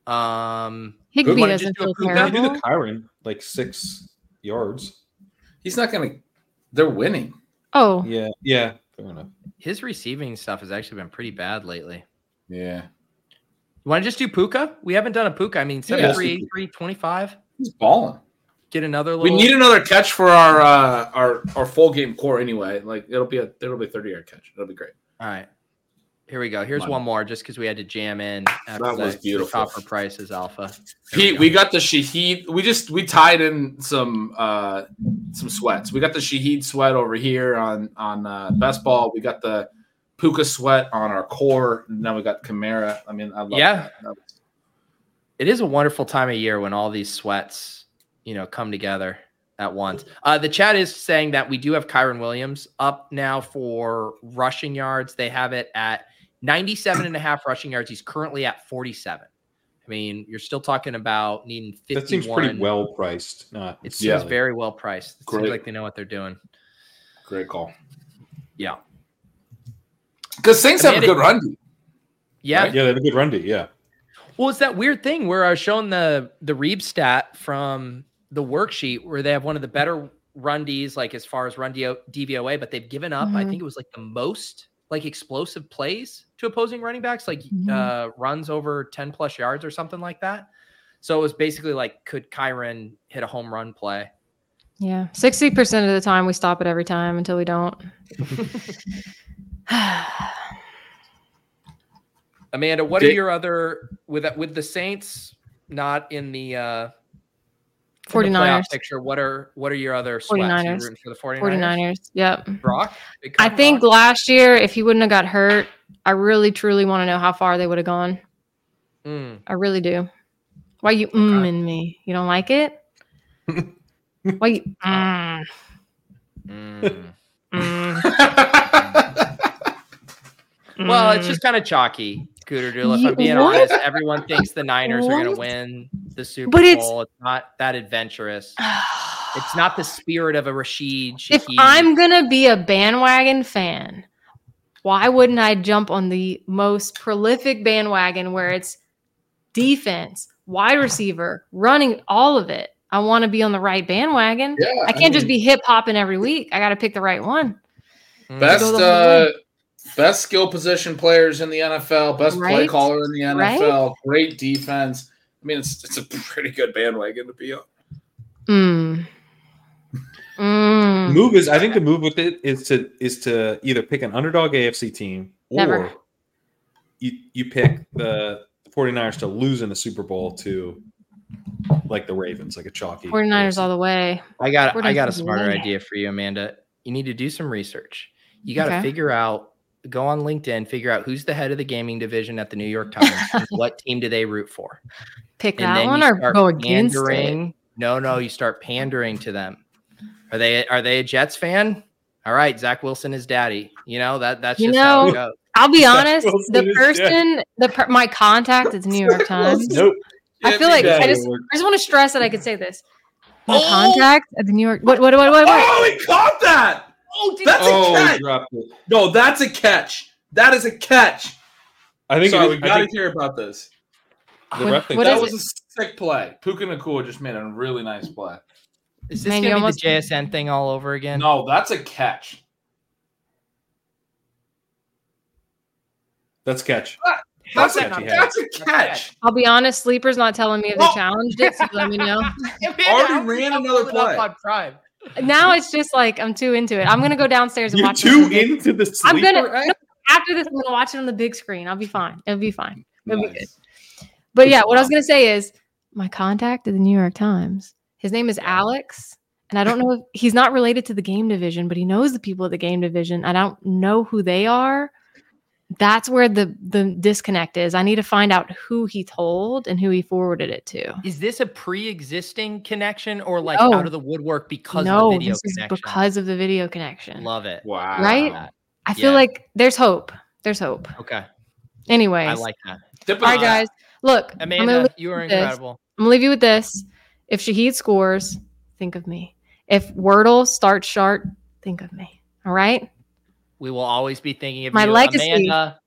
A: Um,
D: Higby
A: wanna
D: doesn't
A: just do a
D: feel
A: poop down?
E: Can you do
D: terrible.
E: the Kyron like six yards?
B: He's not going to. They're winning.
D: Oh,
E: Yeah. Yeah. Fair enough.
A: his receiving stuff has actually been pretty bad lately.
B: Yeah,
A: You want to just do Puka? We haven't done a Puka. I mean,
B: Yeah.
A: 73, 83, 25.
B: he's balling.
A: Get another
B: We
A: little.
B: need another catch for our uh, our our full game core anyway. Like it'll be a it'll be a thirty yard catch. It'll be great.
A: All right. Here we go. Here's
B: Come on.
A: one more just because we had to jam in. After
B: That was
A: the- the
B: beautiful.
A: Copper prices alpha. There
B: Pete,
A: go.
B: we got the Shahid. We just we tied in some uh some sweats. We got the Shahid sweat over here on on uh, best ball. We got the Puka sweat on our core. And now we got Camara. I mean, I love
A: Yeah.
B: that. That was-
A: it is a wonderful time of year when all these sweats, you know, come together at once. Uh, the chat is saying that we do have Kyron Williams up now for rushing yards. They have it at 97 and a half rushing yards. He's currently at 47. I mean, you're still talking about needing 51.
E: That seems pretty well priced. Not
A: It seems
B: Yeah.
A: very well priced. It seems
B: Great.
A: like they know what they're doing.
B: great call.
A: Yeah.
B: Because Saints have a
A: Amanda-
B: good run. D.
A: Yeah,
E: Yeah, they have a good run D. Yeah.
A: Well, it's that weird thing where I was showing the the Reeb stat from the worksheet where they have one of the better run Ds, like as far as run DO, DVOA, but they've given up. I
D: Mhm.
A: think it was like the most like explosive plays to opposing running backs, like
D: Mhm.
A: uh, runs over ten plus yards or something like that. So it was basically like, could Kyron hit a home run play?
D: yeah. Sixty percent of the time we stop it every time until we don't. [sighs]
A: Amanda, what are
B: Did-
A: your other with with the Saints not in the uh, in the playoff
D: 49ers.
A: picture? What are what are your other sweats? You're
D: 49ers.
A: rooting for the 49ers?
D: 49ers. Yep.
A: Brock? Big
D: I
A: Cock
D: think
A: Brock?
D: last year, if he wouldn't have got hurt, I really truly want to know how far they would have gone.
A: Mm.
D: I really do. Why you mm in me? You don't
A: [laughs]
D: like it? Why you mm,
A: Mm.
D: mm,
A: well, it's
D: [sighs] mm.
A: just [sighs] kind of chalky, Cooter Doodle. If
D: You-
A: I'm being
D: what?
A: honest, everyone thinks the Niners are going
D: What?
A: to win the Super
D: But it's-
A: Bowl. It's not that adventurous. It's not the spirit of a Rashid.
D: if
A: Shaheed.
D: I'm gonna be a bandwagon fan, why wouldn't I jump on the most prolific bandwagon where it's defense, wide receiver, running, all of it? I want to be on the right bandwagon.
B: Yeah,
D: I can't just be hip hopping every week. I got to pick the right one.
E: Mm-hmm.
A: Mm.
B: Best
D: Go the whole
B: uh, best skill position players in the NFL, best play
D: Right?
B: caller in the
D: Right?
B: NFL, great defense. I mean, it's it's a pretty good bandwagon to be on.
D: Mm.
A: [laughs]
D: Mm.
E: Move is I think the move with it is to is to either pick an underdog AFC team or
D: Never.
E: you you pick the 49ers to lose in the Super Bowl to like the Ravens, like a chalky
D: 49ers
E: AFC.
D: all the way.
A: I got
D: We're
A: I
D: not
A: got a
D: gonna
A: smarter
D: win it.
A: idea for you, Amanda. You need to do some research. You got to
D: Okay.
A: figure out go on LinkedIn, figure out who's the head of the gaming division at the New York Times.
D: [laughs]
A: and what team do they root for?
D: Pick
A: and
D: that
A: then
D: one
A: you
D: or
A: start
D: go against it.
A: pandering. No, no, you start pandering to them. Are they are they a Jets fan? All right, Zach Wilson is daddy. You know that that's
D: You
A: just how it
D: know-
A: goes.
D: I'll
A: [laughs]
D: be
E: Zach
D: honest.
E: Wilson
D: The
E: is
D: person, the per- my contact
A: [laughs]
D: is New York Times.
E: Nope.
D: [laughs] I feel like I just, I just want to stress that I could say this. My
E: Oh.
D: contact at the New York. What? What? What? What? what?
B: Oh, he caught that! Oh, that's
E: oh,
B: a catch!
E: dropped it.
B: No, that's a catch. That is a catch.
E: I think,
B: Sorry,
E: it
B: we
E: is- I
B: got to
E: think
B: hear about this.
E: the
D: What-
E: ref thinks
D: what
E: that
B: that
D: is
B: was a sick play. Puka Nakua just made a really nice play.
A: Is this
D: Man, you
A: gonna be
D: almost-
A: the JSN thing all over again?
B: No, that's a catch.
E: that's catch.
B: That's,
E: That's
B: a,
E: catchy,
B: that's a catch.
D: I'll be honest. Sleeper's not telling me if they
B: Oh.
D: challenged it. So let me know.
B: Already ran another play.
A: Prime.
D: Now it's just like I'm too into it. I'm gonna go downstairs and
E: You're
D: watch. it on
E: too
D: the big-
E: into the
D: I'm
E: sleeper.
D: gonna
E: act?
D: no, after this. I'm gonna watch it on the big screen. I'll be fine. It'll be fine. It'll be
B: Nice.
D: good. But yeah, what I was going to say is my contact at the New York Times. His name is Alex. And I don't know if he's not related to the game division, but he knows the people at the game division. I don't know who they are. That's where the the disconnect is. I need to find out who he told and who he forwarded it to.
A: Is this a pre-existing connection or like
D: No.
A: out of the woodwork because
D: no,
A: of the video
D: this is
A: connection?
D: because of the video connection.
A: Love it.
B: Wow.
D: Right? I feel
A: Yeah.
D: like there's hope. There's hope.
A: Okay,
D: Anyways,
A: I like that.
B: Dip
D: all right,
B: it.
D: guys. Look, I'm gonna
A: Amanda, you are
D: with this.
A: incredible.
D: I'm gonna leave you with this. If Shahid scores, think of me. If Wordle starts sharp, think of me. All right.
A: We will always be thinking of
D: My
A: you.
D: legacy.
A: Amanda,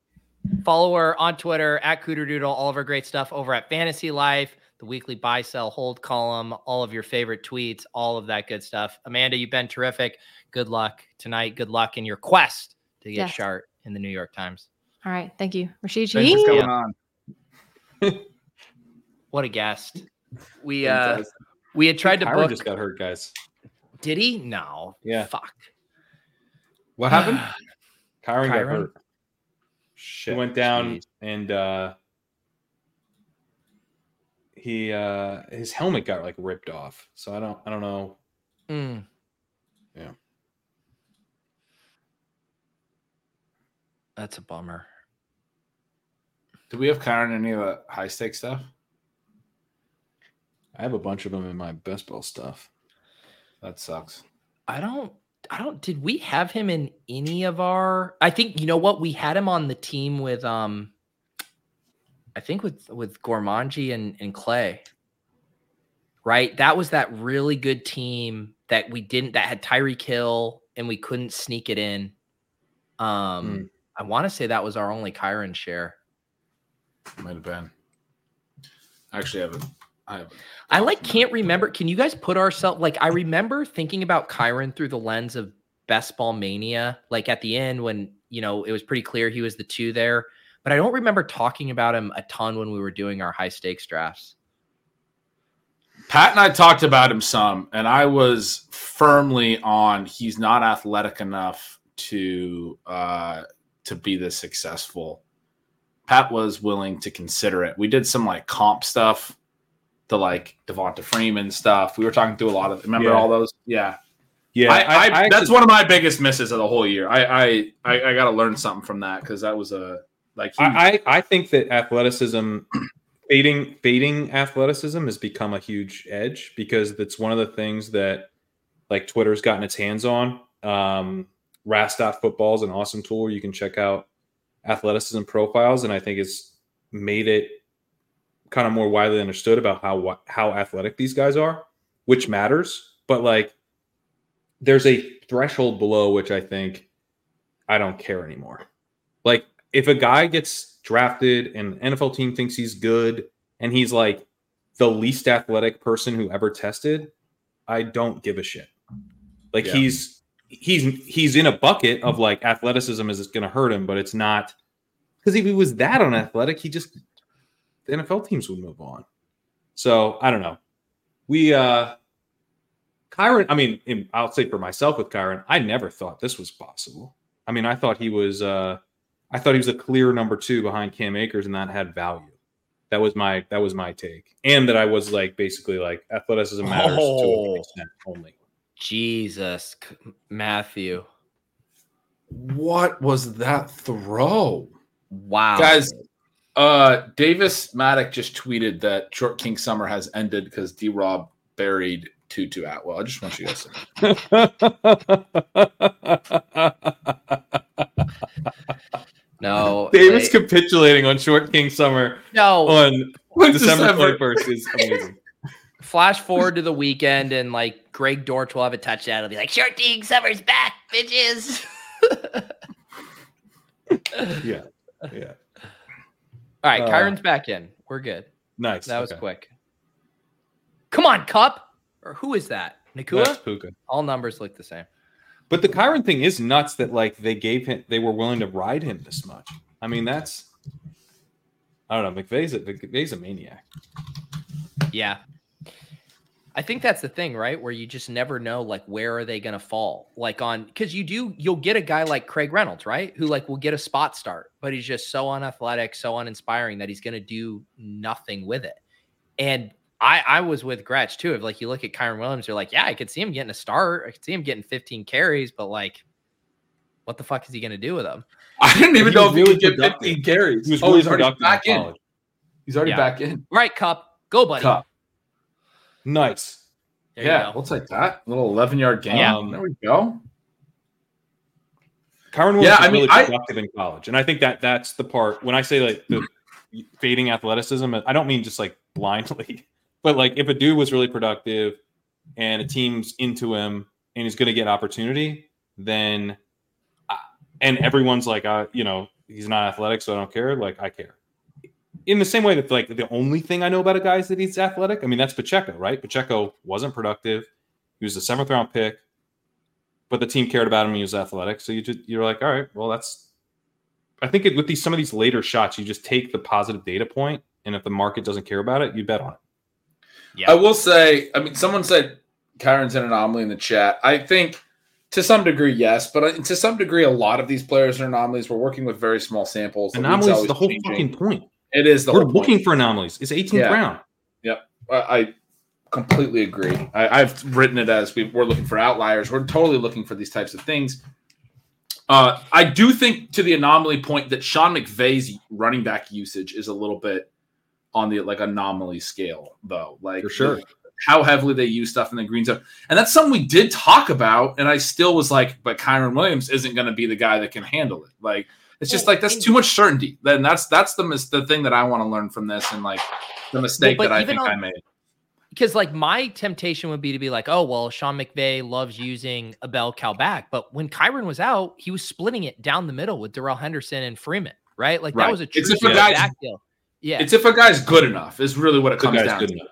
A: follow her on Twitter at Cooterdoodle. All of her great stuff over at Fantasy Life, the weekly buy, sell, hold column, all of your favorite tweets, all of that good stuff. Amanda, you've been terrific. Good luck tonight. Good luck in your quest to get
D: Yes.
A: sharp in the New York Times.
D: All right. Thank you, Rashid
B: Thanks for
D: Shaheed.
B: coming on.
A: [laughs] What a guest. We uh we had tried to
E: Kyron
A: book.
E: just got hurt, guys.
A: Did he? No.
E: Yeah.
A: Fuck. [sighs]
E: What happened? Kyron, got
A: Kyron?
E: hurt. He
B: Shit.
E: went down
A: Jeez.
E: and uh he uh his helmet got like ripped off. So I don't I don't know.
A: Mm.
E: Yeah.
A: That's a bummer.
B: Do we have Kyron any of the high stake stuff?
E: I have a bunch of them in my best ball stuff.
B: That sucks.
A: I don't I don't did we have him in any of our I think you know what we had him on the team with um I think with with Gormanji and and Clay. Right? That was that really good team that we didn't that had Tyree Kill and we couldn't sneak it in. Um
E: Hmm.
A: I want to say that was our only Kyron share.
B: Might have been. Actually, I have a, I have a-
A: I like can't remember. Can you guys put ourselves like I remember thinking about Kyron through the lens of best ball mania, like at the end when you know it was pretty clear he was the two there, but I don't remember talking about him a ton when we were doing our high stakes drafts.
B: Pat and I talked about him some, and I was firmly on he's not athletic enough to uh to be this successful. Pat was willing to consider it. We did some like comp stuff to like Devonta Freeman stuff. We were talking through a lot of remember
E: Yeah.
B: all those? Yeah.
E: Yeah,
B: I, I, that's
E: actually-
B: one of my biggest misses of the whole year. I I I, I got to learn something from that because that was a like he-
E: I, I I think that athleticism [clears throat] fading fading athleticism has become a huge edge because that's one of the things that like Twitter's gotten its hands on. Um Rastat football is an awesome tool. You can check out athleticism profiles, and I think it's made it kind of more widely understood about how wa- how athletic these guys are, which matters. But like, there's a threshold below which I think I don't care anymore. Like, if a guy gets drafted and the NFL team thinks he's good and he's like the least athletic person who ever tested, I don't give a shit. Like
B: Yeah.
E: he's he's he's in a bucket of like athleticism is going to hurt him, but it's not because if he was that unathletic, he just the NFL teams would move on. So I don't know. We uh Kyron, I mean, in- I'll say for myself with Kyron, I never thought this was possible. I mean, I thought he was uh I thought he was a clear number two behind Cam Akers and that had value. That was my that was my take. And that I was like basically like athleticism matters to
A: Oh.
E: an extent only.
A: Jesus, C- Matthew,
B: what was that throw?
A: wow,
B: Guys, Uh, Davis Maddock just tweeted that Short King Summer has ended because D Rob buried Tutu Atwell. I just want you guys to know.
E: [laughs]
A: no,
E: Davis Oh.
A: they-
E: capitulating on Short King Summer [laughs]
A: no,
E: on December
B: December.
E: 21st is amazing.
A: flash forward to the weekend and like Greg Dortch will have a touchdown. It'll be like, sure thing, summer's back,
E: [laughs]
A: bitches.
E: Yeah.
A: All right,
E: Uh,
A: Kyron's back in. We're good.
E: Nice.
A: That was
E: Okay.
A: quick. Come on, Cup. Or who is that? Nakua?
E: That's Puka.
A: All numbers look the same.
E: But the Kyron thing is nuts that like they gave him they were willing to ride him this much. I mean, that's I don't know. McVay's a McVay's a maniac.
A: Yeah. I think that's the thing, right? Where you just never know, like, where are they going to fall? Like, on because you do, you'll get a guy like Craig Reynolds, right? Who, like, will get a spot start, but he's just so unathletic, so uninspiring that he's going to do nothing with it. And I, I was with Gretch too. If like you look at Kyron Williams, you're like, yeah, I could see him getting a start. I could see him getting 15 carries, but like, what the fuck is he going to do with them?
B: I didn't even
E: He
B: know
E: was
B: if he
E: really
B: could get
E: productive.
B: 15 carries.
E: He was
B: oh,
E: really
B: he's already
E: productive in
B: back in.
E: college.
B: He's already
A: Yeah.
B: back in.
A: Right, Cup, go, buddy.
B: Cup.
E: Nice.
A: There
B: yeah,
A: you go.
B: we'll take that. little 11 yard game.
E: Yeah.
B: there we go.
E: Kyron Williams
B: Yeah,
E: was
B: I mean,
E: really
B: I-
E: productive in college, and I think that that's the part when I say like the fading athleticism. I don't mean just like blindly, [laughs] but like if a dude was really productive and a team's into him and he's going to get opportunity, then I- and everyone's like, uh, you know, he's not athletic, so I don't care. Like I care. In the same way that like the only thing I know about a guy is that he's athletic. I mean, that's Pacheco, right? Pacheco wasn't productive. He was a seventh round pick but the team cared about him. He was athletic, so you just you're like, all right, well, that's. I think it, with these some of these later shots, you just take the positive data point, and if the market doesn't care about it, you bet on it.
A: Yeah.
B: I will say, I mean, someone said Kyron's an anomaly in the chat. I think to some degree, yes, but I- to some degree, a lot of these players are anomalies. We're working with very small samples. The league's
E: Anomalies is
B: always
E: the whole
B: changing.
E: fucking point.
B: It is the
E: We're
B: whole point.
E: looking for anomalies. It's 18th
B: Yeah.
E: round.
B: I I completely agree. I, I've written it as we, we're looking for outliers. We're totally looking for these types of things. Uh, I do think to the anomaly point that Sean McVay's running back usage is a little bit on the like anomaly scale, though. Like
E: For sure.
B: how heavily they use stuff in the green zone, and that's something we did talk about. And I still was like, but Kyron Williams isn't going to be the guy that can handle it. Like it's just
A: Well,
B: like that's
A: and-
B: too much certainty. Then that's that's the mis- the thing that I want to learn from this, and like the mistake
A: but
B: that I
A: even
B: think
A: on-
B: I made.
A: because like my temptation would be to be like, oh well, Sean McVay loves using a bell cow back, but when Kyron was out, he was splitting it down the middle with Darrell Henderson and Freeman, right? Like that
B: Right.
A: was a true
B: It's if a
A: yeah.
B: guy's-
A: back deal. Yeah,
B: It's if a guy's good enough is really what it
E: The
B: comes
E: guy's
B: down
E: good
B: to.
E: enough.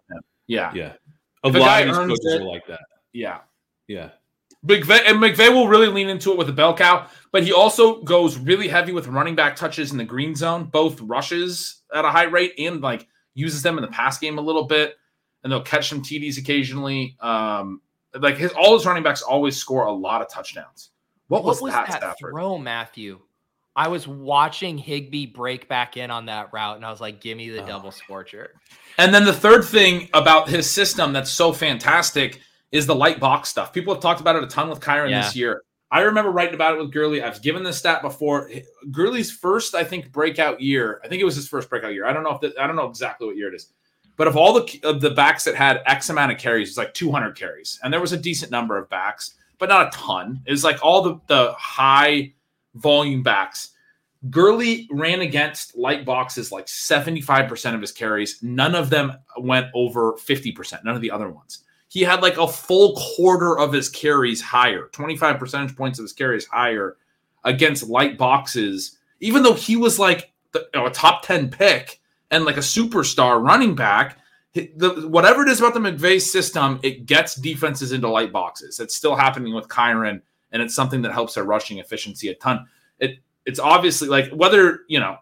B: Yeah,
E: Yeah, a
B: If a
E: lot
B: guy
E: of these
B: earns
E: coaches
B: it-
E: are like that.
B: yeah.
E: Yeah,
B: McVay, and McVay will really lean into it with the bell cow, but he also goes really heavy with running back touches in the green zone, both rushes at a high rate and like uses them in the pass game a little bit, and they'll catch some TDs occasionally. Um, like his all his running backs always score a lot of touchdowns. What, was, that, Stafford?
A: throw, Matthew? I was watching Higby break back in on that route, and I was like, give me the
E: Oh.
A: double scorcher.
B: And then the third thing about his system that's so fantastic is the light box stuff. People have talked about it a ton with Kyron this year. I remember writing about it with Gurley. I've given this stat before. Gurley's first, I think, breakout year. I think it was his first breakout year. I don't know if the, I don't know exactly what year it is, but of all the of the backs that had X amount of carries, it's like 200 carries, and there was a decent number of backs, but not a ton. It was like all the the high volume backs. Gurley ran against light boxes like 75% of his carries. None of them went over 50%, none of the other ones. He had like a full quarter of his carries higher, 25 percentage points of his carries higher against light boxes, even though he was like the, you know, a top 10 pick and like a superstar running back. hi- The, whatever it is about the McVay system, it gets defenses into light boxes. It's still happening with Kyron, and it's something that helps their rushing efficiency a ton it's obviously like whether you know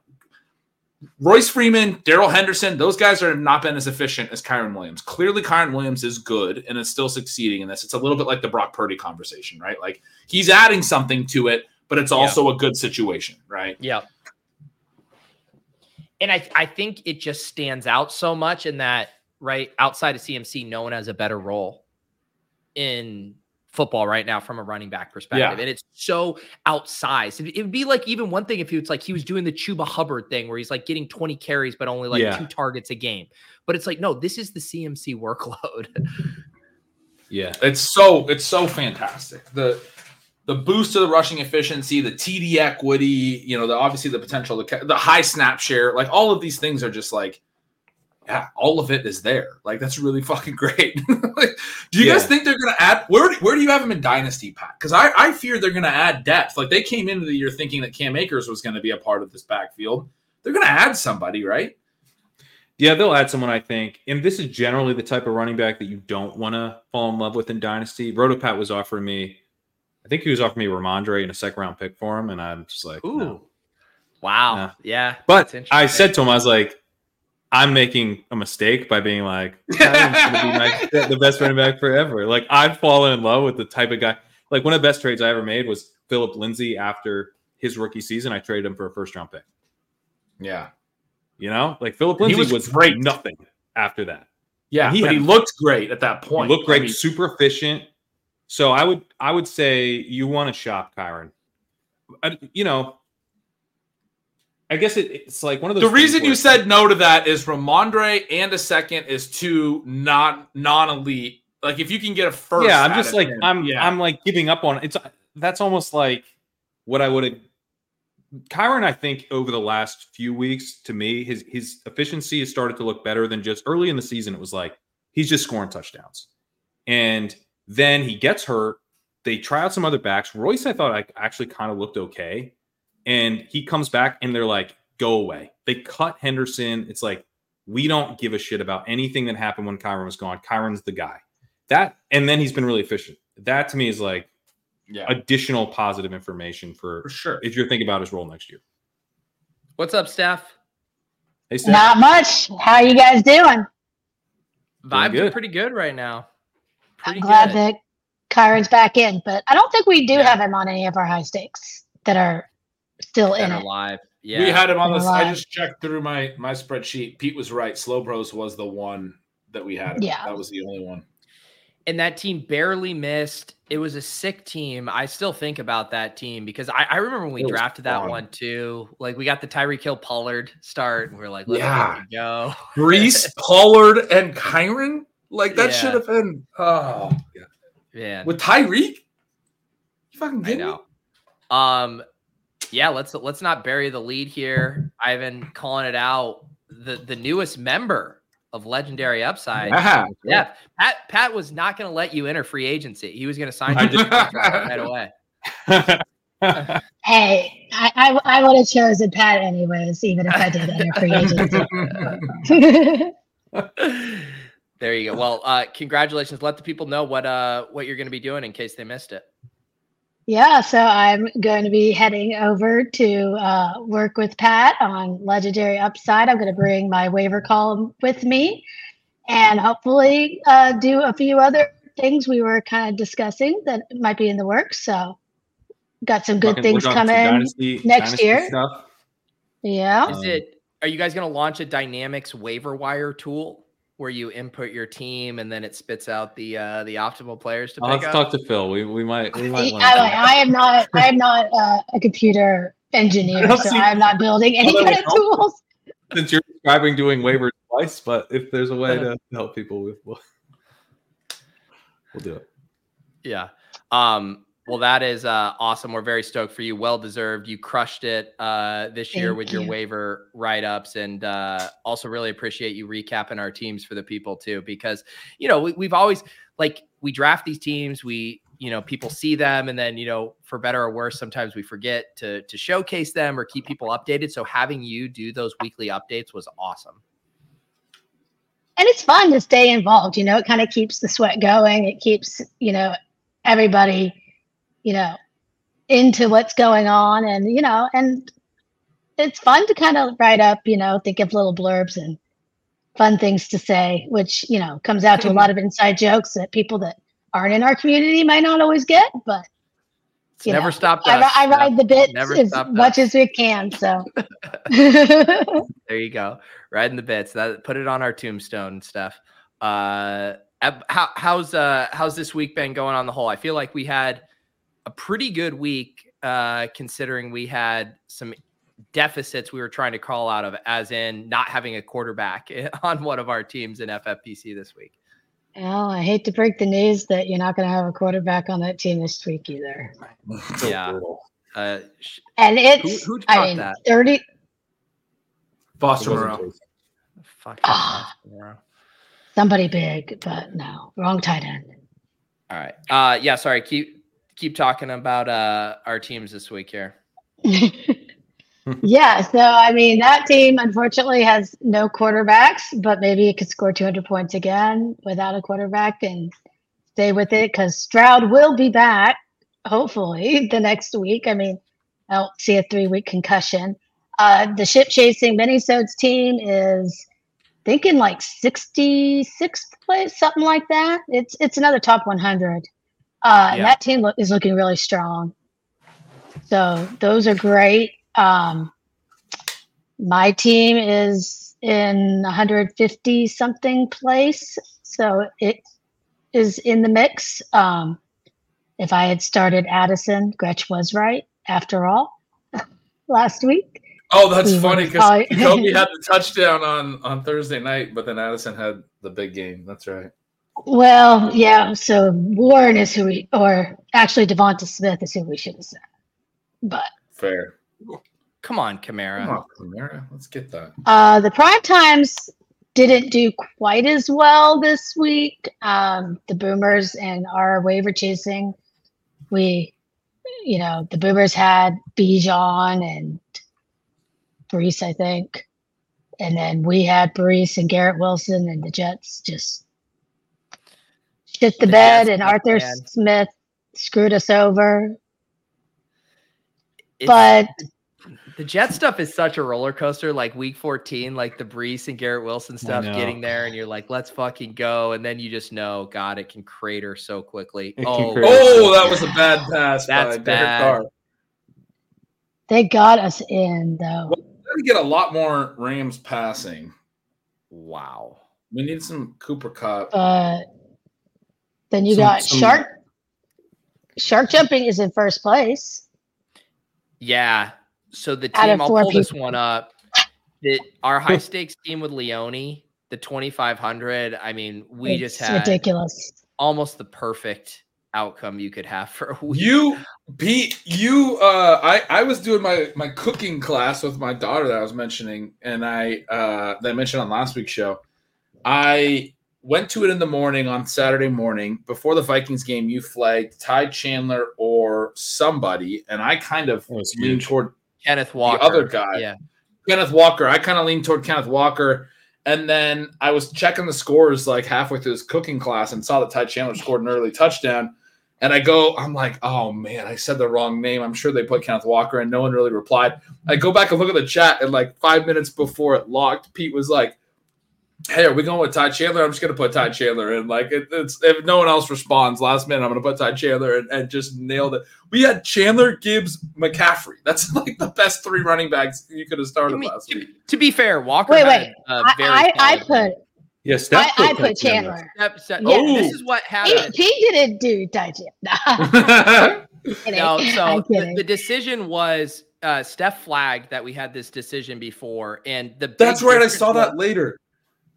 B: Royce Freeman, Daryl Henderson, those guys are have not been as efficient as Kyron Williams. Clearly, Kyron Williams is good and is still succeeding in this. It's a little bit like the Brock Purdy conversation, right? Like he's adding something to it, but it's also a good situation, right?
A: Yeah. And I, I think it just stands out so much in that, right? Outside of CMC, no one has a better role in football right now from a running back perspective.
B: Yeah.
A: And it's so outsized. It, it would be like even one thing if he was like he was doing the Chuba Hubbard thing where he's like getting 20 carries, but only like
E: Yeah.
A: two targets a game. But it's like, no, this is the CMC [laughs] workload.
E: yeah.
B: It's so it's so fantastic. The the boost to the rushing efficiency, the TD equity, you know, the obviously the potential, the ca- the high snap share, like all of these things are just like, yeah, all of it is there. Like that's really [laughs] fucking great. Like, do you guys
E: Yeah.
B: think they're gonna add? Where do- where do you have them in Dynasty Pat? Because I I fear they're gonna add depth. Like they came into the year thinking that Cam Akers was gonna be a part of this backfield. They're gonna add somebody, right?
E: Yeah, they'll add someone, I think. And this is generally the type of running back that you don't want to fall in love with in Dynasty. Rotopat was offering me, I think he was offering me Ramondre and a second round pick for him. And I'm just like,
A: Ooh.
E: no.
A: Wow.
E: Yeah.
A: Yeah.
E: But
A: That's
E: I
A: interesting.
E: said to him, I was like, I'm making a mistake by being like
B: [laughs]
E: Adams gonna be my- the best running back forever. Like I've fallen in love with the type of guy. Like one of the best trades I ever made was Philip Lindsay after his rookie season. I traded him for a first round pick.
B: [laughs] Yeah.
E: You know, like Philip
F: He
E: Lindsay
F: was
E: was,
F: great.
E: nothing after that.
F: Yeah,
E: He
F: but he
E: had-
F: looked great at that point.
E: He looked great,
F: I mean,
E: super efficient. So I would I would say you want to shop Kyron. I, you know, I guess it, it's like one of those.
B: The
E: things
B: reason you
E: where-
B: said no to that is Ramondre and a second is two not non elite. Like if you can get a first,
E: yeah, I'm
B: out
E: just
B: of
E: like
B: him,
E: I'm
B: yeah.
E: I'm like giving up on it's. That's almost like what I would have. Kyron, I think over the last few weeks, to me, his his efficiency has started to look better than just early in the season. It was like he's just scoring touchdowns, and then he gets hurt. They try out some other backs. Royce, I thought I actually kind of looked okay, and he comes back and they're like, "Go away." They cut Henderson. It's like we don't give a shit about anything that happened when Kyron was gone. Kyron's the guy that and then he's been really efficient that to me is like
B: yeah.
E: additional positive information
B: for
E: for
B: sure.
E: if you're thinking about his role next year
A: What's up, Steph?
E: hey Steph,
G: Not much. How you guys doing?
A: Vibes are
E: good.
A: pretty good right now. Pretty
G: I'm glad
A: good.
G: that Kyron's back in, but I don't think we do
A: Yeah.
G: have him on any of our high stakes that are still in
A: that are
G: it.
A: live. Yeah.
B: We had him on this. I
G: Alive.
B: just checked through my my spreadsheet. Pete was right. Slow Bros was the one that we had.
G: Yeah.
B: that was the only one.
A: and that team barely missed. It was a sick team. I still think about that team because I, I remember when we
B: It was
A: drafted that
B: fun.
A: one too. Like we got the Tyreek Hill Pollard start, and we were like, "Let's
B: Yeah.
A: fucking go."
B: Brees, Pollard, and Kyron. Like that
A: Yeah.
B: should have been. Oh,
A: Yeah,
B: with Tyreek. You fucking
A: I
B: kidding me?
A: know. Um, yeah, let's let's not bury the lead here. I've been calling it out. The the newest member of Legendary Upside,
B: Yeah.
A: yeah, Pat Pat was not going to let you enter free agency. He was going to
B: [laughs]
A: sign
E: I
A: you to the
B: did-
A: contract right away.
E: [laughs]
G: Hey, I, I, I would have chosen Pat anyways, even if I did enter free
A: [laughs]
G: agency.
A: there you go. Well, uh, congratulations. Let the people know what uh what you're going to be doing in case they missed it.
G: yeah, so I'm going to be heading over to uh, work with Pat on Legendary Upside. I'm going to bring my waiver column with me and hopefully uh, do a few other things we were kind of discussing that might be in the works. So, got some good
E: Fucking
G: things
E: work on some
G: coming.
E: dynasty-
G: next
E: dynasty
G: year.
E: stuff.
G: Yeah.
A: Is
E: Um,
A: it? Are you guys going to launch a Dynamics waiver wire tool where you input your team and then it spits out the uh the optimal players to
E: I'll
A: pick
E: have to
A: up?
E: talk to phil we, we might we might
G: See,
E: learn
G: I, like,
E: something.
G: I am not. I am not uh, a computer engineer,
E: [laughs] don't
G: so
E: see-
G: I'm not building any
E: Although
G: kind
E: it
G: of tools.
E: since you're describing doing waivers twice but if there's a way to help people we- we'll, we'll do it
A: Yeah. Um. Well, that is uh, awesome. We're very stoked for you. Well deserved. You crushed it uh, this year
G: Thank
A: with your
G: you.
A: waiver write ups, and uh, also really appreciate you recapping our teams for the people too, because you know we, we've always like we draft these teams, we you know people see them, and then you know for better or worse, sometimes we forget to to showcase them or keep people updated. So having you do those weekly updates was awesome.
G: And it's fun to stay involved. You know, it kind of keeps the sweat going. It keeps you know everybody, you know, into what's going on, and you know, and it's fun to kind of write up. You know, think of little blurbs and fun things to say, which you know comes out
A: Um,
G: to a lot of inside jokes that people that aren't in our community might not always get, but.
A: It's
G: You
A: never
G: know,
A: stopped.
G: I, ri-
A: us,
G: I
A: Jeff.
G: ride the bits
A: Never
G: as
A: stop
G: much
A: us.
G: as we can.
A: [laughs]
G: So, [laughs]
A: There you go. Riding the bits. That put it on our tombstone and stuff. Uh ab- how, how's uh how's this week been going on the whole? I feel like we had a pretty good week uh considering we had some deficits we were trying to call out of as in not having a quarterback [laughs] on one of our teams in FFPC this week.
G: well, Oh, I hate to break the news that you're not going to have a quarterback on that team this week either.
A: Yeah. Uh sh-
G: And it's,
A: who taught
G: I mean,
A: that?
G: 30.
B: Foster
E: It wasn't
B: Moreau.
E: Jason.
A: fuck.
B: [sighs]
G: Ah. Somebody big, but no, wrong tight end.
A: All right. Uh yeah, sorry. Keep keep talking about uh our teams this week here.
G: [laughs] yeah, so I mean that team unfortunately has no quarterbacks, but maybe it could score 200 points again without a quarterback and stay with it because Stroud will be back hopefully [laughs] the next week. I mean, I don't see a three-week concussion. Uh, the ship chasing Minnesota's team is thinking like 66th place, something like that. It's it's another top 100. Uh, and
A: Yeah.
G: That team lo- is looking really strong. So those are great. Um, my team is in 150 something place, so it is in the mix. Um, if I had started Addison, Gretch was right after all [laughs] last week.
B: Oh, that's
G: We
B: funny
G: were
B: because
G: tied.
B: Kobe had the touchdown on on Thursday night, but then Addison had the big game. That's right.
G: Well, yeah. So Warren is who we, or actually Devonta Smith is who we should have said. But
B: Fair.
A: Come on, Kamara.
B: Come on, Kamara. Let's get that.
G: Uh, the prime times didn't do quite as well this week. Um, the Boomers and our waiver chasing, we, you know, the Boomers had Bijan and Brees, I think, and then we had Brees and Garrett Wilson, and the Jets just shit the,
A: The
G: bed,
A: Jets
G: and
A: suck
G: Arthur
A: bad.
G: Smith screwed us over.
A: It's-
G: but
A: the Jet stuff is such a roller coaster. Like week 14, like the Brees and Garrett Wilson stuff
E: know.
A: getting there, and you're like, let's fucking go. And then you just know, God, it can crater so quickly.
E: It can
A: oh,
E: crater.
B: Oh, that was a bad pass.
A: That's
B: by Derek
A: bad.
B: Carr.
G: they got us in though.
B: We're gonna get a lot more Rams passing.
A: wow.
B: We need some Cooper Cup.
G: but Uh, then you
E: Some-
G: got
E: some-
G: shark shark jumping is in first place
A: Yeah. So the
G: Out
A: team,
G: of
A: I'll
G: four
A: pull this one up. That
E: [laughs]
A: our high stakes team with Leone, the 2,500. I mean, we
G: It's
A: just had
G: ridiculous
A: almost the perfect outcome you could have for a week.
B: You, Pete, you, uh, I, I was doing my, my cooking class with my daughter that I was mentioning, and I, uh, that I mentioned on last week's show. I went to it in the morning on Saturday morning before the Vikings game. You flagged Ty Chandler or somebody, and I kind of
E: That was
B: leaned
E: huge.
B: toward
A: Kenneth Walker.
B: other guy.
A: Yeah.
B: Kenneth Walker. I kind of leaned toward Kenneth Walker. And then I was checking the scores like halfway through his cooking class and saw that Ty Chandler scored an early touchdown. And I go, I'm like, oh man, I said the wrong name. I'm sure they put Kenneth Walker, and no one really replied. I go back and look at the chat, and like five minutes before it locked, Pete was like, hey, are we going with Ty Chandler? I'm just going to put Ty Chandler in. Like, it, it's, if no one else responds last minute, I'm going to put Ty Chandler in, and just nailed it. We had Chandler, Gibbs, McCaffrey. That's like the best three running backs you could have started
A: I mean,
B: last
A: to,
B: week.
A: to be fair, Walker.
G: Wait,
A: had
G: wait.
A: a- a very
G: I, I, I
A: solid game.
G: put
E: Yeah, Steph
G: I, I put
E: Kenneth.
G: chandler
A: Step, step-
G: Yeah.
A: Oh, this is what
G: he,
A: happened.
G: he didn't do Ty [laughs] Chandler.
B: [laughs]
A: No, so
G: I'm
A: the,
G: kidding.
A: the decision was uh, Steph Flag that we had this decision before, and the big
B: That's right. I
A: difference
B: saw that
A: was
B: later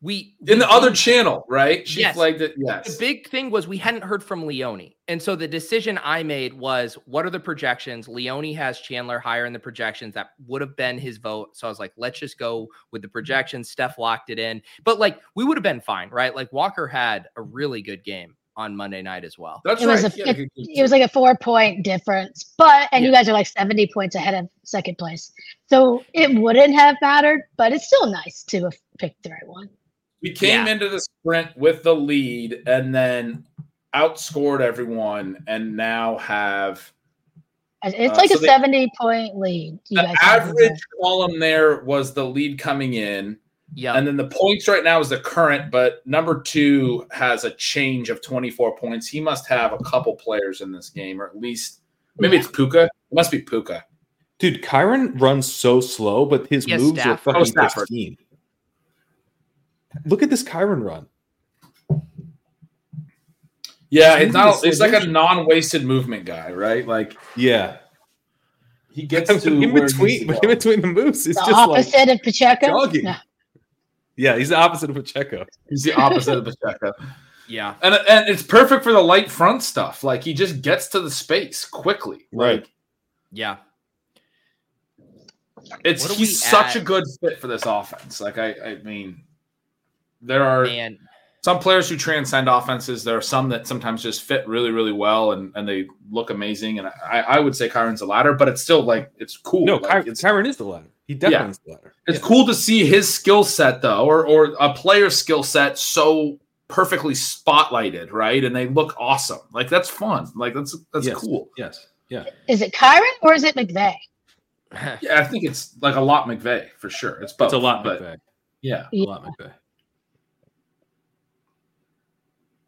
A: We
B: in the
A: we-
B: other channel, right? She
A: Yes.
B: flagged it.
A: The
B: Yes.
A: big thing was we hadn't heard from Leone. And so the decision I made was what are the projections? Leone has Chandler higher in the projections. That would have been his vote. So I was like, let's just go with
B: Mm-hmm.
A: the projections. Steph locked it in. But like we would have been fine, right? Like Walker had a really good game on Monday night as well.
B: That's
G: it
B: right.
G: was a
B: He had a good game,
G: it was
B: too.
G: like a four point difference but and you guys are like 70 points ahead of second place so it wouldn't have mattered but it's still nice to have picked the right one
B: we came
A: Yeah.
B: into the sprint with the lead and then outscored everyone and now have
G: And it's
B: Uh,
G: like
B: so
G: a
B: they-
G: 70 point lead you
B: the
G: guys have in there.
B: average column there was the lead coming in
A: Yeah.
B: and then the points right now is the current but number two has a change of 24 points he must have a couple players in this game or at least maybe it's puka it must be puka
E: Dude, Kyron runs so slow, but his
A: Yes,
E: moves
A: Stafford.
E: are
B: Oh,
E: fucking
B: Stafford.
E: pristine. Look at this Kyron run.
B: yeah
E: Maybe
B: it's not
E: it's
B: it's like a
E: solution.
B: non-wasted movement guy right like
E: Yeah.
B: he
E: In [laughs]
B: gets to where he needs to
E: between,
B: go.
E: in between the moves, it's
G: the
E: just like,
G: opposite of Pacheco.
E: jogging.
G: No.
E: yeah, he's the opposite of Pacheco.
B: he's the opposite of Pacheco.
A: yeah.
B: and, and it's perfect for the light front stuff like he just gets to the space quickly
E: Right.
A: Yeah.
B: It's
A: What are
B: he's
A: we
B: such a
A: at?
B: good fit for this offense. Like I, I mean, there are
A: Man. [laughs]
B: some players who transcend offenses. There are some that sometimes just fit really, really well, and and they look amazing. And I, I would say Kyron's the latter, but it's still like it's cool.
E: No,
B: like,
E: Ky-
B: it's,
E: Kyron is the ladder. He definitely
B: Yeah.
E: is the ladder.
B: it's cool to see his skill set though, or or a player's skill set so perfectly spotlighted, right? And they look awesome. Like that's fun. Like that's that's
E: Yes.
B: cool.
E: Yes. Yeah.
G: Is it Kyron or is it McVay?
B: Yeah, I think it's like a lot McVeigh for sure. It's both.
E: It's a lot
B: but
E: McVay.
B: yeah.
E: A lot McVay.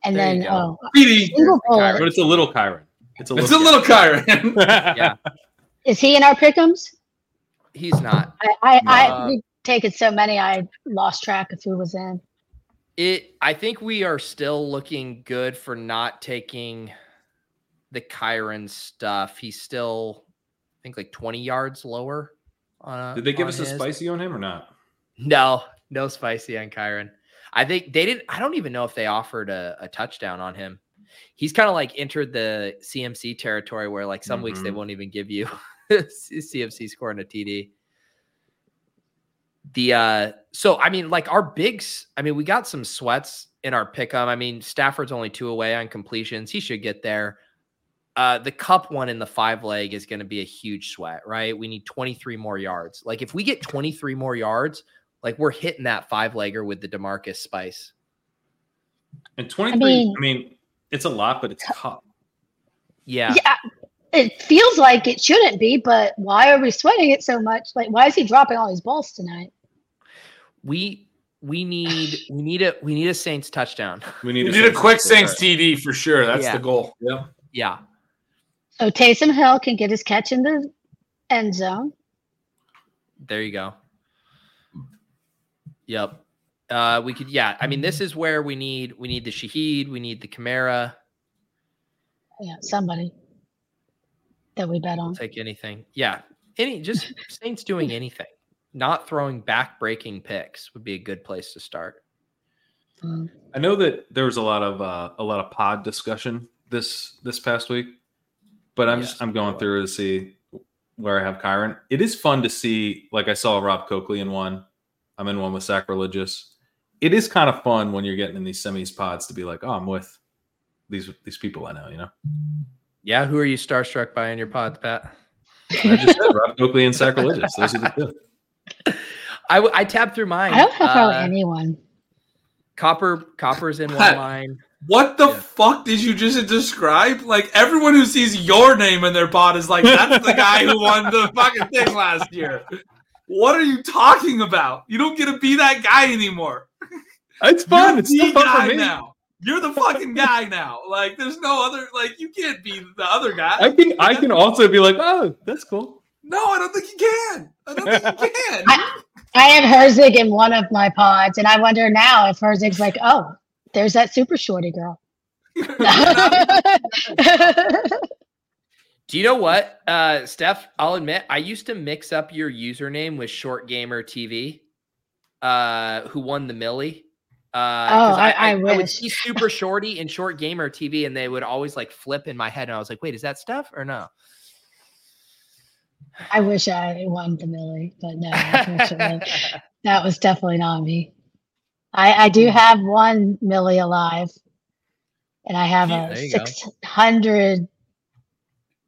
G: And
A: There you
G: then
A: go.
G: oh,
B: Petey.
G: single goal.
E: But it's a little Kyron. It's a little.
B: It's a little Kyron.
E: [laughs] yeah.
G: Is he in our pickums?
A: He's not.
G: I, I,
A: Uh,
G: I we've taken so many, I lost track of who was in.
A: It. I think we are still looking good for not taking the Kyron stuff. He's still, I think, like twenty yards lower. On a,
E: Did they give
A: on
E: us a
A: his.
E: spicy on him or not?
A: No, no spicy on Kyron. I think they didn't. I don't even know if they offered a, a touchdown on him. He's kind of like entered the CMC territory where like some weeks they
E: Mhm.
A: won't even give you [laughs] CMC scoring a TD. The uh so I mean like our bigs, I mean we got some sweats in our pickup. I mean Stafford's only two away on completions. He should get there. Uh the cup one in the five leg is going to be a huge sweat, right? We need 23 more yards. Like if we get 23 more yards, like we're hitting that five legger with the DeMarcus Spice.
E: And 23, I mean,
G: mean-
E: it's a lot, but it's cup.
A: Yeah.
G: Yeah, it feels like it shouldn't be, but why are we sweating it so much? Like, why is he dropping all these balls tonight?
A: We we need we need a we need a Saints touchdown.
E: We
B: You
E: need,
B: need a quick
E: sense-
B: Saints TD for sure. That's
A: Yeah.
B: the goal. Yep.
A: [laughs] Yeah.
G: So Oh, Taysom Hill can get his catch in the end zone.
A: There you go. Yep. Uh we could yeah, I mean this is where we need we need the Shahid, we need the Chimera,
G: Yeah, somebody that we bet on.
A: take anything. Yeah. Any just
G: [laughs]
A: Saints doing anything. Not throwing back breaking picks would be a good place to start.
G: Mm.
E: I know that there was a lot of uh, a lot of pod discussion this this past week, but I'm
A: Yes,
E: just I'm going
A: there
E: through to see where I have Kyron. It is fun to see. Like I saw Rob Coakley in one. I'm in one with Sacrilegious. It is kind of fun when you're getting in these semis pods to be like, oh, I'm with these these people I know. You know,
A: Yeah, who are you starstruck by in your pod, Pat?
E: And I just said Rob Coakley and Sacrilegious. Those are the two.
A: I w- I tabbed through mine.
G: I don't have
A: Uh,
G: probably anyone.
A: Copper Copper's in one
B: Pat.
A: line.
B: What the
A: Yeah.
B: fuck did you just describe? Like everyone who sees your name in their pod is like, that's the guy who
A: [laughs]
B: won the fucking thing last year. What are you talking about? You don't get to be that guy anymore.
E: [laughs] It's
B: You're the guy now. You're the fucking guy now. Like there's no other. Like you can't be the other guy.
E: I can I can also be like, oh, that's cool.
B: no, I don't think you can. I don't think you [laughs] can.
G: I, I have Herzig in one of my pods, and I wonder now if Herzig's like, oh, there's that super shorty girl. [laughs]
A: Do you know what, uh, Steph? I'll admit I used to mix up your username with Short Gamer TV, uh, who won the Millie. Uh, 'cause
G: Oh, I- I
A: would
G: wish.
A: see Super Shorty and Short Gamer TV, and they would always like flip in my head, and I was like, "Wait, is that Steph or no?"
G: I wish I won the Millie, but no, unfortunately,
A: [laughs]
G: that was definitely not me. I, I do
A: Hmm.
G: have one Millie alive, and I have
A: Yeah,
G: a
A: there you go.
G: 600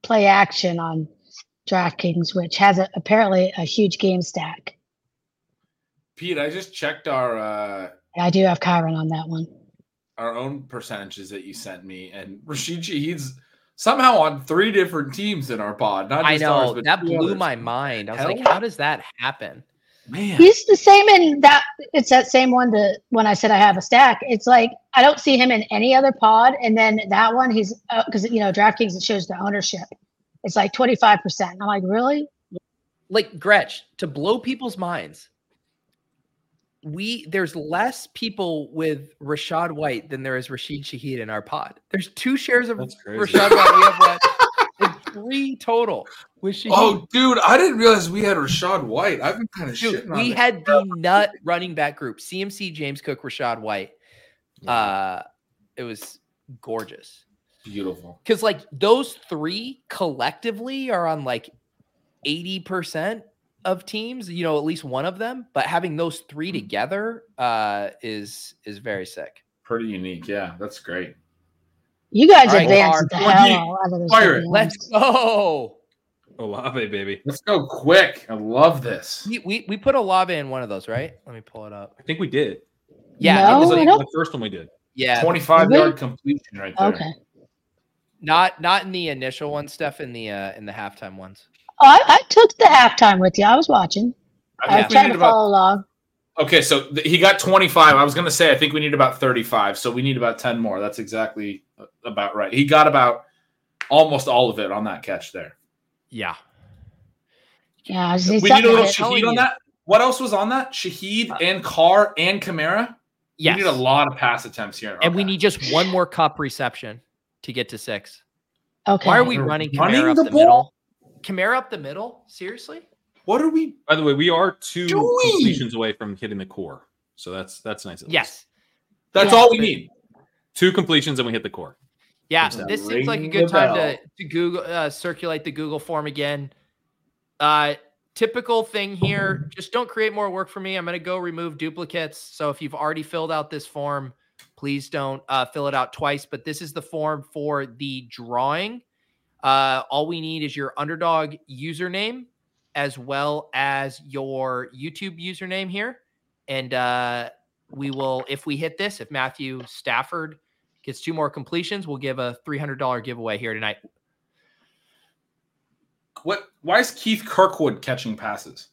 G: play action on DraftKings, which has a, apparently a huge game stack.
B: Pete, I just checked our uh,
G: And I do have Chiron on that one.
B: our own percentages that you sent me, and [laughs] Rashid Shaheed's somehow on three different teams in our pod. Not
A: I
B: just ours,
A: know
B: but
A: that
B: two
A: blew
B: others.
A: my mind. I was
B: Hell
A: like,
B: yeah.
A: "How does that happen?"
B: man.
G: He's the same in that. It's that same one that when I said I have a stack, it's like I don't see him in any other pod. And then that one, he's because you know DraftKings it shows the ownership. It's like twenty five percent. I'm like, really?
A: like Gretch to blow people's minds. We there's less people with Rashad White than there is Rashid Shaheed in our pod. There's two shares of
E: That's crazy.
A: Rashad White. We have what three total with Shaheed.
B: Oh, dude, I didn't realize we had Rashad White. I've been kind of
A: Dude,
B: shitting on
A: we
B: it.
A: had the nut running back group: CMC, James Cook, Rashad White. Uh, it was gorgeous.
B: Beautiful.
A: because like those three collectively are on like 80% of teams you know at least one of them but having those three together uh is is very sick
B: Pretty unique. Yeah, that's great.
G: You guys
A: All right,
G: advanced
A: Lamar,
G: the hell
B: Orgy,
G: out of this.
B: fire it.
G: video.
A: let's go
E: Olave, baby.
B: Let's go quick. I love this.
A: we, we we put Olave in one of those right let me pull it up
E: I think we did.
A: yeah
G: No,
A: it was
G: I
A: like-
G: don't-
E: the first one we did.
A: yeah
B: 25
G: Really?
B: yard completion right there.
G: Okay.
A: not not in the initial one stuff in the uh in the halftime ones
G: Oh, I, I took the halftime with you. I was watching.
B: I
G: I was
B: think we
G: trying
B: need
G: to
B: about
G: follow along.
B: Okay, so th- he got 25. I was going to say I think we need about 35, so we need about 10 more. That's exactly uh, about right. He got about almost all of it on that catch there.
A: Yeah.
G: Yeah, I Uh, just need
B: we need
G: something
B: a little
G: to-
A: telling
B: Shahid on
A: you.
B: that. What else was on that? Shahid and Carr and Kamara.
A: Yes.
B: We need a lot of pass attempts here.
A: And we
B: Okay.
A: need just one more cup reception to get to six.
G: okay.
A: Why are we
B: We're
A: running
B: running
A: Kamara up
B: the
A: the,
B: ball?
A: middle? Kamara up the middle? Seriously?
B: What are we?
E: By the way, we are two
B: Doing.
E: completions away from hitting the core, so that's that's nice. at least.
A: Yes.
B: That's
G: Yeah.
B: all we need.
E: two completions and we hit the core.
A: Yeah,
B: Just
A: this seems like a
B: ring
A: good
B: the
A: time
B: bell.
A: to, to Google uh, circulate the Google form again. Uh, typical thing here, just don't create more work for me. I'm going to go remove duplicates. So if you've already filled out this form, please don't uh, fill it out twice. But this is the form for the drawing. Uh, all we need is your underdog username as well as your YouTube username here. And uh, we will, if we hit this, if Matthew Stafford gets two more completions, we'll give a $300 giveaway here tonight.
B: What? Why is Keith Kirkwood catching passes?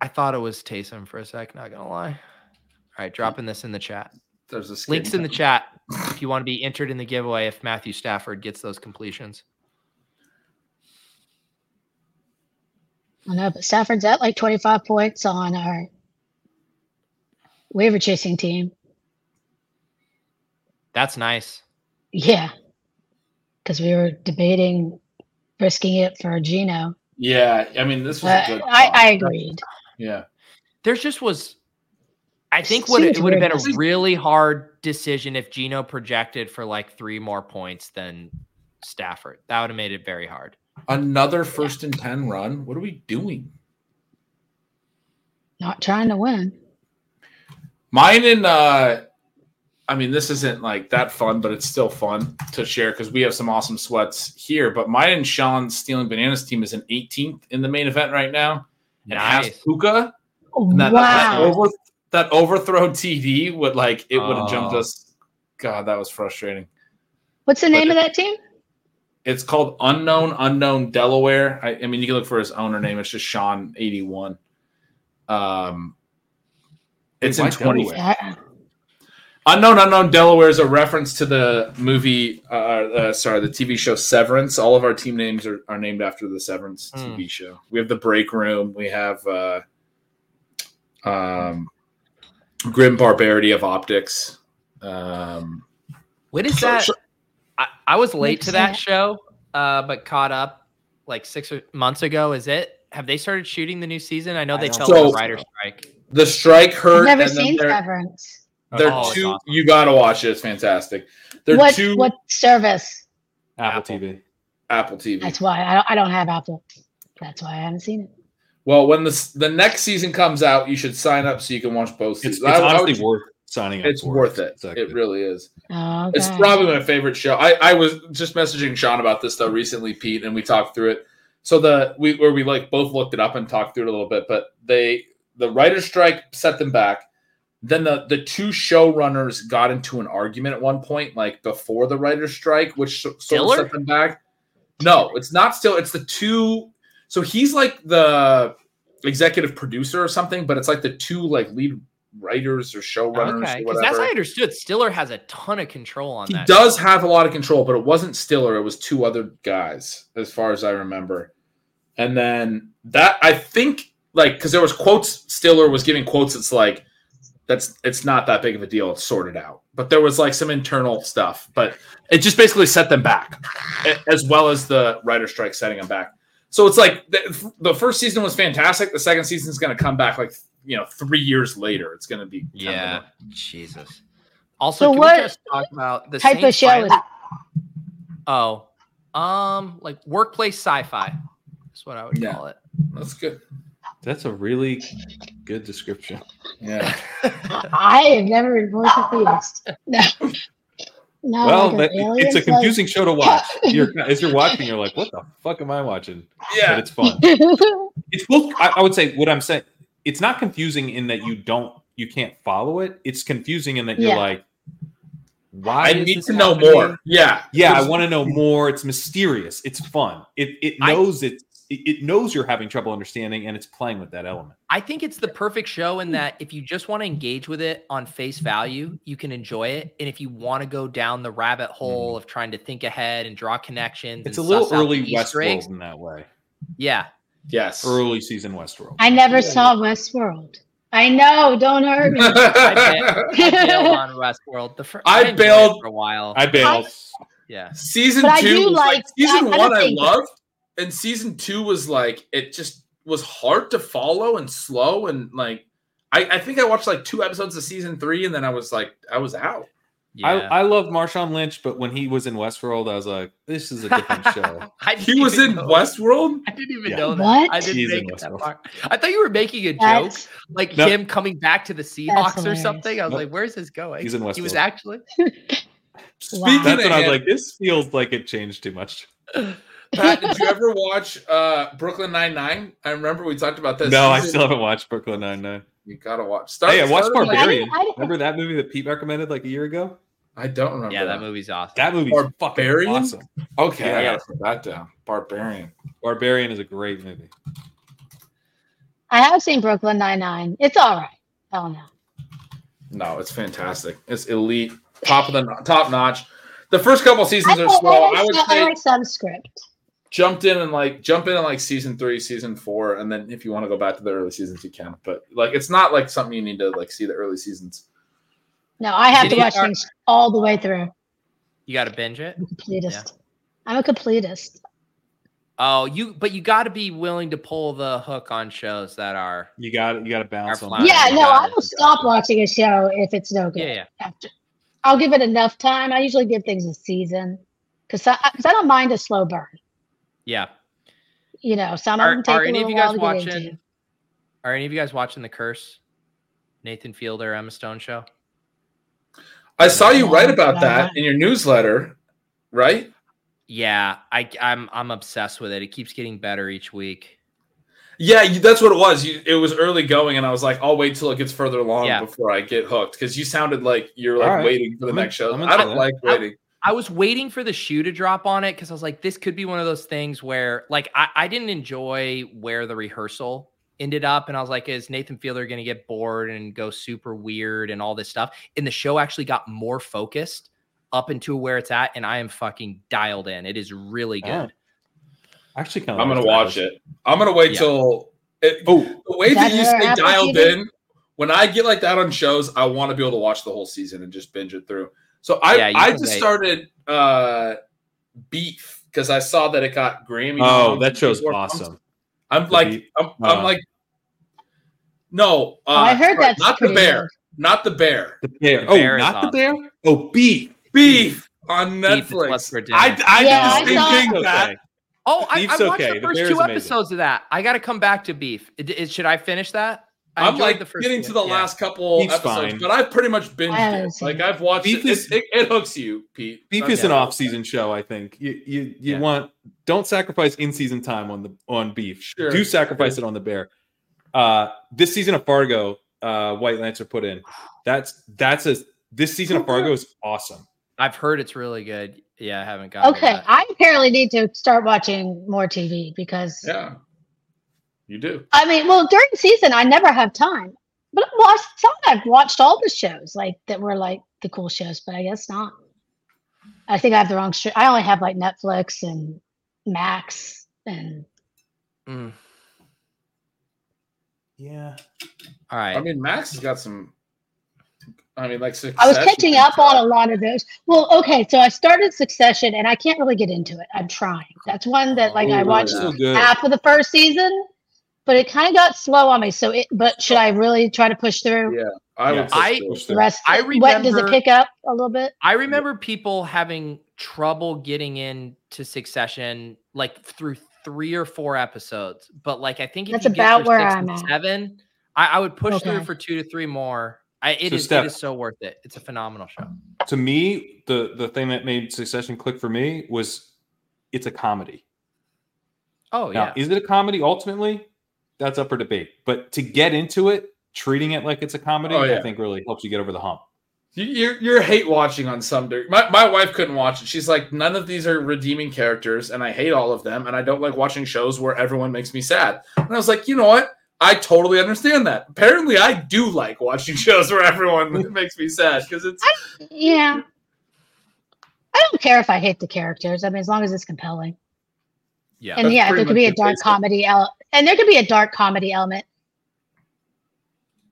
A: I thought it was Taysom for a sec, not gonna lie. All right, dropping this in the chat.
B: There's a
A: Links in the chat if you want to be entered in the giveaway if Matthew Stafford gets those completions.
G: I know, but Stafford's at like 25 points on our waiver chasing team.
A: That's nice.
G: Yeah. Because we were debating risking it for Gino.
B: Yeah, I mean this was
G: Uh,
B: a good.
G: I,
B: call.
G: I agreed.
B: yeah,
A: There just was I think what it
G: Seems
A: would have been
G: weird.
A: a really hard decision if Gino projected for like three more points than Stafford. That would have made it very hard.
B: another first and ten run. What are we doing?
G: Not trying to win.
B: Mine and uh I mean this isn't like that fun, but it's still fun to share because we have some awesome sweats here. But mine and Sean's stealing bananas team is an 18th in the main event right now. And has
A: Nice.
B: Puka. And that, that,
G: Wow.
B: over, that overthrow TD would like it would have jumped
E: Oh.
B: us. God, that was frustrating.
G: What's the name of that team?
B: It's called Unknown Unknown Delaware. I, I mean, you can look for his owner name. It's just Sean eighty one. Um,
E: Wait,
B: it's
E: why
B: in twenty.
E: Delaware?
G: I-
B: Unknown Unknown Delaware is a reference to the movie, uh, uh, sorry, the TV show Severance. All of our team names are, are named after the Severance
E: Hmm.
A: Mm.
B: TV show. We have the Break Room. We have uh, um, Grim Barbarity of Optics. Um,
A: When is
B: So-
A: that?
B: so-
A: I, I was late
G: Makes
A: to that
G: sense.
A: show, uh, but caught up like six or- months ago. Is it? Have they started shooting the new season? I know they
E: don't
A: fell on
B: So-
A: the writer strike.
B: the Strike
G: I've
B: Hurt.
G: never
B: and then
G: seen
B: they're,
G: Severance.
B: they're
A: Oh, it's
B: two-
A: awesome.
B: You got to watch it. It's fantastic. They're
G: What,
B: two
G: what service?
E: Apple,
A: Apple.
E: TV.
B: Apple TV.
G: That's why I don't, I don't have Apple. That's why I haven't seen it.
B: well, when the, s- the next season comes out, you should sign up so you can watch both
E: It's,
B: seasons.
E: it's
B: I- I
E: honestly
B: would-
E: worth signing up.
B: it's
E: for.
B: worth it.
E: Exactly.
B: It really is.
G: Oh,
B: It's
G: okay.
B: probably my favorite show. I, I was just messaging Sean about this though recently, Pete, and we talked through it. So the we where we like both looked it up and talked through it a little bit, but they the writer's strike set them back. Then the the two showrunners got into an argument at one point, like before the writer's strike, which so- sort
A: Stiller?
B: of set them back. No, it's not still. It's the two. So he's like the executive producer or something, but it's like the two like lead writers or showrunners.
A: Okay,
B: or
A: because
B: whatever.
A: that's how I understood. Stiller has a ton of control on
B: He
A: that.
B: does have a lot of control, but it wasn't Stiller. It was two other guys, as far as I remember. And then that I think like because there was quotes Stiller was giving quotes. It's like that's it's not that big of a deal. It's sorted out. But there was like some internal stuff. But it just basically set them back, a- as well as the writer strike setting them back. So it's like the, the first season was fantastic. The second season is going to come back like you know three years later. It's going to be kind of
A: Yeah,
B: a-
A: Jesus. Also,
G: So
A: can
G: what
A: we just talk about the
G: type of
A: Saints
G: show
A: finally-
G: is it?
A: Oh, um, like workplace sci-fi. That's what I would
B: Yeah.
A: call it.
B: that's
E: [sighs]
B: good.
E: That's a really good description.
B: Yeah.
G: I have never been more confused. [laughs] No. No,
E: well,
G: like
E: that,
G: an alien
E: it's a
G: float.
E: confusing show to
G: [laughs]
E: watch. You're, as you're watching, you're like, "What the fuck am I watching?" But
B: Yeah.
E: it's fun. It's both. I, I would say what I'm saying. It's not confusing in that you don't, you can't follow it. It's confusing in that you're
G: Yeah.
E: like,
B: I
E: "Why?" is
B: need
E: this
B: to know
E: happening?
B: more. Yeah.
E: Yeah, I
B: There's-
E: want to know more. It's mysterious. It's fun. It it
A: I-
E: knows it's it, it knows you're having trouble understanding and it's playing with that element.
A: I think it's the perfect show
E: Hmm.
A: in that if you just want to engage with it on face value, you can enjoy it. And if you want to go down the rabbit hole of trying to think ahead and draw connections,
E: Hmm. It's a
A: and
E: little
A: suss out
E: early
A: the Easter eggs,
E: Westworld in that way.
A: Yeah.
E: [laughs]
B: Yes.
E: Early season Westworld.
G: [laughs] I never saw Westworld. I know. Don't
B: [laughs]
G: hurt me.
B: I
A: I bailed on Westworld. The fir-
B: I
A: enjoyed it
B: bailed-
A: for a while.
E: I bailed.
A: yeah.
B: season
G: But I
B: two
G: do
B: was like,
G: like-
B: season
G: I- I
B: one I
G: think-
B: loved, and season two was like it just was hard to follow and slow and like I, I think I watched like two episodes of season three and then I was like I was out.
A: Yeah.
E: I, I love Marshawn Lynch, but when he was in Westworld, I was like, this is
A: [laughs]
E: a different show.
A: I didn't
B: He was
A: even
B: in
A: know-
B: Westworld.
A: [laughs] I didn't even
E: Yeah.
A: know that.
G: What?
A: I didn't
E: He's in
A: make it that
E: Westworld.
A: far. I thought you were making a joke,
G: That's-
A: like
E: No.
A: him coming back to the Seahawks or
G: hilarious.
A: something. I was
E: Nope.
A: like, "Where's this going?"
E: He's in
A: He was
E: Westworld.
A: actually.
G: Wow.
E: That's when I was
B: him,
E: like, [laughs] this feels like it changed too much.
B: Pat, did you ever watch uh, Brooklyn Nine Nine? I remember we talked about this.
E: No, I
B: Season-
E: still haven't watched Brooklyn Nine Nine.
B: You gotta watch. Start,
E: Hey, I watched
B: start with, like-
E: Barbarian.
G: I didn't-
E: Remember that movie that Pete recommended like a year ago?
B: I don't remember.
A: Yeah, that movie's awesome.
E: That movie
B: Barbarian?
E: fucking awesome.
B: Okay, I
E: Yeah.
B: gotta put that down. Barbarian.
E: Barbarian is a great movie.
G: I have seen Brooklyn Nine Nine. It's all right. Oh no.
B: No, it's fantastic. It's elite, top of the no- top notch. The first couple seasons
G: I,
B: are slow.
G: I, like,
B: I would
G: su- I
B: say
G: like subscript.
B: jumped in and like jump in on like season three, season four, and then if you want to go back to the early seasons, you can. But like, it's not like something you need to like see the early seasons.
G: No, I have
A: Did
G: to
A: he
G: watch
A: start-
G: things all the way through.
A: You got to binge it.
G: I'm a completist. I'm a completist.
A: Oh, you but you got to be willing to pull the hook on shows that are.
E: You got it. You got to balance
A: Our
E: on
A: flag.
E: that.
G: yeah,
A: you
G: no,
A: got
G: I
A: it.
G: will stop watching a show if it's no good.
A: Yeah, yeah.
G: After, I'll give it enough time. I usually give things a season because I, 'cause I don't mind a slow burn.
A: Yeah.
G: You know, some
A: Are,
G: of them take
A: are
G: a
A: any of
G: little
A: you
G: while
A: guys
G: to get into.
A: watching? Are any of you guys watching The Curse? Nathan Fielder, Emma Stone show.
B: I saw you write about
G: Yeah.
B: that in your newsletter, right?
A: Yeah, I I'm I'm obsessed with it. It keeps getting better each week.
B: Yeah, you, that's what it was. You, it was early going, and I was like, I'll wait till it gets further along
A: Yeah.
B: before I get hooked because you sounded like you're like
E: All right.
B: waiting for the
E: I'm
B: next
E: in-
B: show.
E: I'm
B: I
E: into
B: don't
E: that.
B: like waiting.
A: I was waiting for the shoe to drop on it because I was like, this could be one of those things where like I, I didn't enjoy where the rehearsal ended up. And I was like, is Nathan Fielder gonna get bored and go super weird and all this stuff? And the show actually got more focused up into where it's at, and I am fucking dialed in. It is really good.
E: Yeah. Actually, kind of.
B: I'm gonna watch it. I'm gonna wait
A: Yeah.
B: till it,
E: Oh,
B: the way that you
G: Better
B: stay
G: Apple
B: dialed
G: TV.
B: in. When I get like that on shows, I want to be able to watch the whole season and just binge it through. So I
A: Yeah, you
B: I
A: can
B: just
A: wait.
B: started uh Beef because I saw that it got Grammy.
E: oh,
B: nominations
E: that show's
B: before.
E: awesome.
B: I'm, I'm
E: The
B: like
E: Beef?
B: I'm, I'm
E: Uh.
B: like no, uh,
G: Oh, I heard
B: sorry,
G: that's
B: not the
G: pretty
B: bear,
G: good.
B: not the bear.
E: The bear.
A: The
E: Oh,
A: bear is
E: not the
A: awesome.
E: bear. Oh, beef.
B: Beef on
A: Beef is what's
B: Netflix.
A: for dinner.
B: I, I
G: Yeah,
B: did
G: I
B: the
G: saw
B: same
G: it.
B: thing. Pat.
E: Okay.
A: Oh, I, I
E: Beef's
A: watched
E: okay.
A: the
E: The
A: first
E: bear is
A: two
E: amazing.
A: episodes of that. I got to come back to beef. It, it- should I finish that? I
B: I'm
A: enjoyed
B: like getting
A: two.
B: to the
A: Yeah.
B: last couple
E: Beef's
B: episodes,
E: fine.
B: but I've pretty much
G: I
B: binged
G: haven't
B: it.
G: seen
B: Like
G: it.
B: I've watched
E: Beef
B: it. It-
E: is-
B: it. It hooks you, Pete.
A: Oh,
E: Beef
B: Okay.
E: is an off-season show. I think you you, you
A: Yeah.
E: want don't sacrifice in-season time on the on beef.
B: Sure.
E: Do sacrifice it on the bear. Uh, this season of Fargo, uh, White Lancer put in. That's that's a this season of Fargo is awesome.
A: I've heard it's really good. Yeah, I haven't got
G: Okay, I apparently need to start watching more TV because
B: Yeah, you do.
G: I mean, well, during season, I never have time. But well, I thought I've watched all the shows like that were like the cool shows, but I guess not. I think I have the wrong. Str- I only have like Netflix and Max and
A: Mm.
E: Yeah.
A: All right.
B: I mean, Max has got some. I mean, like six.
G: I was catching up on a lot of those. Well, okay, so I started Succession and I can't really get into it. I'm trying. That's one that like I
A: Oh,
E: Ooh,
G: watched
E: Oh, so good.
G: half of the first season, but it kind of got slow on me. So it. But should I really try to push through
B: Yeah. I
E: Yeah.
B: would.
A: I-
B: say so.
G: the rest?
A: I
G: what does it
A: remember-
G: pick up a little bit?
A: I remember people having trouble getting into Succession like through three or four episodes, but like I think if
G: That's
A: you get
G: about
A: through
G: where
A: six
G: I'm
A: and
G: at.
A: seven, I, I would push through
G: Okay.
A: for two to three more. I, it
E: So
A: is-
E: Steph-
A: it is so worth it. It's a phenomenal show.
E: To me, the the thing that made Succession click for me was it's a comedy.
A: Oh
E: Now,
A: yeah,
E: is it a comedy ultimately? That's up for debate. But to get into it, treating it like it's a comedy,
B: Oh, yeah.
E: I think really helps you get over the hump.
B: You, you're you're hate watching on some degree. My my wife couldn't watch it. She's like, none of these are redeeming characters, and I hate all of them, and I don't like watching shows where everyone makes me sad. And I was like, you know what? I totally understand that. Apparently, I do like watching [laughs] shows where everyone makes me sad because it's
G: Yeah. I don't care if I hate the characters. I mean, as long as it's compelling.
A: Yeah.
G: And
B: That's
G: yeah,
B: pretty
G: there could
B: much
G: be a
B: it,
G: dark
B: basically.
G: comedy el- and there could be a dark comedy element.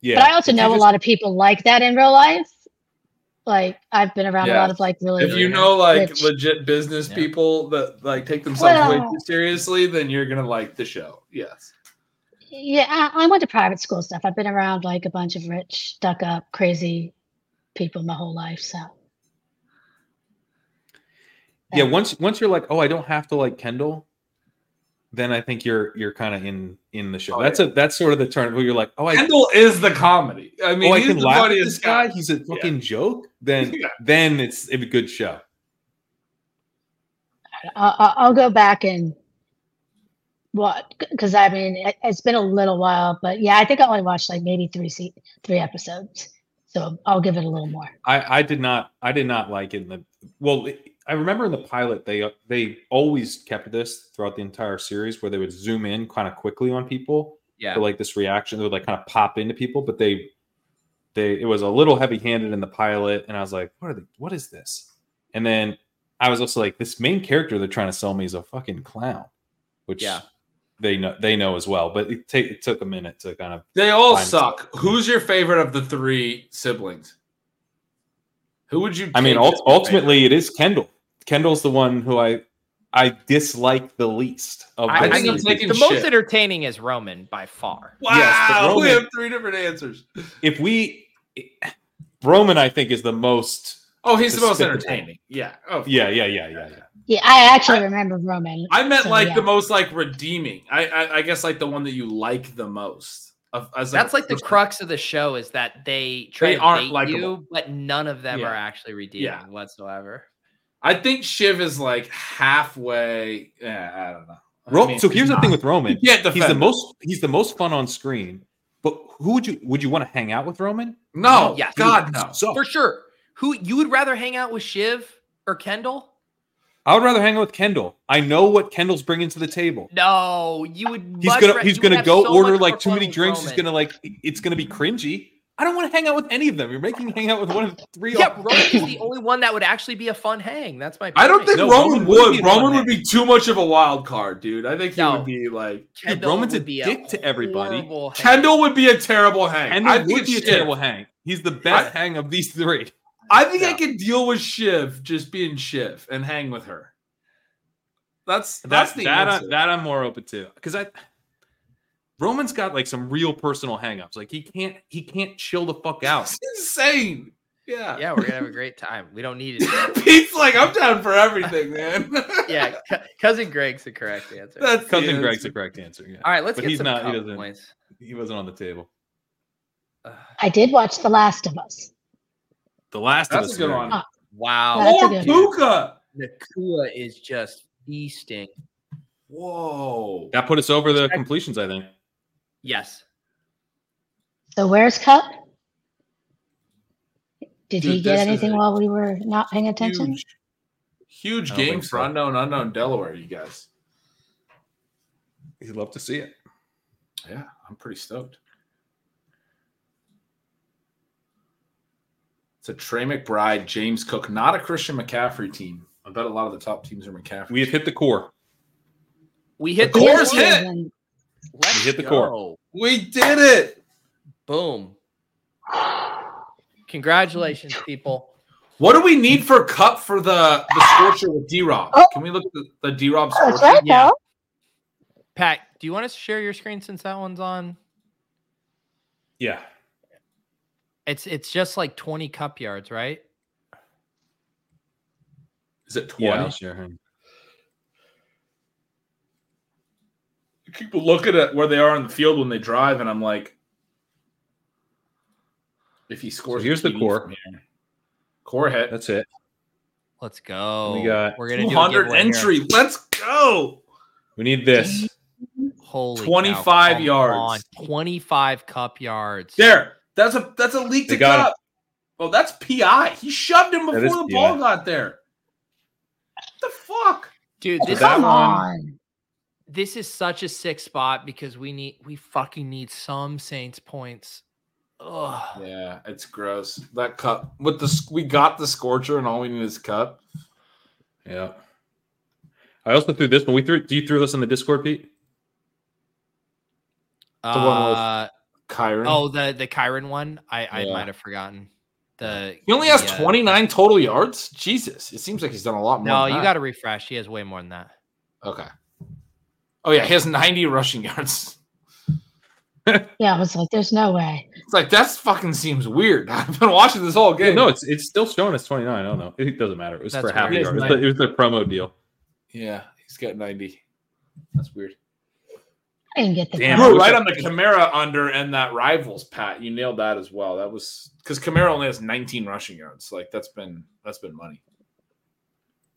E: Yeah.
G: But I also
E: If you
G: know a
E: just-
G: lot of people like that in real life. Like I've been around a
B: Yeah.
G: lot of like really
B: if you know like
G: Rich.
B: legit business
A: Yeah.
B: people that like take themselves way
G: Well-
B: too seriously, then you're gonna like the show. Yes.
G: Yeah, I, I went to private school stuff. I've been around like a bunch of rich, stuck up, crazy people my whole life. So
E: yeah once once you're like oh i don't have to like kendall then i think you're you're kind of in in the show
B: Oh,
E: that's a that's sort of the turn where you're like oh i,
B: Kendall is the comedy. I mean,
E: oh, I
B: he's
E: can
B: the
E: laugh at this
B: funniest
E: guy
B: guy.
E: he's a fucking joke
B: [laughs]
E: then
B: Yeah.
E: then it's a good show
G: I, I, I'll go back and what because I mean it, it's been a little while, but yeah, I think I only watched like maybe three se- three episodes. So I'll give it a little more.
E: i i did not i did not like it in the well i remember in the pilot they they always kept this throughout the entire series where they would zoom in kind of quickly on people
A: Yeah.
E: for like this reaction that would like kind of pop into people, but they they it was a little heavy handed in the pilot, and I was like, what are they what is this? And then I was also like, this main character they're trying to sell me is a fucking clown, which
A: Yeah.
E: they know they know as well, but it, take it took a minute to kind of
B: They all
E: Fine.
B: suck. Who's your favorite of the three siblings? Who would you?
E: I mean
B: take
E: ult-
B: as your
E: ultimately it is Kendall. Kendall's the one who I I dislike the least of
A: I-
E: those
A: I mean,
E: three
B: it's like
E: people.
A: The most
B: shit.
A: entertaining is Roman by far.
B: favorite?
E: Yes, but
B: Wow, we
E: Roman-
B: have three different answers.
E: if we Roman, I think, is the most
B: Oh, he's the most
E: Despicable.
B: entertaining. Yeah. Oh,
E: yeah, yeah, yeah, yeah, yeah.
G: Yeah, I actually remember Roman.
B: I meant
G: So,
B: like
G: yeah.
B: the most like redeeming. I, I I guess like the one that you like the most. Of, as a
A: That's like the
B: person.
A: crux of the show is that they try
B: They
A: to
B: aren't
A: bait
B: likable.
A: you, but none of them
B: Yeah.
A: are actually redeeming
B: Yeah.
A: whatsoever.
B: I think Shiv is like halfway. Yeah, I don't know. I
E: Ro-
B: mean,
E: so here's
B: he's
E: the
B: not-
E: thing with Roman.
B: You can't defend
E: he's the
B: him.
E: most he's the most fun on screen. But who would you would you want to hang out with Roman?
B: No,
A: No, yes.
B: God no.
E: So
A: For sure. Who you would rather hang out with Shiv or Kendall?
E: I would rather hang out with Kendall. I know what Kendall's bringing to the table.
A: No, you would.
E: He's
A: much
E: gonna
A: ra-
E: he's
A: you would
E: gonna
A: have
E: go
A: so
E: order
A: much
E: like
A: more
E: too
A: fun
E: many
A: with
E: drinks. He's
A: Roman.
E: gonna like it's gonna be cringy. I don't want to hang out with any of them. You're making me hang out with one of the three. [laughs]
A: Yeah, Roman is the only one that would actually be a fun hang. That's my. Point.
B: I don't think
E: No,
B: Roman,
E: Roman would be
B: would.
E: the one
B: Roman
E: that-
B: would be too much of a wild card, dude. I think he
A: No.
B: would be like
E: Dude,
A: Kendall
E: Roman's a
A: would be
E: dick to everybody.
A: horrible hang.
B: Kendall would be a terrible hang.
E: and
B: I
E: there
B: think
E: would
B: it's
E: be a
B: Shiv.
E: terrible hang. He's the best hang of these three.
B: I think I
A: Yeah.
B: could deal with Shiv just being Shiv and hang with her. That's that's
E: that,
B: the
E: that,
B: answer.
E: I, that I'm more open to because I Roman's got like some real personal hangups. Like he can't he can't chill the fuck out.
B: That's insane. Yeah.
A: Yeah, we're gonna have a great time. We don't need it.
B: Pete's like, I'm down for everything, man.
A: yeah, cou- cousin Greg's the correct
E: [laughs]
A: answer.
B: [laughs] that's the
E: Cousin
B: answer.
E: Greg's the correct answer. Yeah.
A: All right, let's
E: But
A: get
E: he's
A: some
E: not- he
A: cup
E: doesn't-
A: points.
E: He wasn't on the table.
A: Ugh,
G: I did watch The Last of Us.
E: The last
B: That's
E: of us.
B: a good
E: Mary.
B: one.
G: Oh.
A: wow,
G: That's a
B: Or
G: good
A: one.
B: Puka.
A: Nakua is just feasting.
B: Whoa.
E: That put us over the completions, I think.
A: Yes,
G: So where's Cup? Did he
B: Dude,
G: get
B: this is
G: anything
B: a
G: while we were not paying attention?
B: Huge, huge
E: I don't
B: game
E: think
B: for
E: so.
B: unknown, unknown Delaware, you guys.
E: He'd love to see it.
B: Yeah, I'm pretty stoked. It's a Trey McBride, James Cook, not a Christian McCaffrey team. I bet a lot of the top teams are McCaffrey.
E: We have hit the core.
A: we hit
B: The
A: the
G: He
B: core's
A: course.
G: is
B: hit.
G: one.
A: Let's
E: hit the core.
A: go.
B: we did it.
A: Boom! Congratulations, people.
B: What do we need for cup for the the scorcher with D Rob?
G: Oh.
B: Can we look at the, the D Rob
G: Oh, it's
B: scorcher?
G: right
A: Yeah.
G: though.
A: Pat, do you want us to share your screen since that one's on?
E: Yeah.
A: It's it's just like 20 cup yards, right?
B: Is it 20?
E: Yeah. I'll share him.
B: People look at it where they are on the field when they drive, and I'm like, if he scores,
E: So here's the
B: TD
E: core.
B: from here. Core hit.
E: That's it.
A: Let's go.
E: We got
A: We're gonna do a
B: 200
A: giveaway here.
B: entry. Let's go.
E: We need this.
A: Holy cow,
B: 25
A: come
B: yards.
A: on, 25 cup yards.
B: There. That's a that's a leak
E: They
B: to
E: got
B: cup. Oh, that's PI. He shoved him
E: That
B: before
E: is
B: the
E: PI.
B: ball got there. What the fuck?
A: Dude,
E: So
A: this
E: that
G: Come
E: one-
G: on.
A: this is such a sick spot because we need we fucking need some Saints points. Ugh.
B: Yeah, it's gross. That cup with the we got the scorcher and all we need is cup.
E: Yeah. I also threw this one. We threw. You threw this in the Discord, Pete.
B: The one with-
A: Uh,
B: Kyron.
A: oh, the the Kyron one. I I
B: Yeah.
A: might have forgotten. The
B: he only has
A: the, uh,
B: 29 total yards. Jesus, it seems like he's done a lot more.
A: No,
B: than
A: you
B: that.
A: got to refresh. He has way more than that.
B: Okay. Oh yeah, he has 90 rushing yards. [laughs]
G: Yeah, I was like, there's no way.
B: It's like that's fucking seems weird. [laughs] I've been watching this whole
E: Yeah,
B: game.
E: no, it's it's still showing us 29. I don't know. It doesn't matter. It was
A: That's
E: for half a
A: weird.
E: yard. It was the- It was the promo deal.
B: yeah, he's got 90. That's weird.
G: I didn't get the
E: Damn,
B: You
E: I
B: were
E: wish
B: right
E: I-
B: on the Camara under and that rivals, Pat. You nailed that as well. That was because Camara only has 19 rushing yards. Like that's been that's been money.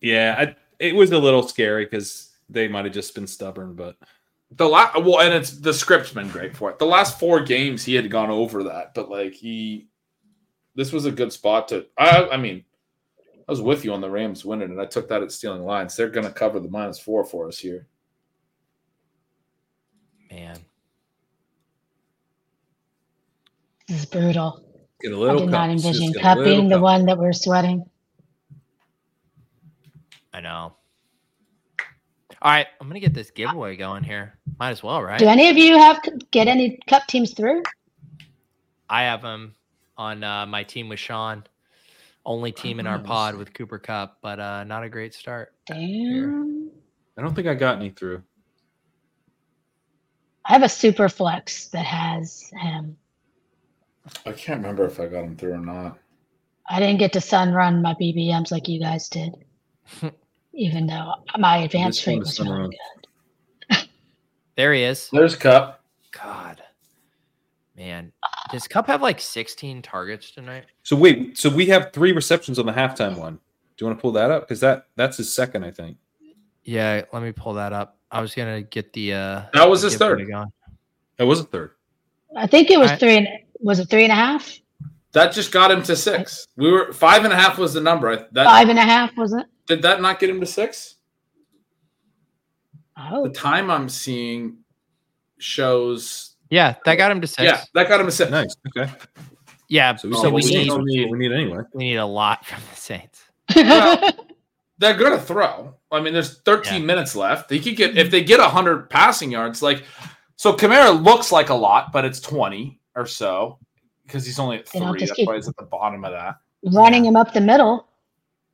E: Yeah, I, it was a little scary because they might have just been stubborn, but
B: The last well, and it's the script's been great for it. The last four games he had gone over that, but like he, this was a good spot to. I I mean, I was with you on the Rams winning, and I took that at stealing lines. They're going to cover the minus four for us here.
A: Man,
G: This is brutal.
E: get a
G: I
E: little.
G: did not envision Cup being the one that we're sweating.
A: I know. All right, I'm gonna get this giveaway going here. Might as well, right?
G: Do any of you have get any cup teams through?
A: I have him on uh, my team with Sean. Only team in our pod with Cooper Cup, but uh, not a great start.
G: Damn.
E: I don't think I got any through.
G: I have a super flex that has him.
B: I can't remember if I got him through or not.
G: I didn't get to sun run my BBMs like you guys
A: [laughs]
G: did, even though my advance
E: Just wanna
G: rate was
E: sun
G: really
E: run.
G: good.
A: There he is.
B: There's Cup.
A: God, man, does Cup have like 16 targets tonight?
E: So wait, so we have three receptions on the halftime one. Do you want to pull that up? Because that that's his second, I think.
A: Yeah, let me pull that up. I was gonna get the. uh
B: That was his
A: giveaway
B: third.
A: going.
E: That was a third.
G: I think it was
A: I-
G: three and was it three and a half?
B: That just got him to six. We were five and a half was the number. I-
A: Uh,
B: That
G: Five and a half, wasn't it?
B: did that not get him to six? The
G: Oh,
B: time I'm seeing shows.
A: Yeah, that got him to six.
B: Yeah, that got him a six.
E: Nice. Okay.
A: yeah.
E: So we,
A: so
E: said
A: we
E: Oh, we,
A: need
E: don't need, we need anyway.
A: we need a lot [laughs] from the Saints.
B: Well, they're going to throw. I mean, there's 13
A: Yeah.
B: minutes left. They could get if they get 100 passing yards. Like, so Kamara looks like a lot, but it's 20 or so because he's only at
G: They don't
B: three.
G: just
B: That's
G: keep-
B: why he's at the bottom of that.
G: [laughs] running him up the middle.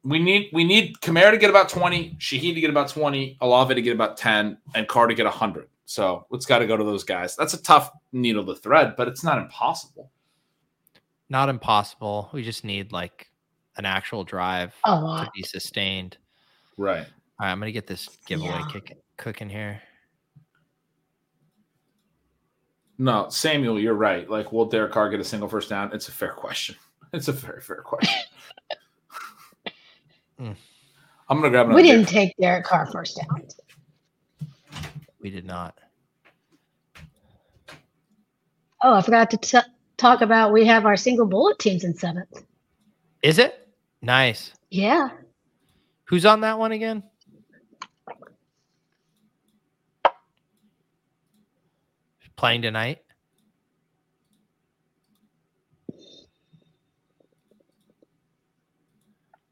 B: We need we need Kamara to get about 20, Shaheen to get about 20, Alave to get about 10, and Carr to get 100. So it's got to go to those guys. That's a tough needle to thread, but it's not impossible.
A: Not impossible. We just need like an actual drive
G: A
A: to
G: lot.
A: be sustained.
B: Right.
A: All right, I'm gonna get this giveaway
G: Yeah.
A: kick, cooking here.
B: No, Samuel, you're right. Like, will Derek Carr get a single first down? It's a fair question. [laughs] It's a very fair
A: [laughs]
B: question.
A: Mm.
B: I'm gonna grab another.
G: We didn't
B: beer.
G: take Derek Carr first down.
A: We did not.
G: Oh, I forgot to t- talk about we have our single bullet teams in seventh.
A: Is it nice?
G: Yeah.
A: Who's on that one again? Playing tonight.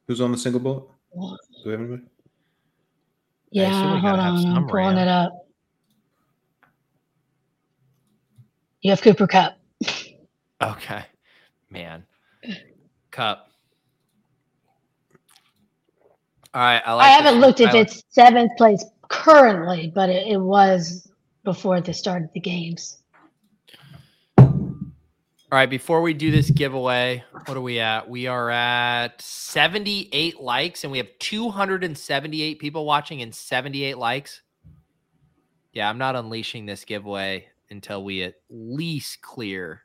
E: Who's on the single bullet?
G: Well,
E: Do we have anybody?
A: Yeah, I
G: Yeah,
A: assume we
G: hold
A: gotta have
G: on.
A: some
G: I'm pulling
A: RAM.
G: it up. You have Cooper Cup.
A: Okay, man. Cup. All right, I, like
G: I
A: this
G: haven't
A: one.
G: looked if
A: I like-
G: it's seventh place currently, but it, it was before the start of the games.
A: All right, before we do this giveaway, what are we at? We are at 78 likes and we have 278 people watching and 78 likes. Yeah, I'm not unleashing this giveaway until we at least clear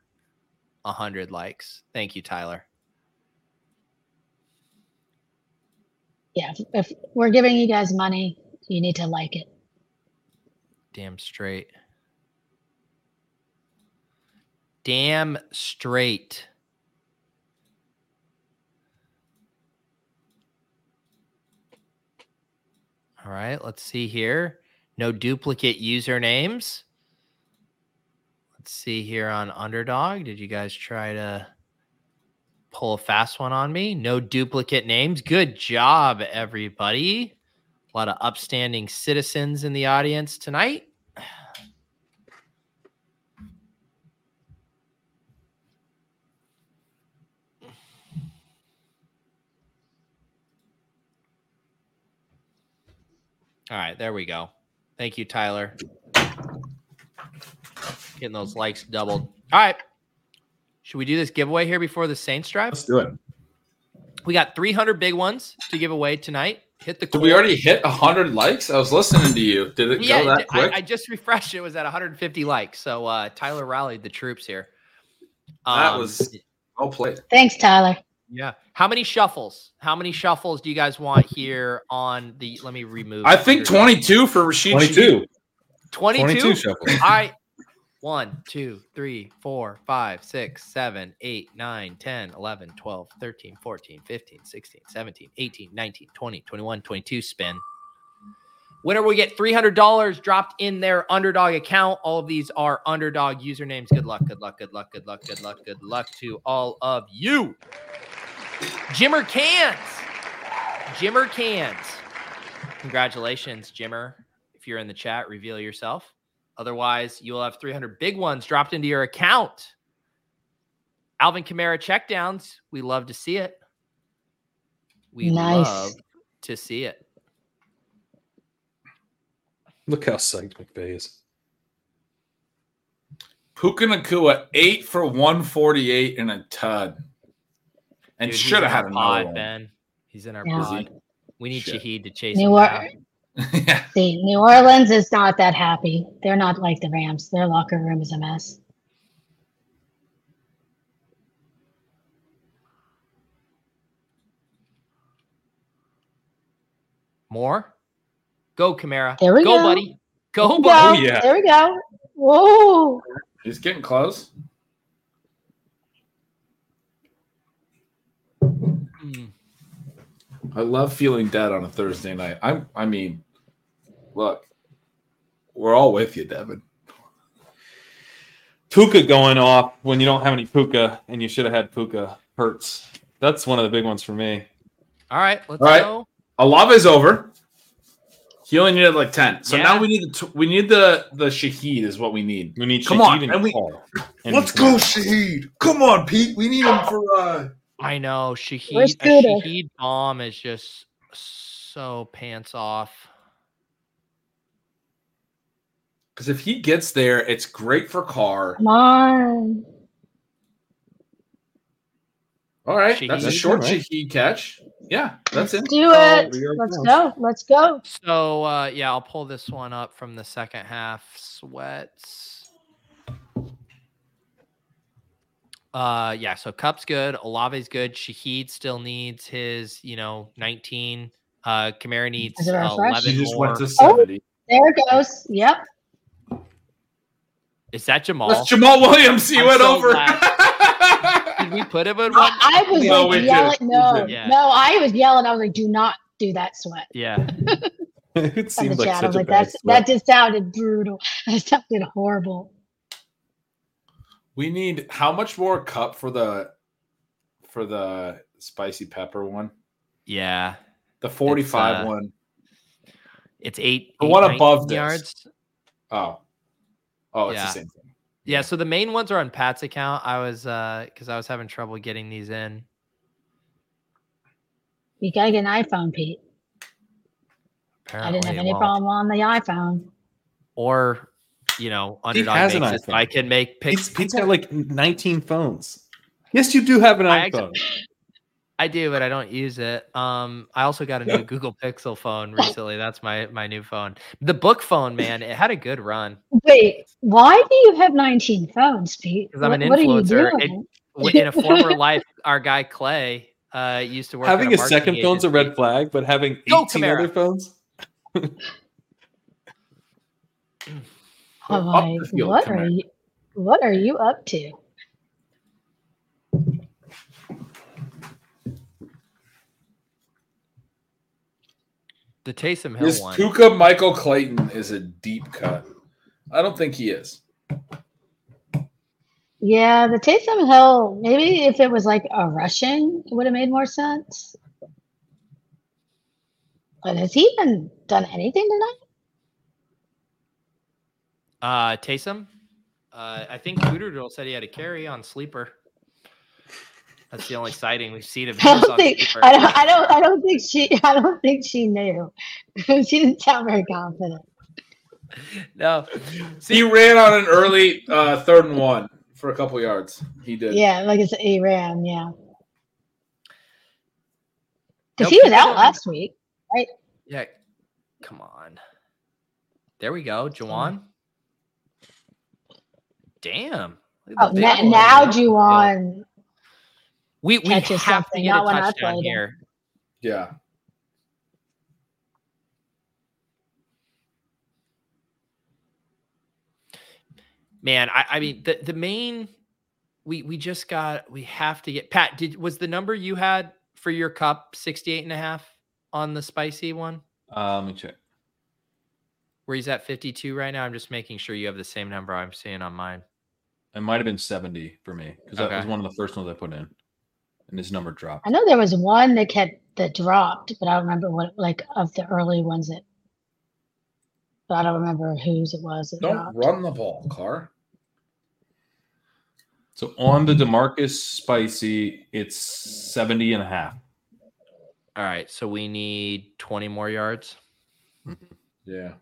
A: 100 likes. Thank you, Tyler.
G: Yeah, if, if we're giving you guys money, you need to like it.
A: Damn straight. Damn straight. All right, let's see here. No duplicate usernames. Let's see here on Underdog. Did you guys try to pull a fast one on me? No duplicate names. Good job, everybody. A lot of upstanding citizens in the audience tonight. All right, there we go. Thank you, Tyler. Getting those likes doubled. All right. Should we do this giveaway here before the Saints drive?
C: Let's do it.
A: We got 300 big ones to give away tonight. Hit the
B: Did we already hit 100 likes? I was listening to you. Did it
A: Yeah,
B: [laughs] go that
A: I,
B: quick?
A: I just refreshed. It was at 150 likes. So uh, Tyler rallied the troops here.
B: That
A: Um,
B: was- well played.
G: Thanks, Tyler.
A: yeah. How many shuffles? How many shuffles do you guys want here on the? Let me remove.
B: I think 22 for Rashid. Shaheed.
E: 22.
A: 22?
E: 22 shuffle.
A: All right. One, two, three, four, five, six, seven, eight, nine, 10, 11, 12, 13, 14, 15, 16, 17, 18, 19, 20, 21, 22 spin. Winner will get $300 dropped in their underdog account. All of these are underdog usernames. Good luck, good luck, good luck, good luck, good luck, good luck to all of you. Jimmer Cans. Jimmer Cans. Congratulations, Jimmer. If you're in the chat, reveal yourself. Otherwise, you'll have 300 big ones dropped into your account. Alvin Kamara checkdowns. We love to see it. We
G: Nice.
A: love to see it.
E: [laughs] Look how psyched McVay is.
B: Puka Nakua, 8 for 148 and a tud. And
A: Dude, he's
B: should
A: in
B: have had
A: our
B: another
A: pod,
B: one.
A: Ben. He's in our
G: Yeah.
A: pod. We need
B: Shit.
A: Shahid to chase him
G: New,
A: down.
G: or-
B: [laughs] yeah.
G: see, New Orleans is not that happy. They're not like the Rams. Their locker room is a mess.
A: More? Go, Kamara.
G: There we go.
A: buddy. Go,
G: There we
A: buddy.
E: Oh,
G: go.
E: yeah.
G: There we go. Whoa.
B: He's getting close. Oh,
A: Mm.
B: I love feeling dead on a Thursday night. I'm I mean, look, we're all with you, Devin.
E: Puka going off when you don't have any Puka and you should have had Puka hurts. That's one of the big ones for me.
A: All right, let's
B: All right.
A: go.
B: Alava's over. He only needed like 10. So
A: Yeah.
B: now we need the t- we need the the Shahid is what we need.
E: We need
B: Come
E: Shaheed
B: on,
E: and
B: and we- [laughs]
E: Paul. And
B: Shahid. Come on, Pete. We need him for uh
A: I know Shahid.
G: Where's
A: a
G: Scooter?
A: Shahid bomb is just so pants off.
B: because if he gets there, it's great for Carr.
G: Come on.
B: All right,
A: Shahid.
B: that's a
A: That's
B: short
E: all right.
B: Shahid catch. Yeah, that's it. Oh,
G: Do it. Let's go. Let's go.
A: So uh, yeah, I'll pull this one up from the second half. Sweats. Uh yeah, so Cup's good, Olave's good, Shahid still needs his, you know, 19. Uh Kamara needs
G: Is it
A: uh,
G: our flash?
A: 11 more.
B: seventy.
G: There it goes. Yep.
A: Is that Jamal?
B: That's Jamal Williams. He
A: I'm
B: went
A: so
B: over.
A: glad.
B: [laughs]
A: Did we put him in [laughs] one?
G: I, I was
B: No, we
G: like
B: did.
G: yelling.
B: We
G: No,
B: did.
A: Yeah.
G: no, I was yelling. I was like, do not do that sweat.
A: Yeah.
E: [laughs] it
G: On the
E: seems like
G: chat. I
E: such
G: was
E: a
G: like,
E: bad
G: that's
E: sweat.
G: that just sounded brutal. [laughs] That sounded horrible.
B: we need how much more cup for the for the spicy pepper one?
A: Yeah.
B: The forty-five
A: uh,
B: one.
A: It's eight.
B: The one
A: eight, nine
B: above this.
A: yards.
B: Oh, oh, it's
A: yeah.
B: the same thing.
A: Yeah, so the main ones are on Pat's account. I was uh because I was having trouble getting these in.
G: You gotta get an iPhone, Pete. I didn't have
A: Apparently,
G: any
A: Oh, well,
G: problem on the iPhone.
A: Or you know, underdog
E: has an
A: makes it.
E: iPhone.
A: I can make picks.
E: Pete's, Pete's got like 19 phones. Yes, you do have an
A: I
E: iPhone.
A: I do, but I don't use it. Um, I also got a new Google Pixel phone recently. That's my my new phone. The book phone, man, it had a good run.
G: Wait, why do you have 19 phones, Pete?
A: 'Cause I'm an
G: What- what are you
A: influencer. It-
G: doing?
A: W- In a
E: [laughs]
A: former life, our guy Clay uh used to work. at
E: having a second
A: marketing
E: phone's a
A: agency.
E: red flag, but having
A: Go,
E: 18
A: Kamara.
E: other phones.
G: I'm
B: Up the
G: like,
B: field,
G: what
B: come
G: are
B: here.
G: you? What are you up to?
A: The The Taysom Hill
B: This
A: one.
B: Puka Michael Clayton is a deep cut. I don't think he is.
G: Yeah, the Taysom Hill. Maybe if it was like a Russian, it would have made more sense. But has he even done anything tonight?
A: Uh, Taysom. Uh, I think Cooterdoodle said he had a carry on sleeper. That's the only sighting we've seen of him.
G: [laughs] [laughs] I
A: was
G: don't
A: on
G: think.
A: Sleeper.
G: I don't. I don't. I don't think she. [laughs] I don't think she knew. [laughs] she didn't sound very confident.
A: No.
B: He ran on an early uh, third and one for a couple yards. He did.
G: Yeah, like it's a ram. Yeah,
A: Nope,
G: because he was
A: he
G: out
A: didn't.
G: last week.
A: Yeah. Come on. There we go, Jawan. Damn. Look
G: Oh,
A: at the big
G: na-
A: boy.
G: now Juwan.
A: we we have
G: catches
A: to
G: something,
A: get a
G: not when I
A: touchdown
G: played him.
A: here.
B: Yeah.
A: Man, I, I mean the the main we we just got we have to get Pat, did was the number you had for your cup 68 and a half on the spicy one?
E: Uh, let me check.
A: Where he's at 52 right now. I'm just making sure you have the same number I'm seeing on mine.
E: It might have been 70 for me because that was
A: Okay.
E: one of the first ones I put in. And his number dropped.
G: I know there was one that kept that dropped, but I don't remember what like of the early ones that. But I don't remember whose it was. That
B: Don't
G: dropped.
B: run the ball, Carr.
E: So on the Demarcus Spicy, it's 70 and a half.
A: All right, so we need 20 more yards.
B: Yeah.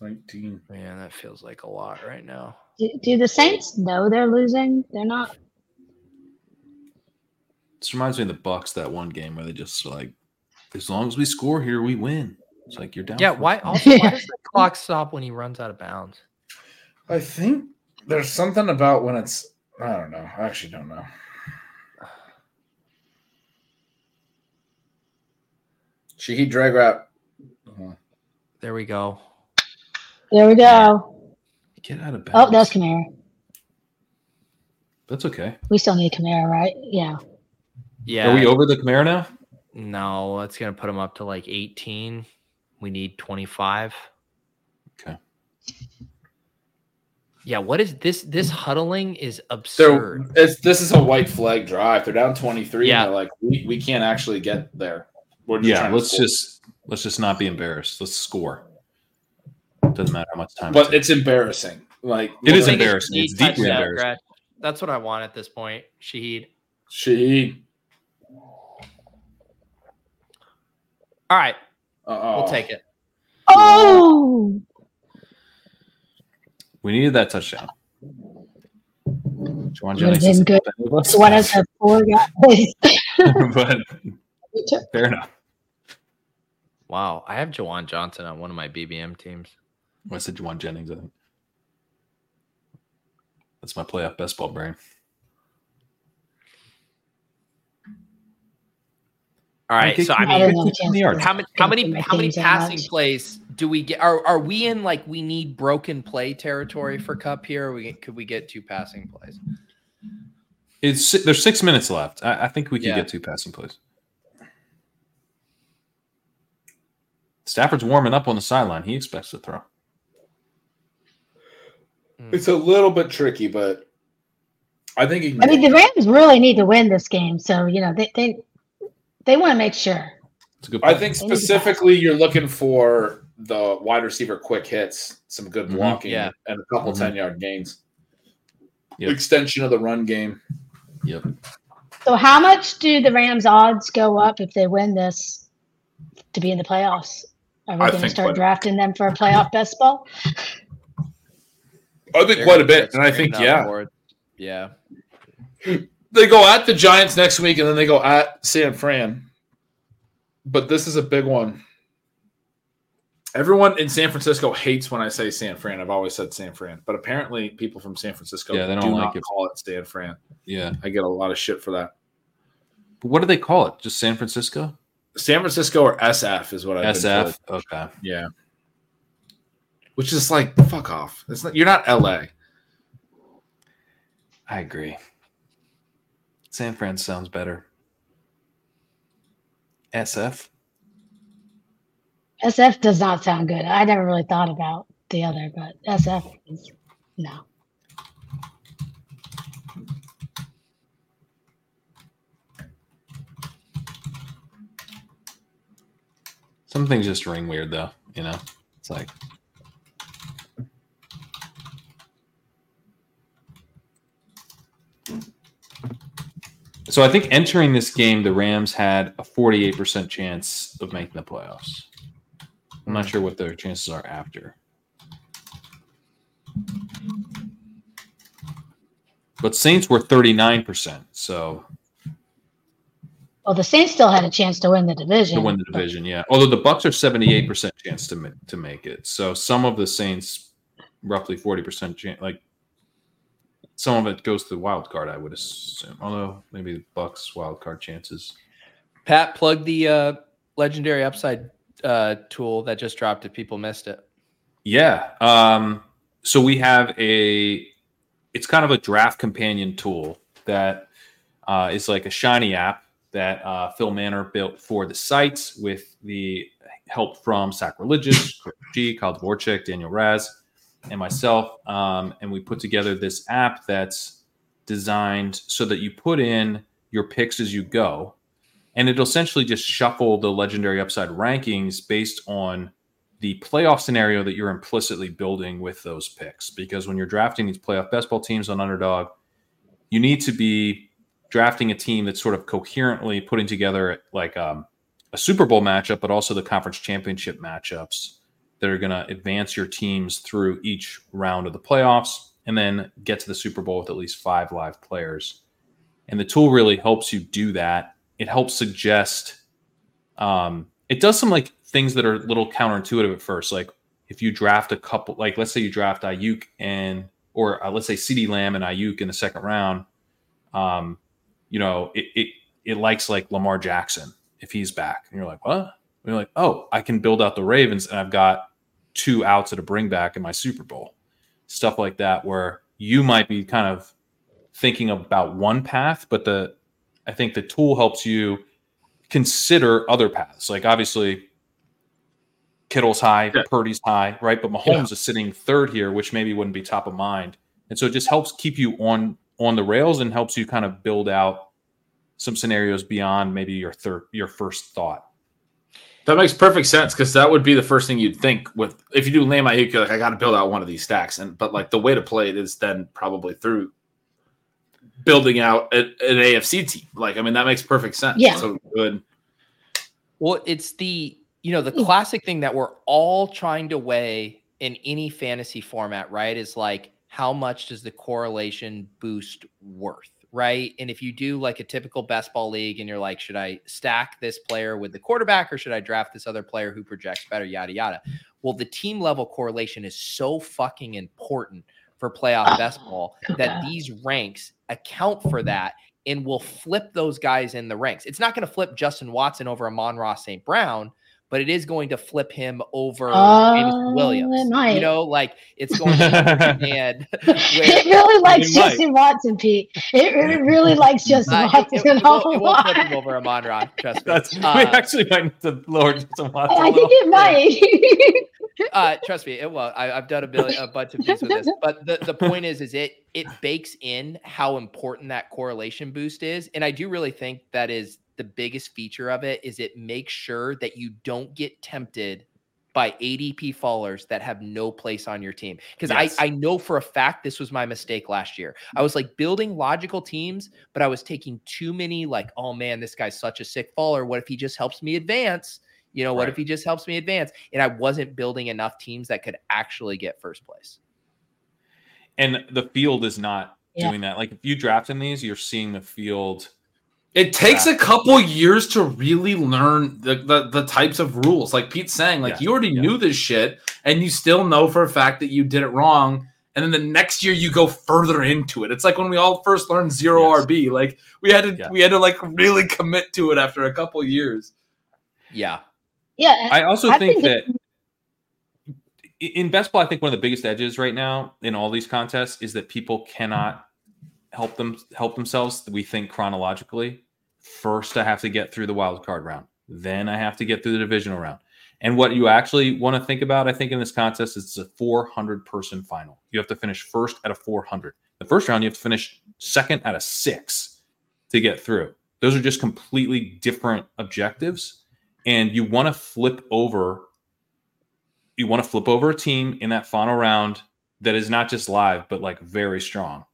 B: 19.
A: Man, that feels like a lot right now.
G: Do, do the Saints know they're losing? They're not.
E: This reminds me of the Bucks that one game where they just were like, as long as we score here, we win. It's like you're down.
A: Yeah,
E: for-
A: why [laughs] also why does the clock stop when he runs out of bounds?
B: I think there's something about when it's. I don't know. I actually don't know. Shahid drag wrap. Uh-huh.
A: There we go.
G: There we go.
E: Get out of bed.
G: Oh, that's Kamara.
E: That's okay.
G: We still need Kamara, right? Yeah.
A: Yeah.
E: Are we over the Camaro now?
A: No, that's gonna put him up to like 18. We need 25.
E: Okay.
A: Yeah, what is this? This
E: Mm.
A: huddling is
B: They're,
A: absurd.
B: it's, this is a white flag drive. They're down 23.
A: Yeah.
B: And they're like, we, we can't actually get there. We're
E: Yeah,
B: trying to
E: let's
B: score.
E: just let's just not be embarrassed. Let's score. Doesn't matter how much time. it
B: But
E: takes.
B: it's embarrassing. Like,
E: It is
A: Biggest
E: embarrassing. It's
A: touchdown
E: deeply embarrassing.
A: grab. That's what I want at this point, Shahid.
B: She.
A: All right,
B: Uh-oh.
A: we'll take it.
G: Oh,
E: we needed that touchdown. Juwan
G: Would've
E: Jennings
G: been
E: isn't
G: good.
E: helping with us.
G: one of the four guys. [laughs]
E: [laughs] but fair enough.
A: Wow, I have Jawan Johnson on one of my BBM teams.
E: I said Juwan Jennings. I think that's my playoff best ball brain.
A: All right, so I
G: I
A: mean,
G: don't have a chance. to-
A: how many how many
G: my
A: how many
G: teams that
A: passing
G: much.
A: plays do we get? Are are we in like we need broken play territory for Cup here? Or we could we get two passing plays?
E: It's there's six minutes left. I, I think we can
A: Yeah.
E: get two passing plays. Stafford's warming up on the sideline. He expects to throw.
B: It's a little bit tricky, but I think he can
G: I mean, the Rams really need to win this game, so you know they they they want to make sure.
E: It's a good.
B: I
E: Point.
B: think specifically you're looking for the wide receiver quick hits, some good
E: Mhm.
B: blocking,
A: Yeah.
B: and a couple
E: Mhm.
B: 10 yard gains.
E: Yep.
B: Extension of the run game.
E: Yep.
G: So, how much do the Rams odds go up if they win this to be in the playoffs? Are
B: I
G: we going to
B: think
G: start
B: what-
G: drafting them for a playoff best ball?
B: I think quite a bit. And I think, yeah,
A: yeah.
B: they go at the Giants next week and then they go at San Fran. But this is a big one. Everyone in San Francisco hates when I say San Fran. I've always said San Fran, but apparently people from San Francisco
E: Yeah, they don't
B: do
E: like
B: not
E: it.
B: call it San Fran.
E: Yeah.
B: I get a lot of shit for that.
E: But what do they call it? Just San Francisco?
B: San Francisco or SF is what I
E: SF. Okay.
B: Yeah. Which is like fuck off. It's not you're not LA.
E: I agree. San Fran sounds better. SF.
G: SF does not sound good. I never really thought about the other, but SF is no.
E: Some things just ring weird though, you know. It's like So I think entering this game, the Rams had a 48% chance of making the playoffs. I'm not sure what their chances are after. But Saints were 39%. So
G: Well, the Saints still had a chance to win the division.
E: to
G: [laughs]
E: win the
G: but-
E: division, yeah. Although the Bucks are 78% chance to ma- to make it. So some of the Saints roughly 40% chance like some of it goes to the wild card, I would assume. Although maybe the Bucks wild card chances
A: Pat, plug the uh, legendary upside uh, tool that just dropped if people missed it.
E: Yeah. Um, so we have a, it's kind of a draft companion tool that uh, is like a shiny app that uh, Phil Manor built for the sites with the help from Sacrilegious, Chris G, Kyle Dvorak, Daniel Raz, and myself. Um, and we put together this app that's designed so that you put in your picks as you go. And it'll essentially just shuffle the legendary upside rankings based on the playoff scenario that you're implicitly building with those picks. Because when you're drafting these playoff best ball teams on underdog, you need to be drafting a team that's sort of coherently putting together like um, a Super Bowl matchup, but also the conference championship matchups that are going to advance your teams through each round of the playoffs and then get to the Super Bowl with at least five live players. And the tool really helps you do that. It helps suggest um, it does some like things that are a little counterintuitive at first. Like if you draft a couple, like let's say you draft Ayuk and or uh, let's say CD Lamb and Ayuk in the second round, um, you know it, it it likes like Lamar Jackson if he's back, and you're like what? And you're like oh I can build out the Ravens and I've got two outs at a bring back in my Super Bowl, stuff like that where you might be kind of thinking about one path, but the I think the tool helps you consider other paths. Like obviously, Kittle's high,
B: Yeah.
E: Purdy's high, right? But Mahomes is sitting third here, which maybe wouldn't be top of mind. And so it just helps keep you on on the rails and helps you kind of build out some scenarios beyond maybe your third your first thought.
B: That makes perfect sense because that would be the first thing you'd think with if you do Lamb Ayuk, you're like I got to build out one of these stacks, and but like the way to play it is then probably through building out a, an AFC team. Like I mean, that makes perfect sense.
G: Yeah.
B: So good.
A: Well, it's the you know the classic thing that we're all trying to weigh in any fantasy format, right? Is like how much does the correlation boost worth, right? And if you do like a typical best ball league and you're like, should I stack this player with the quarterback or should I draft this other player who projects better, yada yada. Well, the team level correlation is so fucking important for playoff best ball that these ranks account for that and will flip those guys in the ranks. It's not going to flip Justin Watson over Amon Ross St. Brown, but it is going to flip him over Jameson
G: Oh, it
A: Williams.
G: might.
A: You know, like it's going
G: [laughs]
A: to [laughs] and
G: it really likes
E: might.
G: Justin Watson, Pete. It, re- really likes Justin
A: uh, it,
G: Watson
A: it, it,
G: a whole
A: will, it will
G: lot.
A: flip him over Amon Ross. Trust me.
E: That's [laughs] we
A: Uh,
E: actually might need to lower Justin Watson.
G: I
E: a
G: I
E: little.
G: think it might. [laughs]
A: uh, trust me, it will. I, I've done a, billion, a bunch of things with this, but the, the point is, is it it bakes in how important that correlation boost is, and I do really think that is the biggest feature of it is it makes sure that you don't get tempted by ADP fallers that have no place on your team. Because
E: Yes.
A: I, I know for a fact this was my mistake last year. I was like building logical teams, but I was taking too many, like, oh man, this guy's such a sick faller. What if he just helps me advance? You know, what if
E: Right.
A: he just helps me advance? And I wasn't building enough teams that could actually get first place.
E: And the field is not
G: Yeah.
E: doing that. Like if you draft in these, you're seeing the field
B: It takes a couple years to really learn the, the, the types of rules. Like Pete's saying, like
E: Yeah,
B: you already
E: yeah.
B: knew this shit, and you still know for a fact that you did it wrong. And then the next year you go further into it. It's like when we all first learned zero
E: Yes.
B: RB. Like we had to
E: Yeah.
B: we had to like really commit to it after a couple years.
A: Yeah.
G: yeah. [laughs]
E: I also
G: I
E: think
G: think
E: that i- in best ball, I think one of the biggest edges right now in all these contests is that people cannot help them help themselves. We think chronologically. First, I have to get through the wild card round. Then I have to get through the divisional round. And what you actually want to think about, I think, in this contest is it's a 400 person final. You have to finish first at a 400. The first round, you have to finish second at a six to get through. Those are just completely different objectives. And you want to flip over. You want to flip over a team in that final round that is not just live, but like very strong.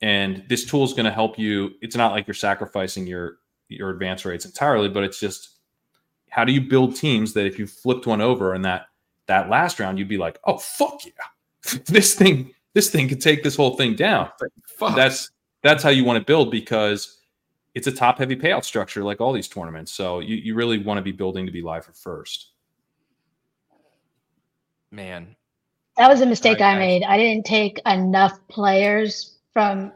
E: And this tool is going to help you. It's not like you're sacrificing your your advance rates entirely, but it's just how do you build teams that if you flipped one over in that that last round, you'd be like, oh fuck yeah, [laughs] this thing this thing could take this whole thing down.
B: Fuck.
E: That's that's how you want to build because it's a top heavy payout structure like all these tournaments. So you, you really want to be building to be live for first.
A: Man,
G: That was a mistake
A: Sorry,
G: I
A: guys.
G: made. I didn't take enough players from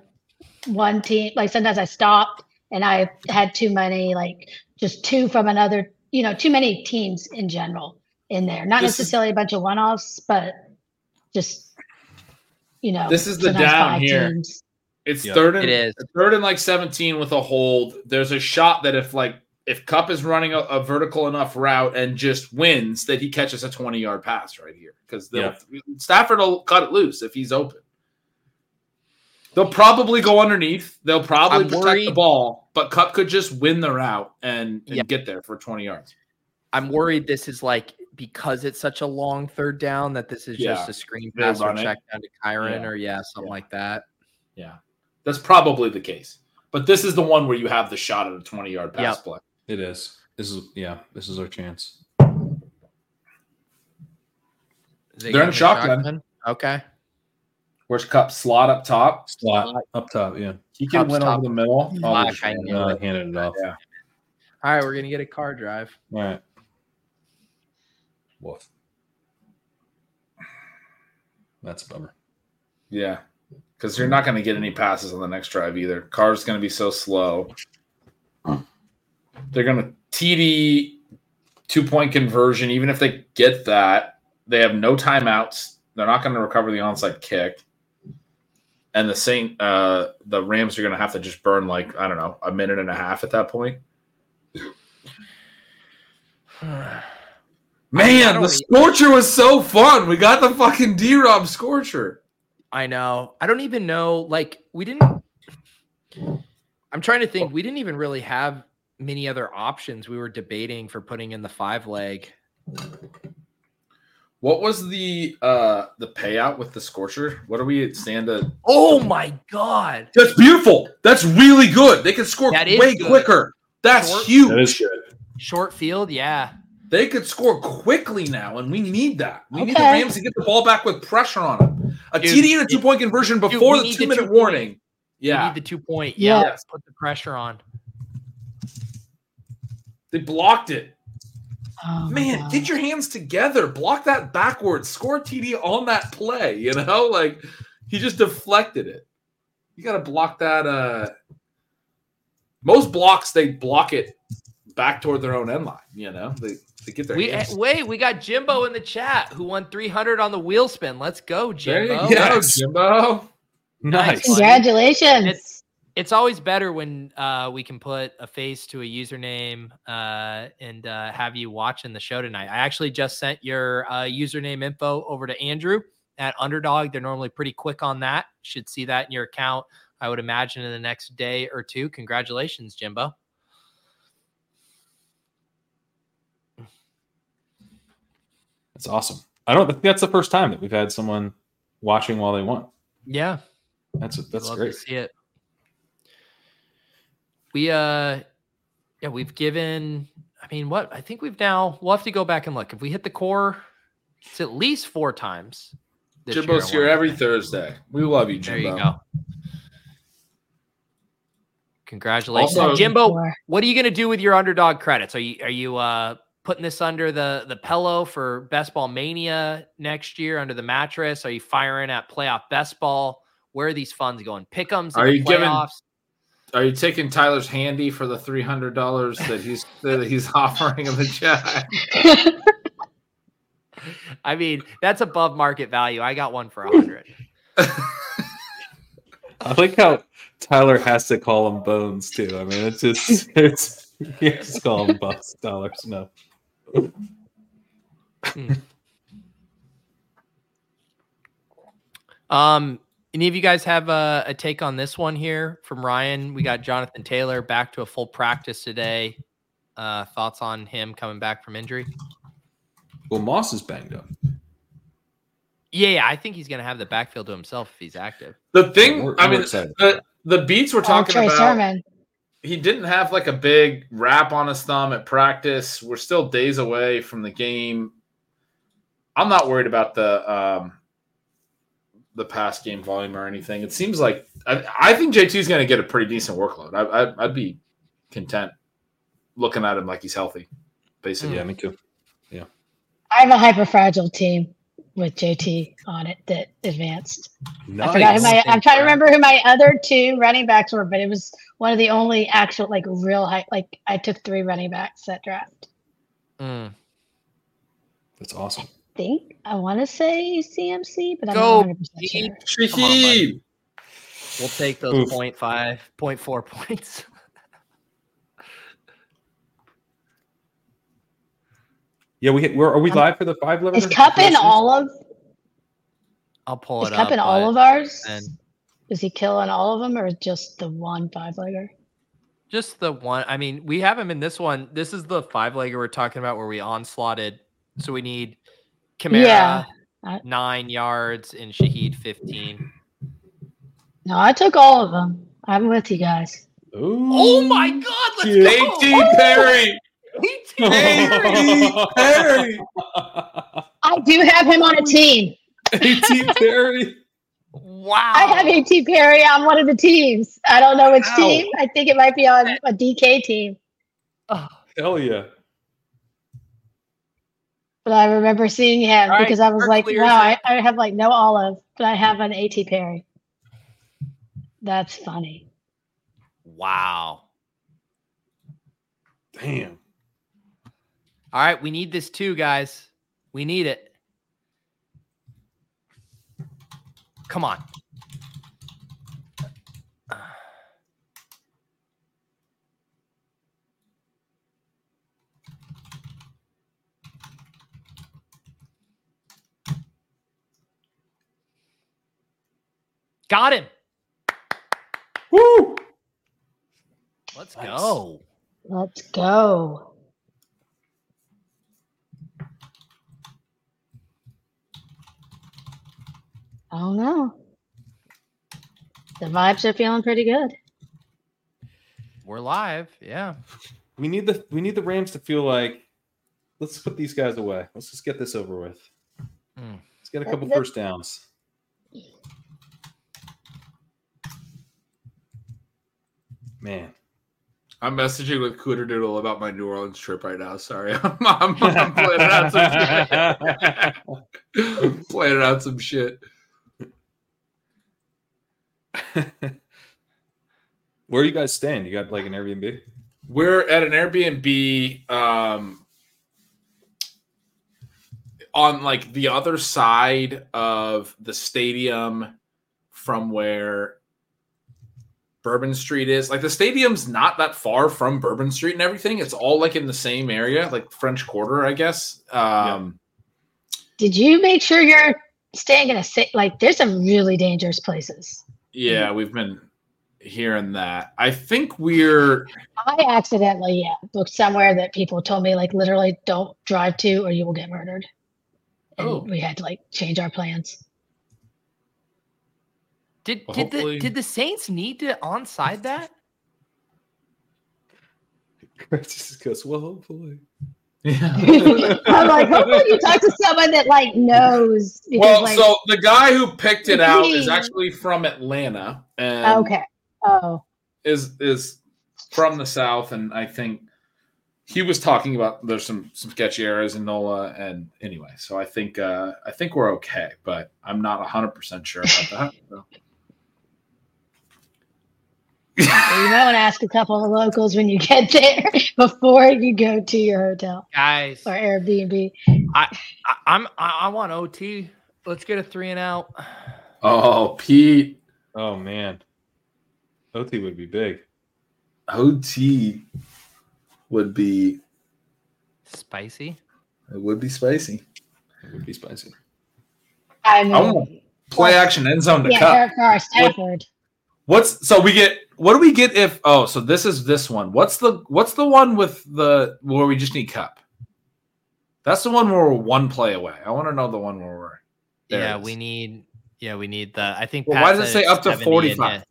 G: one team. Like sometimes I stopped and I had too many, like just two from another, you know, too many teams in general in there. Not
B: This is-
G: necessarily a bunch of one offs, but just, you know,
B: This is the
G: sometimes
B: down
G: five
B: here.
G: teams.
B: It's
E: Yeah.
B: third and
A: it is.
B: third and like 17 with a hold. There's a shot that if like if Cup is running a, a vertical enough route and just wins, that he catches a 20 yard pass right here because
E: Yeah.
B: Stafford will cut it loose if he's open. They'll probably go underneath. They'll probably
A: I'm
B: protect the
A: worried-
B: ball, but Cup could just win the route and, and
A: Yeah.
B: get there for 20 yards.
A: I'm worried this is like because it's such a long third down that this is just
B: Yeah.
A: a screen
B: They
A: pass or
B: run it.
A: check down to Kyron
B: Yeah.
A: or yeah, something
B: Yeah.
A: like that.
B: That's probably the case. But this is the one where you have the shot at a 20 yard pass
A: Yep.
B: play.
E: It is. This is yeah, this is our chance.
A: Is it
B: They're
A: gonna
B: in
A: be
B: shotgun.
A: Okay.
B: Where's Cup slot up top?
E: Slot up top, yeah.
B: He can
A: Cup's
B: win
A: top.
B: over the middle. Oh,
A: Fuck,
B: shit.
A: I knew
E: Uh,
A: it.
E: handed it off.
B: Yeah.
A: All right, we're gonna get a car drive. [sighs]
E: All right. Woof. That's a bummer.
B: Yeah. Because you're not going to get any passes on the next drive either. Car's going to be so slow. They're going to TD two point conversion. Even if they get that, they have no timeouts. They're not going to recover the onside kick. And the Saint, uh, the Rams are going to have to just burn like I don't know a minute and a half at that point.
A: I
B: Man,
A: don't e-
B: the
A: really-
B: scorcher was so fun. We got the fucking D Rob scorcher.
A: I know. I don't even know. Like, we didn't. I'm trying to think. We didn't even really have many other options. We were debating for putting in the five leg.
B: What was the uh the payout with the scorcher? What do we stand to?
A: Oh my god!
B: That's beautiful. That's really good. They can score
A: That is
B: way
A: good.
B: quicker. That's
A: Short.
B: huge.
E: That is
A: Short field, yeah.
B: they could score quickly now, and we need that. We need the
G: Okay.
B: Rams to get the ball back with pressure on them. A
A: Dude,
B: TD and a
A: dude,
B: two point conversion
A: dude,
B: before
A: we
B: the
A: need the
B: two minute
A: two-point.
B: warning.
A: We
B: Yeah,
A: need the two point. Yeah,
G: Yeah.
A: let's put the pressure on.
B: they blocked it.
G: Oh,
B: Man,
G: wow.
B: get your hands together. Block that backwards. Score a TD on that play. You know, [laughs] like he just deflected it. You got to block that. uh Most blocks they block it back toward their own end line. You know, they they get their
A: We eh,
B: hands.
A: wait. We got Jimbo in the chat who won 300 on the wheel spin. Let's go,
B: there you
A: Jimbo.
B: go,
E: Yes.
B: Jimbo.
E: nice.
A: Nice.
G: Congratulations.
A: It's- It's always better when uh, we can put a face to a username uh, and uh, have you watching the show tonight. I actually just sent your uh, username info over to Andrew at Underdog. They're normally pretty quick on that. Should see that in your account, I would imagine, in the next day or two. Congratulations, Jimbo.
E: That's awesome. I don't think that's the first time that we've had someone watching while they won.
A: Yeah,
E: That's that's
A: love
E: great.
A: to see it. We uh, yeah, we've given. I mean, what I think we've now. We'll have to go back and look. If we hit the core, it's at least four times. this year,
B: Jimbo's
A: I
B: here
A: wanna
B: every
A: say.
B: Thursday. We love you,
A: There
B: Jimbo.
A: you go. Congratulations,
B: Also-
A: Jimbo.
G: Or-
A: What are you going to do with your underdog credits? Are you are you uh putting this under the the pillow for Best Ball Mania next year under the mattress? Are you firing at playoff Best Ball? Where are these funds going? Pickums?
B: Are you giving-
A: playoffs?
B: Are you taking Tyler's handy for the three hundred dollars that he's that he's [laughs] offering in the chat?
A: I mean, that's above market value. I got one for a hundred.
E: I like how Tyler has to call him Bones too. I mean, it's just it's he has to call him Bones. Tyler Snow.
A: Um, any of you guys have a, a take on this one here from Ryan? We got Jonathan Taylor back to a full practice today. Uh, thoughts on him coming back from injury?
E: Well, Moss is banged up.
A: Yeah, yeah, I think he's going to have the backfield to himself if he's active.
B: The thing,
E: We're-
B: I
E: we're
B: mean,
E: excited.
B: the, the beats we're
G: Oh,
B: talking
G: Trey
B: about.
G: Sermon.
B: He didn't have like a big wrap on his thumb at practice. We're still days away from the game. I'm not worried about the um, the pass game volume or anything. It seems like I, I think JT is going to get a pretty decent workload. I, I, I'd be content looking at him like he's healthy, basically.
E: Yeah, me too.
G: I have a hyper fragile team with JT on it that advanced. I forgot who my, I'm trying to remember who my other two running backs were, but it was one of the only actual like real high. Like I took three running backs that draft.
A: Mm.
E: That's awesome.
G: I think I want to say CMC, but I'm
A: Go,
G: not 100%
A: Pete.
G: sure.
B: Shaheed!
A: We'll take those
E: Oof.
A: point five, point four [laughs] 0.5, 0.4 points.
E: Yeah, we hit, we're, are we
G: Um,
E: live for the five level?
G: Is Cup in all of
A: I'll pull
G: is
A: it
G: Cup
A: up.
G: in all
A: but
G: of ours?
A: and-
G: Is he killing all of them or just the one five legger?
A: just the one. I mean, we have him in this one. This is the five legger we're talking about where we onslaughted. So we need Kamara
G: Yeah, I-
A: nine yards and Shahid 15.
G: No, I took all of them. I'm with you guys.
A: Oh my God. Let's
E: Yeah.
A: go.
B: JT Perry!
A: JT Perry.
B: JT Perry!
E: [laughs]
G: I do have him on a team.
E: AT Perry.
A: Wow.
G: I have AT Perry on one of the teams. I don't know which team. I think it might be on a DK team.
A: Ugh.
E: Hell yeah.
G: But I remember seeing him
A: All right,
G: because I was
A: we're
G: like,
A: clear
G: no, I,
A: then.
G: I have like no olive, but I have an AT Perry. That's funny.
A: Wow.
E: Damn.
A: All right. We need this too, guys. We need it. Come on. Got him.
E: Woo!
A: Let's
E: Nice.
A: go.
G: Let's go. I don't know. The vibes are feeling pretty good.
A: We're live. Yeah.
E: We need the we need the Rams to feel like let's put these guys away. Let's just get this over with.
A: Mm.
E: Let's get a couple
G: Let-
E: first downs. Man.
B: I'm messaging with Cooter Doodle about my New Orleans trip right now. Sorry, [laughs] I'm, I'm, I'm playing out
E: [laughs]
B: some shit. [laughs] playing out some shit.
E: [laughs] Where are you guys staying? You got like an Airbnb?
B: We're at an Airbnb um, on like the other side of the stadium from where Bourbon Street is. Like the stadium's not that far from Bourbon Street and everything. It's all like in the same area, like French Quarter, I guess. Um,
G: Did you make sure you're staying in a safe? Like, there's some really dangerous places.
B: Yeah, we've been hearing that. I think we're
G: I accidentally, yeah, booked somewhere that people told me like literally don't drive to or you will get murdered. And
B: Oh.
G: we had to like change our
B: [laughs]
G: plans. [laughs]
A: Did
B: Well,
A: did the
B: hopefully-
A: did the Saints need to onside that?
E: Just goes, well, hopefully.
G: [laughs] I'm like, hopefully you talk to someone that like knows. Because,
B: well.
G: like,
B: so the guy who picked it out is
G: Please.
B: actually from Atlanta and
G: okay. Oh,
B: is is from the South, and I think he was talking about there's some some sketchy areas in NOLA, and anyway, so I think uh I think we're okay, but I'm not hundred percent sure about that. so.
G: well, you might want to ask a couple of locals when you get there [laughs] before you go to your hotel
A: [laughs] Guys,
G: or Airbnb.
A: I, I'm I, I want OT. Let's get a three and out.
B: [laughs] oh, Pete
E: Oh man. OT would be big.
B: OT would be
A: Spicy.
B: it would be spicy.
E: would be spicy.
G: I mean,
B: I want Play action end zone to
G: yeah,
B: cup.
G: Eric Carr, Stafford.
B: What's so we get? What do we get if? Oh, so this is this one. What's the what's the one with the where we just need cup? That's the one where we're one play away. I want to know the one where we're. There
A: yeah,
B: it
A: we
B: is.
A: need. Yeah, we need the. I think.
B: Well,
A: Pat
B: why does it
A: said
B: say up to
A: 70 in it.
B: 45?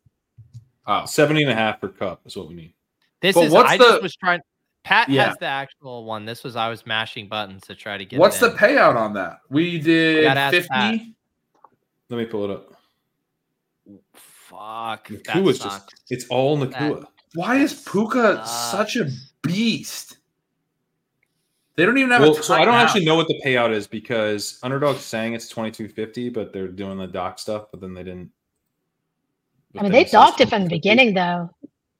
B: Oh,
E: 70 and a half per cup is what we need.
A: This
B: But
A: is.
B: what's
A: I just
B: the-
A: was trying. Pat
B: Yeah.
A: has the actual one. This was I was mashing buttons to try to get.
B: what's
A: it
B: the
A: in.
B: payout on that? We did
A: gotta ask Pat.
B: fifty.
E: Let me pull it up.
A: Fuck. That
E: Nakua is
A: sucks.
E: just, it's all Nakua.
B: Why is
A: Uh,
B: Puka such a beast? They don't even have
E: Well,
B: a
E: so I don't
B: timeout.
E: actually know what the payout is because Underdog saying it's 2250, but they're doing the doc stuff, but then they didn't.
G: I mean, they docked it from the beginning, though.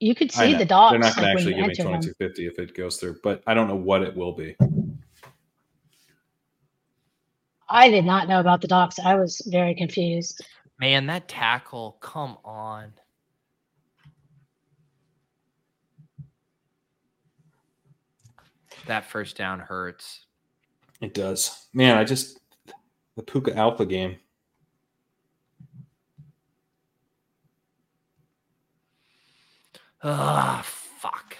G: You could
E: I
G: see
E: know.
G: the docs.
E: They're not going to
G: like, when
E: actually
G: you
E: give me
G: entered them.
E: 2250 if it goes through, but I don't know what it will be.
G: I did not know about the docs. I was very confused.
A: Man, that tackle. Come on. That first down hurts.
E: It does. Man, I just the Puka Alpha game.
A: Ah, fuck.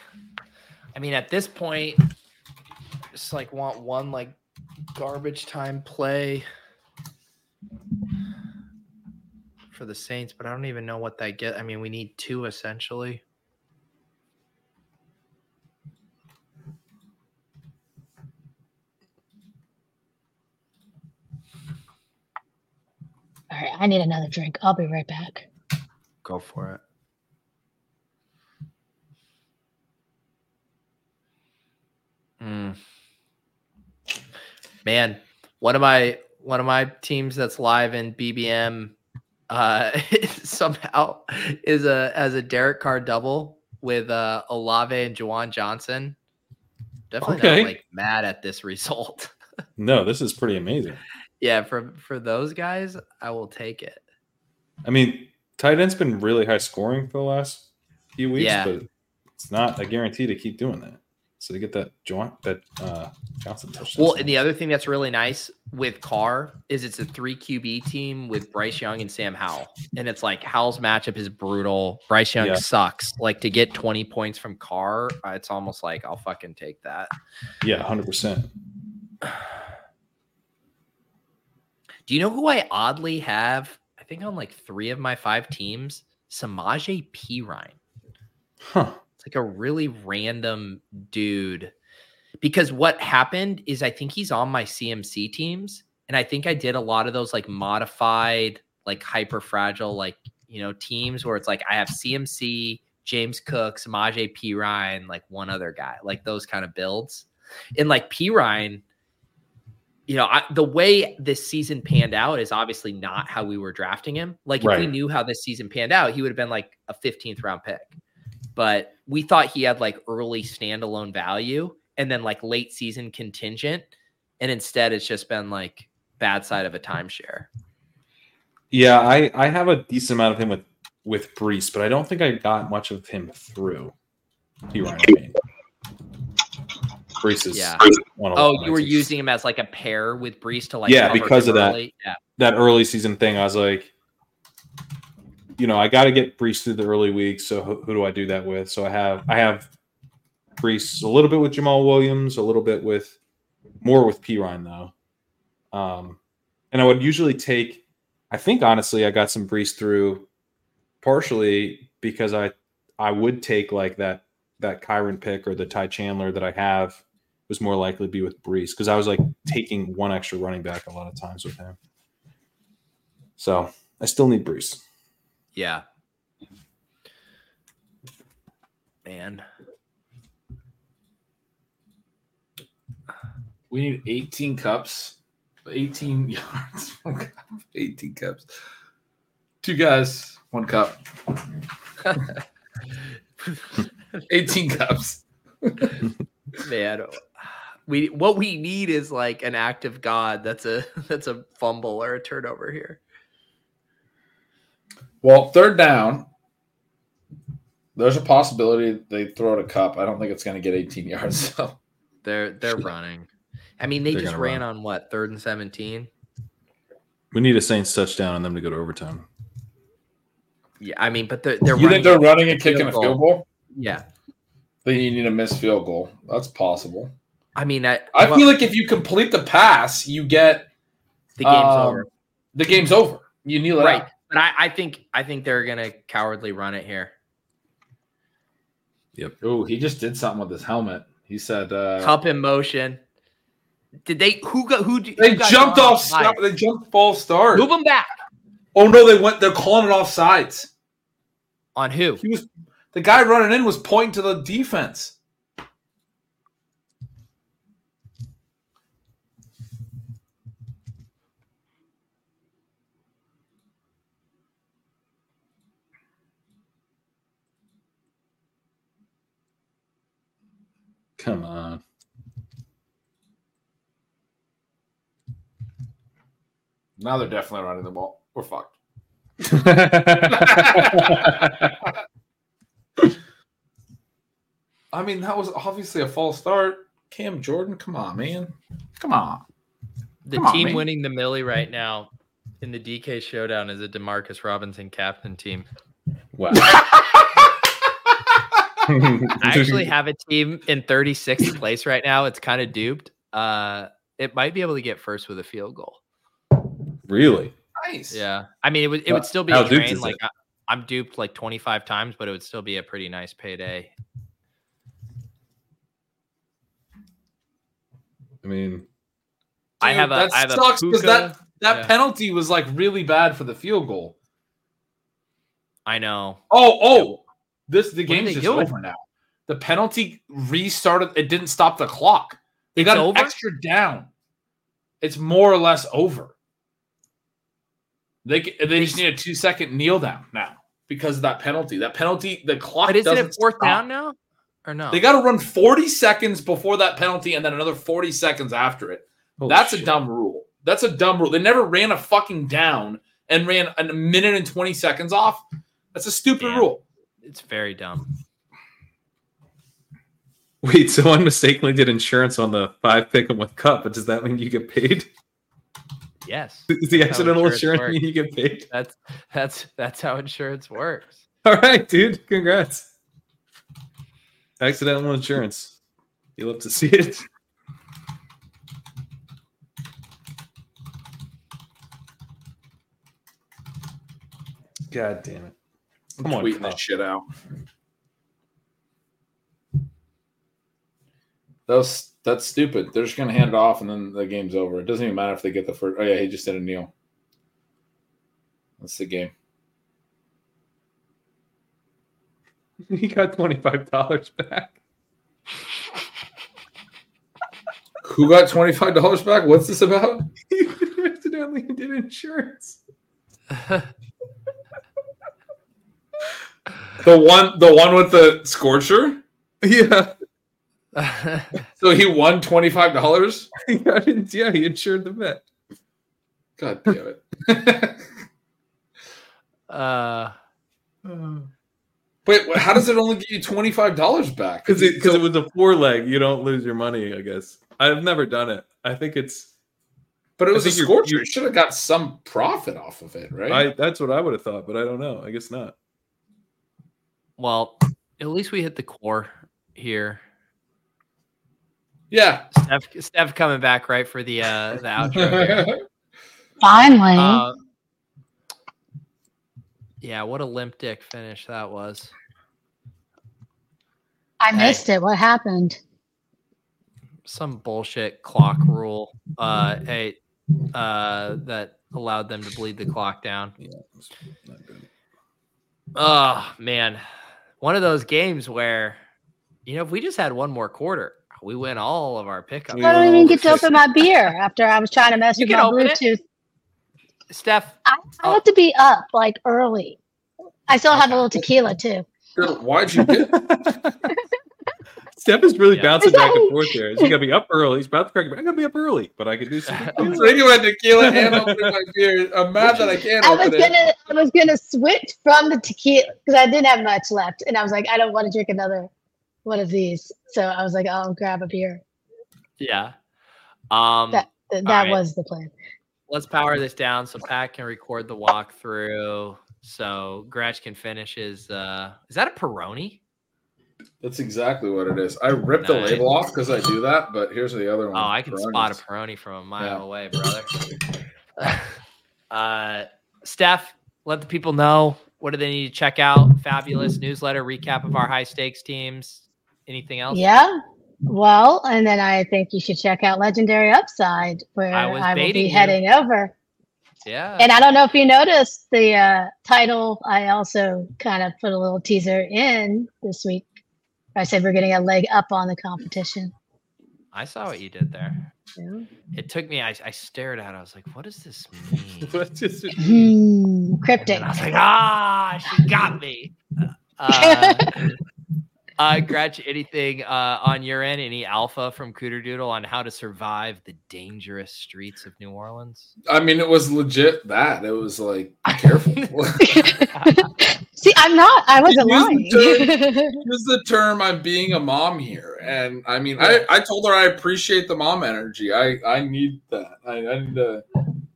A: I mean, at this point, just like want one like garbage time play for the Saints, but I don't even know what that get. I mean, we need two essentially.
G: All right, I need another drink. I'll be right back.
A: Go for it. Mm. Man, one of my one of my teams that's live in BBM uh, [laughs] somehow is a as a Derek Carr double with uh, Olave and Juwan Johnson. Definitely
E: Okay.
A: not like mad at this [laughs] result.
E: No, this is pretty amazing.
A: yeah, for for those guys, I will take it.
E: I mean, tight end's been really high scoring for the last few weeks,
A: Yeah.
E: but it's not a guarantee to keep doing that. So to get that joint, that uh, Johnson touchdown.
A: Well, and the other thing that's really nice with Carr is it's a three QB team with Bryce Young and Sam Howell. And it's like Howell's matchup is brutal. Bryce Young
E: Yeah.
A: sucks. Like to get 20 points from Carr, uh, it's almost like I'll fucking take that.
E: yeah, hundred percent.
A: Do you know who I oddly have? I think on like three of my five teams, Samaje P. Ryan.
E: Huh.
A: It's like a really random dude. Because what happened is I think he's on my CMC teams. And I think I did a lot of those like modified, like hyper fragile, like, you know, teams where it's like I have CMC, James Cook, Samaje P. Ryan, like one other guy, like those kind of builds. And like P. Ryan, you know, I, the way this season panned out is obviously not how we were drafting him. Like, if we
E: Right.
A: knew how this season panned out, he would have been like a 15th round pick but we thought he had like early standalone value and then like late season contingent. And instead, it's just been like bad side of a timeshare.
E: Yeah, I I have a decent amount of him with with Brees, but I don't think I got much of him through. He ran I mean. Brees is
A: Yeah.
E: one of
A: Oh, you
E: my
A: were
E: teams.
A: using him as like a pair with Brees to like
E: Yeah,
A: cover
E: because of
A: him
E: that.
A: early. Yeah,
E: that early season thing. I was like, you know, I got to get Brees through the early weeks. So who, who do I do that with? So I have I have Brees a little bit with Jamal Williams, a little bit with more with P Ryan though. Um, and I would usually take. I think honestly, I got some Brees through partially because I I would take like that that Kyron pick or the Ty Chandler that I have was more likely to be with Brees because I was like taking one extra running back a lot of times with him. So I still need Brees.
A: yeah. Man,
B: We need 18 cups, 18 [laughs] yards, one cup, 18 cups. Two guys, one [laughs] cup. 18 cups.
A: man, we what we need is like an act of God. That's a [laughs] that's a fumble or a turnover here.
B: Well, third down. There's a possibility they throw it a cup. I don't think it's going to get 18 yards. So
A: They're they're running. I mean, they
E: They're
A: just
E: gonna
A: ran
E: run.
A: on what third and seventeen.
E: We need a Saints touchdown and them to go to overtime.
A: Yeah, I mean, but they're they're
B: you
A: running.
B: think they're running and
A: Field
B: kicking a
A: goal.
B: field goal?
A: yeah,
B: Then you need a missed field goal. That's possible.
A: I mean, I,
B: I
A: well,
B: feel like if you complete the pass, you get
A: the game's
B: um,
A: over,
B: the game's over. You kneel it
A: right?
B: out.
A: But I, I think I think they're gonna cowardly run it here.
B: Ooh, he just did something with his helmet. He said uh,
A: Cup in motion. Did they? Who got? Who?
B: they jumped off. Stop, they jumped false start.
A: Move them back
B: Oh no, they went. They're calling it off sides.
A: on who?
B: He was the guy running in was pointing to the defense.
E: Come on.
B: Now they're definitely running the ball. We're fucked. I mean, that was obviously a false start. Cam Jordan, come on, man. Come on.
A: The
B: Come on,
A: team
B: man.
A: winning the Millie right now in the DK showdown is a Demarcus Robinson captain
B: [laughs]
A: team.
E: wow.
A: I actually have a team in 36th place right now. It's kind of duped. Uh, it might be able to get first with a field goal.
E: really.
B: Nice.
A: Yeah, I mean, it would it
E: Well,
A: would still be
E: how
A: a
E: duped
A: train.
E: is
A: Like
E: it?
A: I, I'm duped like 25 times, but it would still be a pretty nice payday.
E: I mean, [laughs]
A: I have a-
B: that
A: I have a
B: sucks because that that
A: Yeah.
B: penalty was like really bad for the field goal.
A: I know.
B: Oh, oh, this the
A: What are
B: game's
A: they
B: just
A: doing?
B: over now. The penalty restarted. It didn't stop the clock. They got
A: It's
B: an
A: over?
B: extra down. It's more or less over. They c- they just need a two second kneel down now because of that penalty. That penalty, the clock.
A: But isn't
B: doesn't
A: it fourth
B: stop.
A: down now or no?
B: They got to run forty seconds before that penalty, and then another forty seconds after it.
E: holy
B: That's a
E: shit.
B: dumb rule. That's a dumb rule. They never ran a fucking down and ran a minute and 20 seconds off. That's a stupid
A: Yeah.
B: rule.
A: it's very dumb.
E: Wait, someone mistakenly did insurance on the five pick and one cup, but does that mean you get paid? [laughs]
A: Yes,
E: Is the
A: That's how
E: accidental
A: insurance
E: insurance mean you get paid? [laughs]
A: that's [laughs] that's that's how insurance works. [laughs]
E: All right, dude. Congrats. Accidental insurance. You love to see it. [laughs] God damn it. Come on,
B: Tweeting
E: Kyle.
B: that shit out. That's that's stupid. They're just gonna hand it off and then the game's over. It doesn't even matter if they get the first. Oh yeah, he just did a kneel. That's the game.
E: [laughs] He got $25 back. [laughs]
B: Who got twenty five dollars back? What's this about?
E: He accidentally did insurance.
B: The one, the one with the scorcher.
E: Yeah. [laughs]
B: So he won twenty five dollars.
E: I didn't, yeah, he insured the bet.
B: God damn it.
A: uh,
B: [laughs] Wait, wh- how does it only give you twenty five dollars back?
E: Because it, cause it was a four leg. You don't lose your money, I guess. I've never done it. I think it's.
B: but it was
E: I
B: a
E: think you're-
B: scorcher.
E: you're-
B: You should have got some profit off of it, right?
E: I that's what I would have thought, but I don't know. I guess not.
A: well, at least we hit the core here.
B: yeah. [laughs]
A: Steph, Steph coming back right for the uh the outro. here.
B: That's
G: Finally.
A: Uh, yeah, what a limp dick finish that was.
G: I missed it. What happened?
A: Some bullshit clock rule. Uh, hey, uh, that allowed them to bleed the clock down. Oh man, one of those games where, you know, if we just had one more quarter, we win all of our pickups.
G: I don't even get
E: [laughs]
G: to open my beer after I was trying to mess
A: You
G: with
A: can
G: my
A: open it. Oh.
G: Bluetooth.
A: Steph,
G: I, I have to be up like early. I still have a little tequila too.
B: Girl, Why'd
A: [laughs]
B: you get?
E: Steph is really
A: Yeah.
E: bouncing back and
G: Sorry.
E: forth there. He's gonna be up early. He's about to crack. I'm gonna be up early, but I could [laughs] do something.
B: I'm drinking my tequila and opening my beer. I'm mad that I can't
G: I was
B: open it.
G: gonna I was gonna switch from the tequila because I didn't have much left, and I was like, I don't want to drink another one of these. So I was like, I'll grab a beer.
A: yeah. Um,
G: That that
A: right.
G: was the plan.
A: let's power this down so Pat can record the walkthrough. So Gretch can finish his. Uh, is that a Peroni?
B: That's exactly what it is. I ripped the
A: Nice.
B: label off because I do that, but here's the other one.
A: Oh, I can spot a
B: Peronis.
A: Peroni from a mile
B: Yeah.
A: away, brother. uh, Steph, let the people know what do they need to check out. Fabulous newsletter recap of our high stakes teams. Anything else?
G: Yeah. Well, and then I think you should check out Legendary Upside, where
A: I
G: I,
A: was
G: will
A: baiting
G: be
A: you.
G: heading over.
A: Yeah.
G: And I don't know if you noticed the uh, title. I also kind of put a little teaser in this week. I said we're getting a leg up on the competition.
A: I saw what you did there.
B: Hmm.
G: Yeah.
A: It took me. I, I stared at. it. I was like, "What does this
E: [laughs]
A: mean?"
E: What is it?
G: Hmm,
A: And then
G: cryptic.
A: I was like, "Ah, she got me." Uh, uh, Gretch, anything uh, on your end? Any alpha from Cooter Doodle on how to survive the dangerous streets of New Orleans?
B: I mean, it was legit that. It
A: [laughs]
B: was like, careful.
G: See, I'm not. I wasn't lying.
B: Use Use the term I'm being a mom here. And I mean, I, I told her I appreciate the mom energy. I, I need that. I, I need to,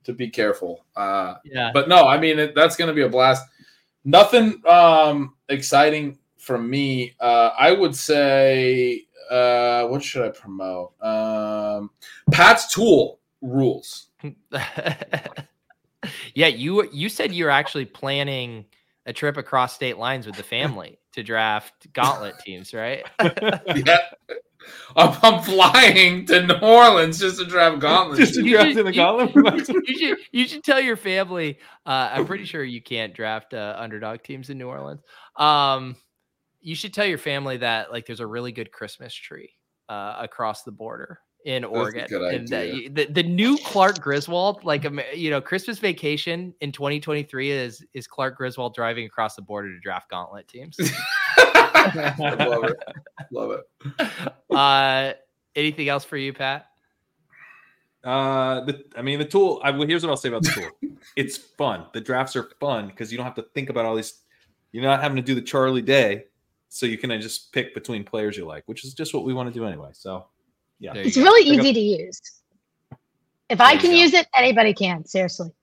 B: to be careful. Uh,
A: Yeah.
B: but no, I mean it, that's going to be a blast. Nothing um exciting from me. Uh, I would say uh, what should I promote? Um, Pat's tool rules.
A: [laughs]
B: [laughs]
A: yeah, you you said you were actually planning a trip across state lines with the family to draft gauntlet teams, right?
B: Yeah. I'm, I'm flying to New Orleans just to drive gauntlet.
E: Just to
B: Dude, [laughs]
A: You
E: draft
A: should-
E: in the
A: you-
E: [laughs] gauntlet.
A: you should you should tell your family. Uh, I'm pretty sure you can't draft uh, underdog teams in New Orleans. Um, you should tell your family that like there's a really good Christmas tree uh, across the border in
B: a
A: Oregon,
B: good
A: and that
B: idea.
A: you- the, the new Clark Griswold, like um, you know, Christmas vacation in 2023 is is Clark Griswold driving across the border to draft Gauntlet
B: [laughs]
A: teams.
B: I love it. Love it.
A: uh, anything else for you, Pat?
E: Uh, the, I mean, the tool. I, well, here's what I'll say about the tool. it's fun. The drafts are fun because you don't have to think about all these. You're not having to do the Charlie Day, so you can uh, just pick between players you like, which is just what we want to do anyway. So, yeah,
A: There you
G: [laughs] it's
A: go.
G: really
E: Check out-
G: easy to use. If
A: There
G: I
A: you
G: can
A: go.
G: use it, anybody can. Seriously. [laughs]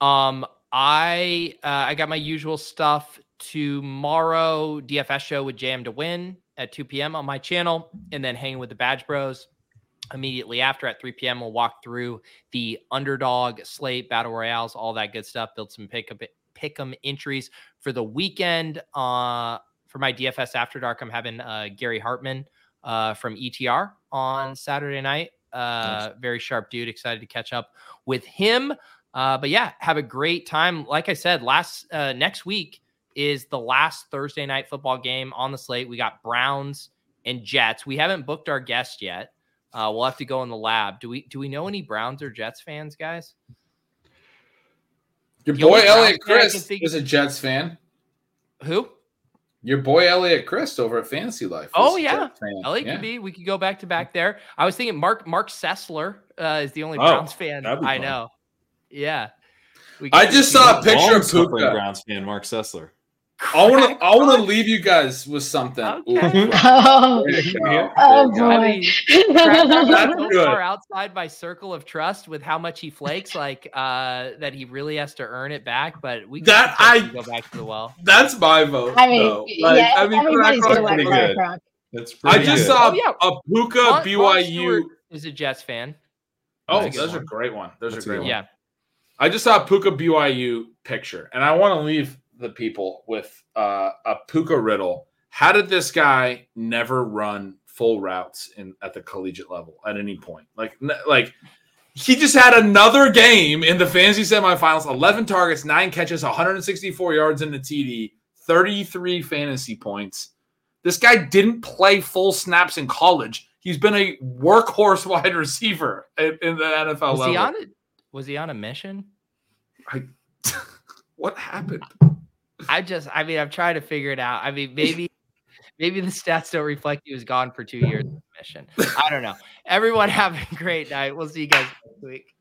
A: Um, I uh, I got my usual stuff tomorrow. DFS show with Jam to Win at 2 p.m. on my channel, and then hanging with the Badge Bros immediately after at 3 p.m. We'll walk through the underdog slate, battle royales, all that good stuff. Build some pick up pick 'em entries for the weekend. Uh, for my DFS after dark, I'm having uh, Gary Hartman uh, from ETR on Saturday night. Uh, Very sharp dude. Excited to catch up with him. Uh, but yeah, have a great time. Like I said, last uh, next week is the last Thursday night football game on the slate. We got Browns and Jets. We haven't booked our guest yet. Uh, we'll have to go in the lab. Do we? Do we know any Browns or Jets fans, guys?
B: Your
A: The
B: boy
A: only Browns fan
B: Elliot
A: I can
B: Chris
A: think-
B: is a Jets fan.
A: Who?
B: Your boy Elliot Chris over at Fantasy Life. is
A: Oh,
B: a
A: yeah.
B: Jets fan.
A: LA could be. We could go back to back there. I was thinking Mark Mark Sessler uh, is the only
E: Oh,
A: Browns fan
E: that'd be
A: I
E: fun.
A: know. Yeah. We
B: I
A: could-
B: just
A: we could
B: saw
A: go
B: a picture of
E: Long-suffering
B: Puka.
E: Browns fan Mark Sessler.
B: I
A: [laughs]
B: want
A: crack
B: to. I want
A: on.
B: to leave you guys with something.
A: Okay.
B: Ooh,
G: Oh,
B: there you go.
G: oh
B: There you go.
A: I
G: boy.
A: mean, [laughs] Brad Marcus
B: That's
A: so
B: good.
A: far outside my circle of trust with how much he flakes, like uh, that he really has to earn it back. But we could
B: That I-
A: potentially go back to the well.
B: That's my vote.
G: I mean,
B: though. Like,
G: yeah,
B: I mean,
G: everybody's
B: crack
G: gonna
B: on.
G: like
E: pretty
G: Clark
E: good.
G: Rock.
E: That's
B: I
E: pretty
B: just
E: good.
A: Oh,
B: saw
A: yeah.
B: a Puka
A: Ron- Ron
B: BYU.
A: Stewart is a Jets fan.
B: Oh,
E: Nice.
B: those are great one. Those
E: That's
B: are
E: a good
B: great.
E: one.
B: One.
A: Yeah,
B: I just saw a Puka BYU picture, and I want to leave the people with uh, a Puka riddle. How did this guy never run full routes in at the collegiate level at any point? Like, n- like he just had another game in the fantasy semifinals: eleven targets, nine catches, 164 yards in the TD, 33 fantasy points. This guy didn't play full snaps in college. He's been a workhorse [laughs] wide receiver in, in the NFL
A: was
B: level.
A: he on it? Was he on a mission?
B: what happened?
A: I just, I mean, I'm trying to figure it out. I mean, maybe, maybe the stats don't reflect he was gone for two years. on Mission. I don't know. Everyone have a great night. We'll see you guys next week.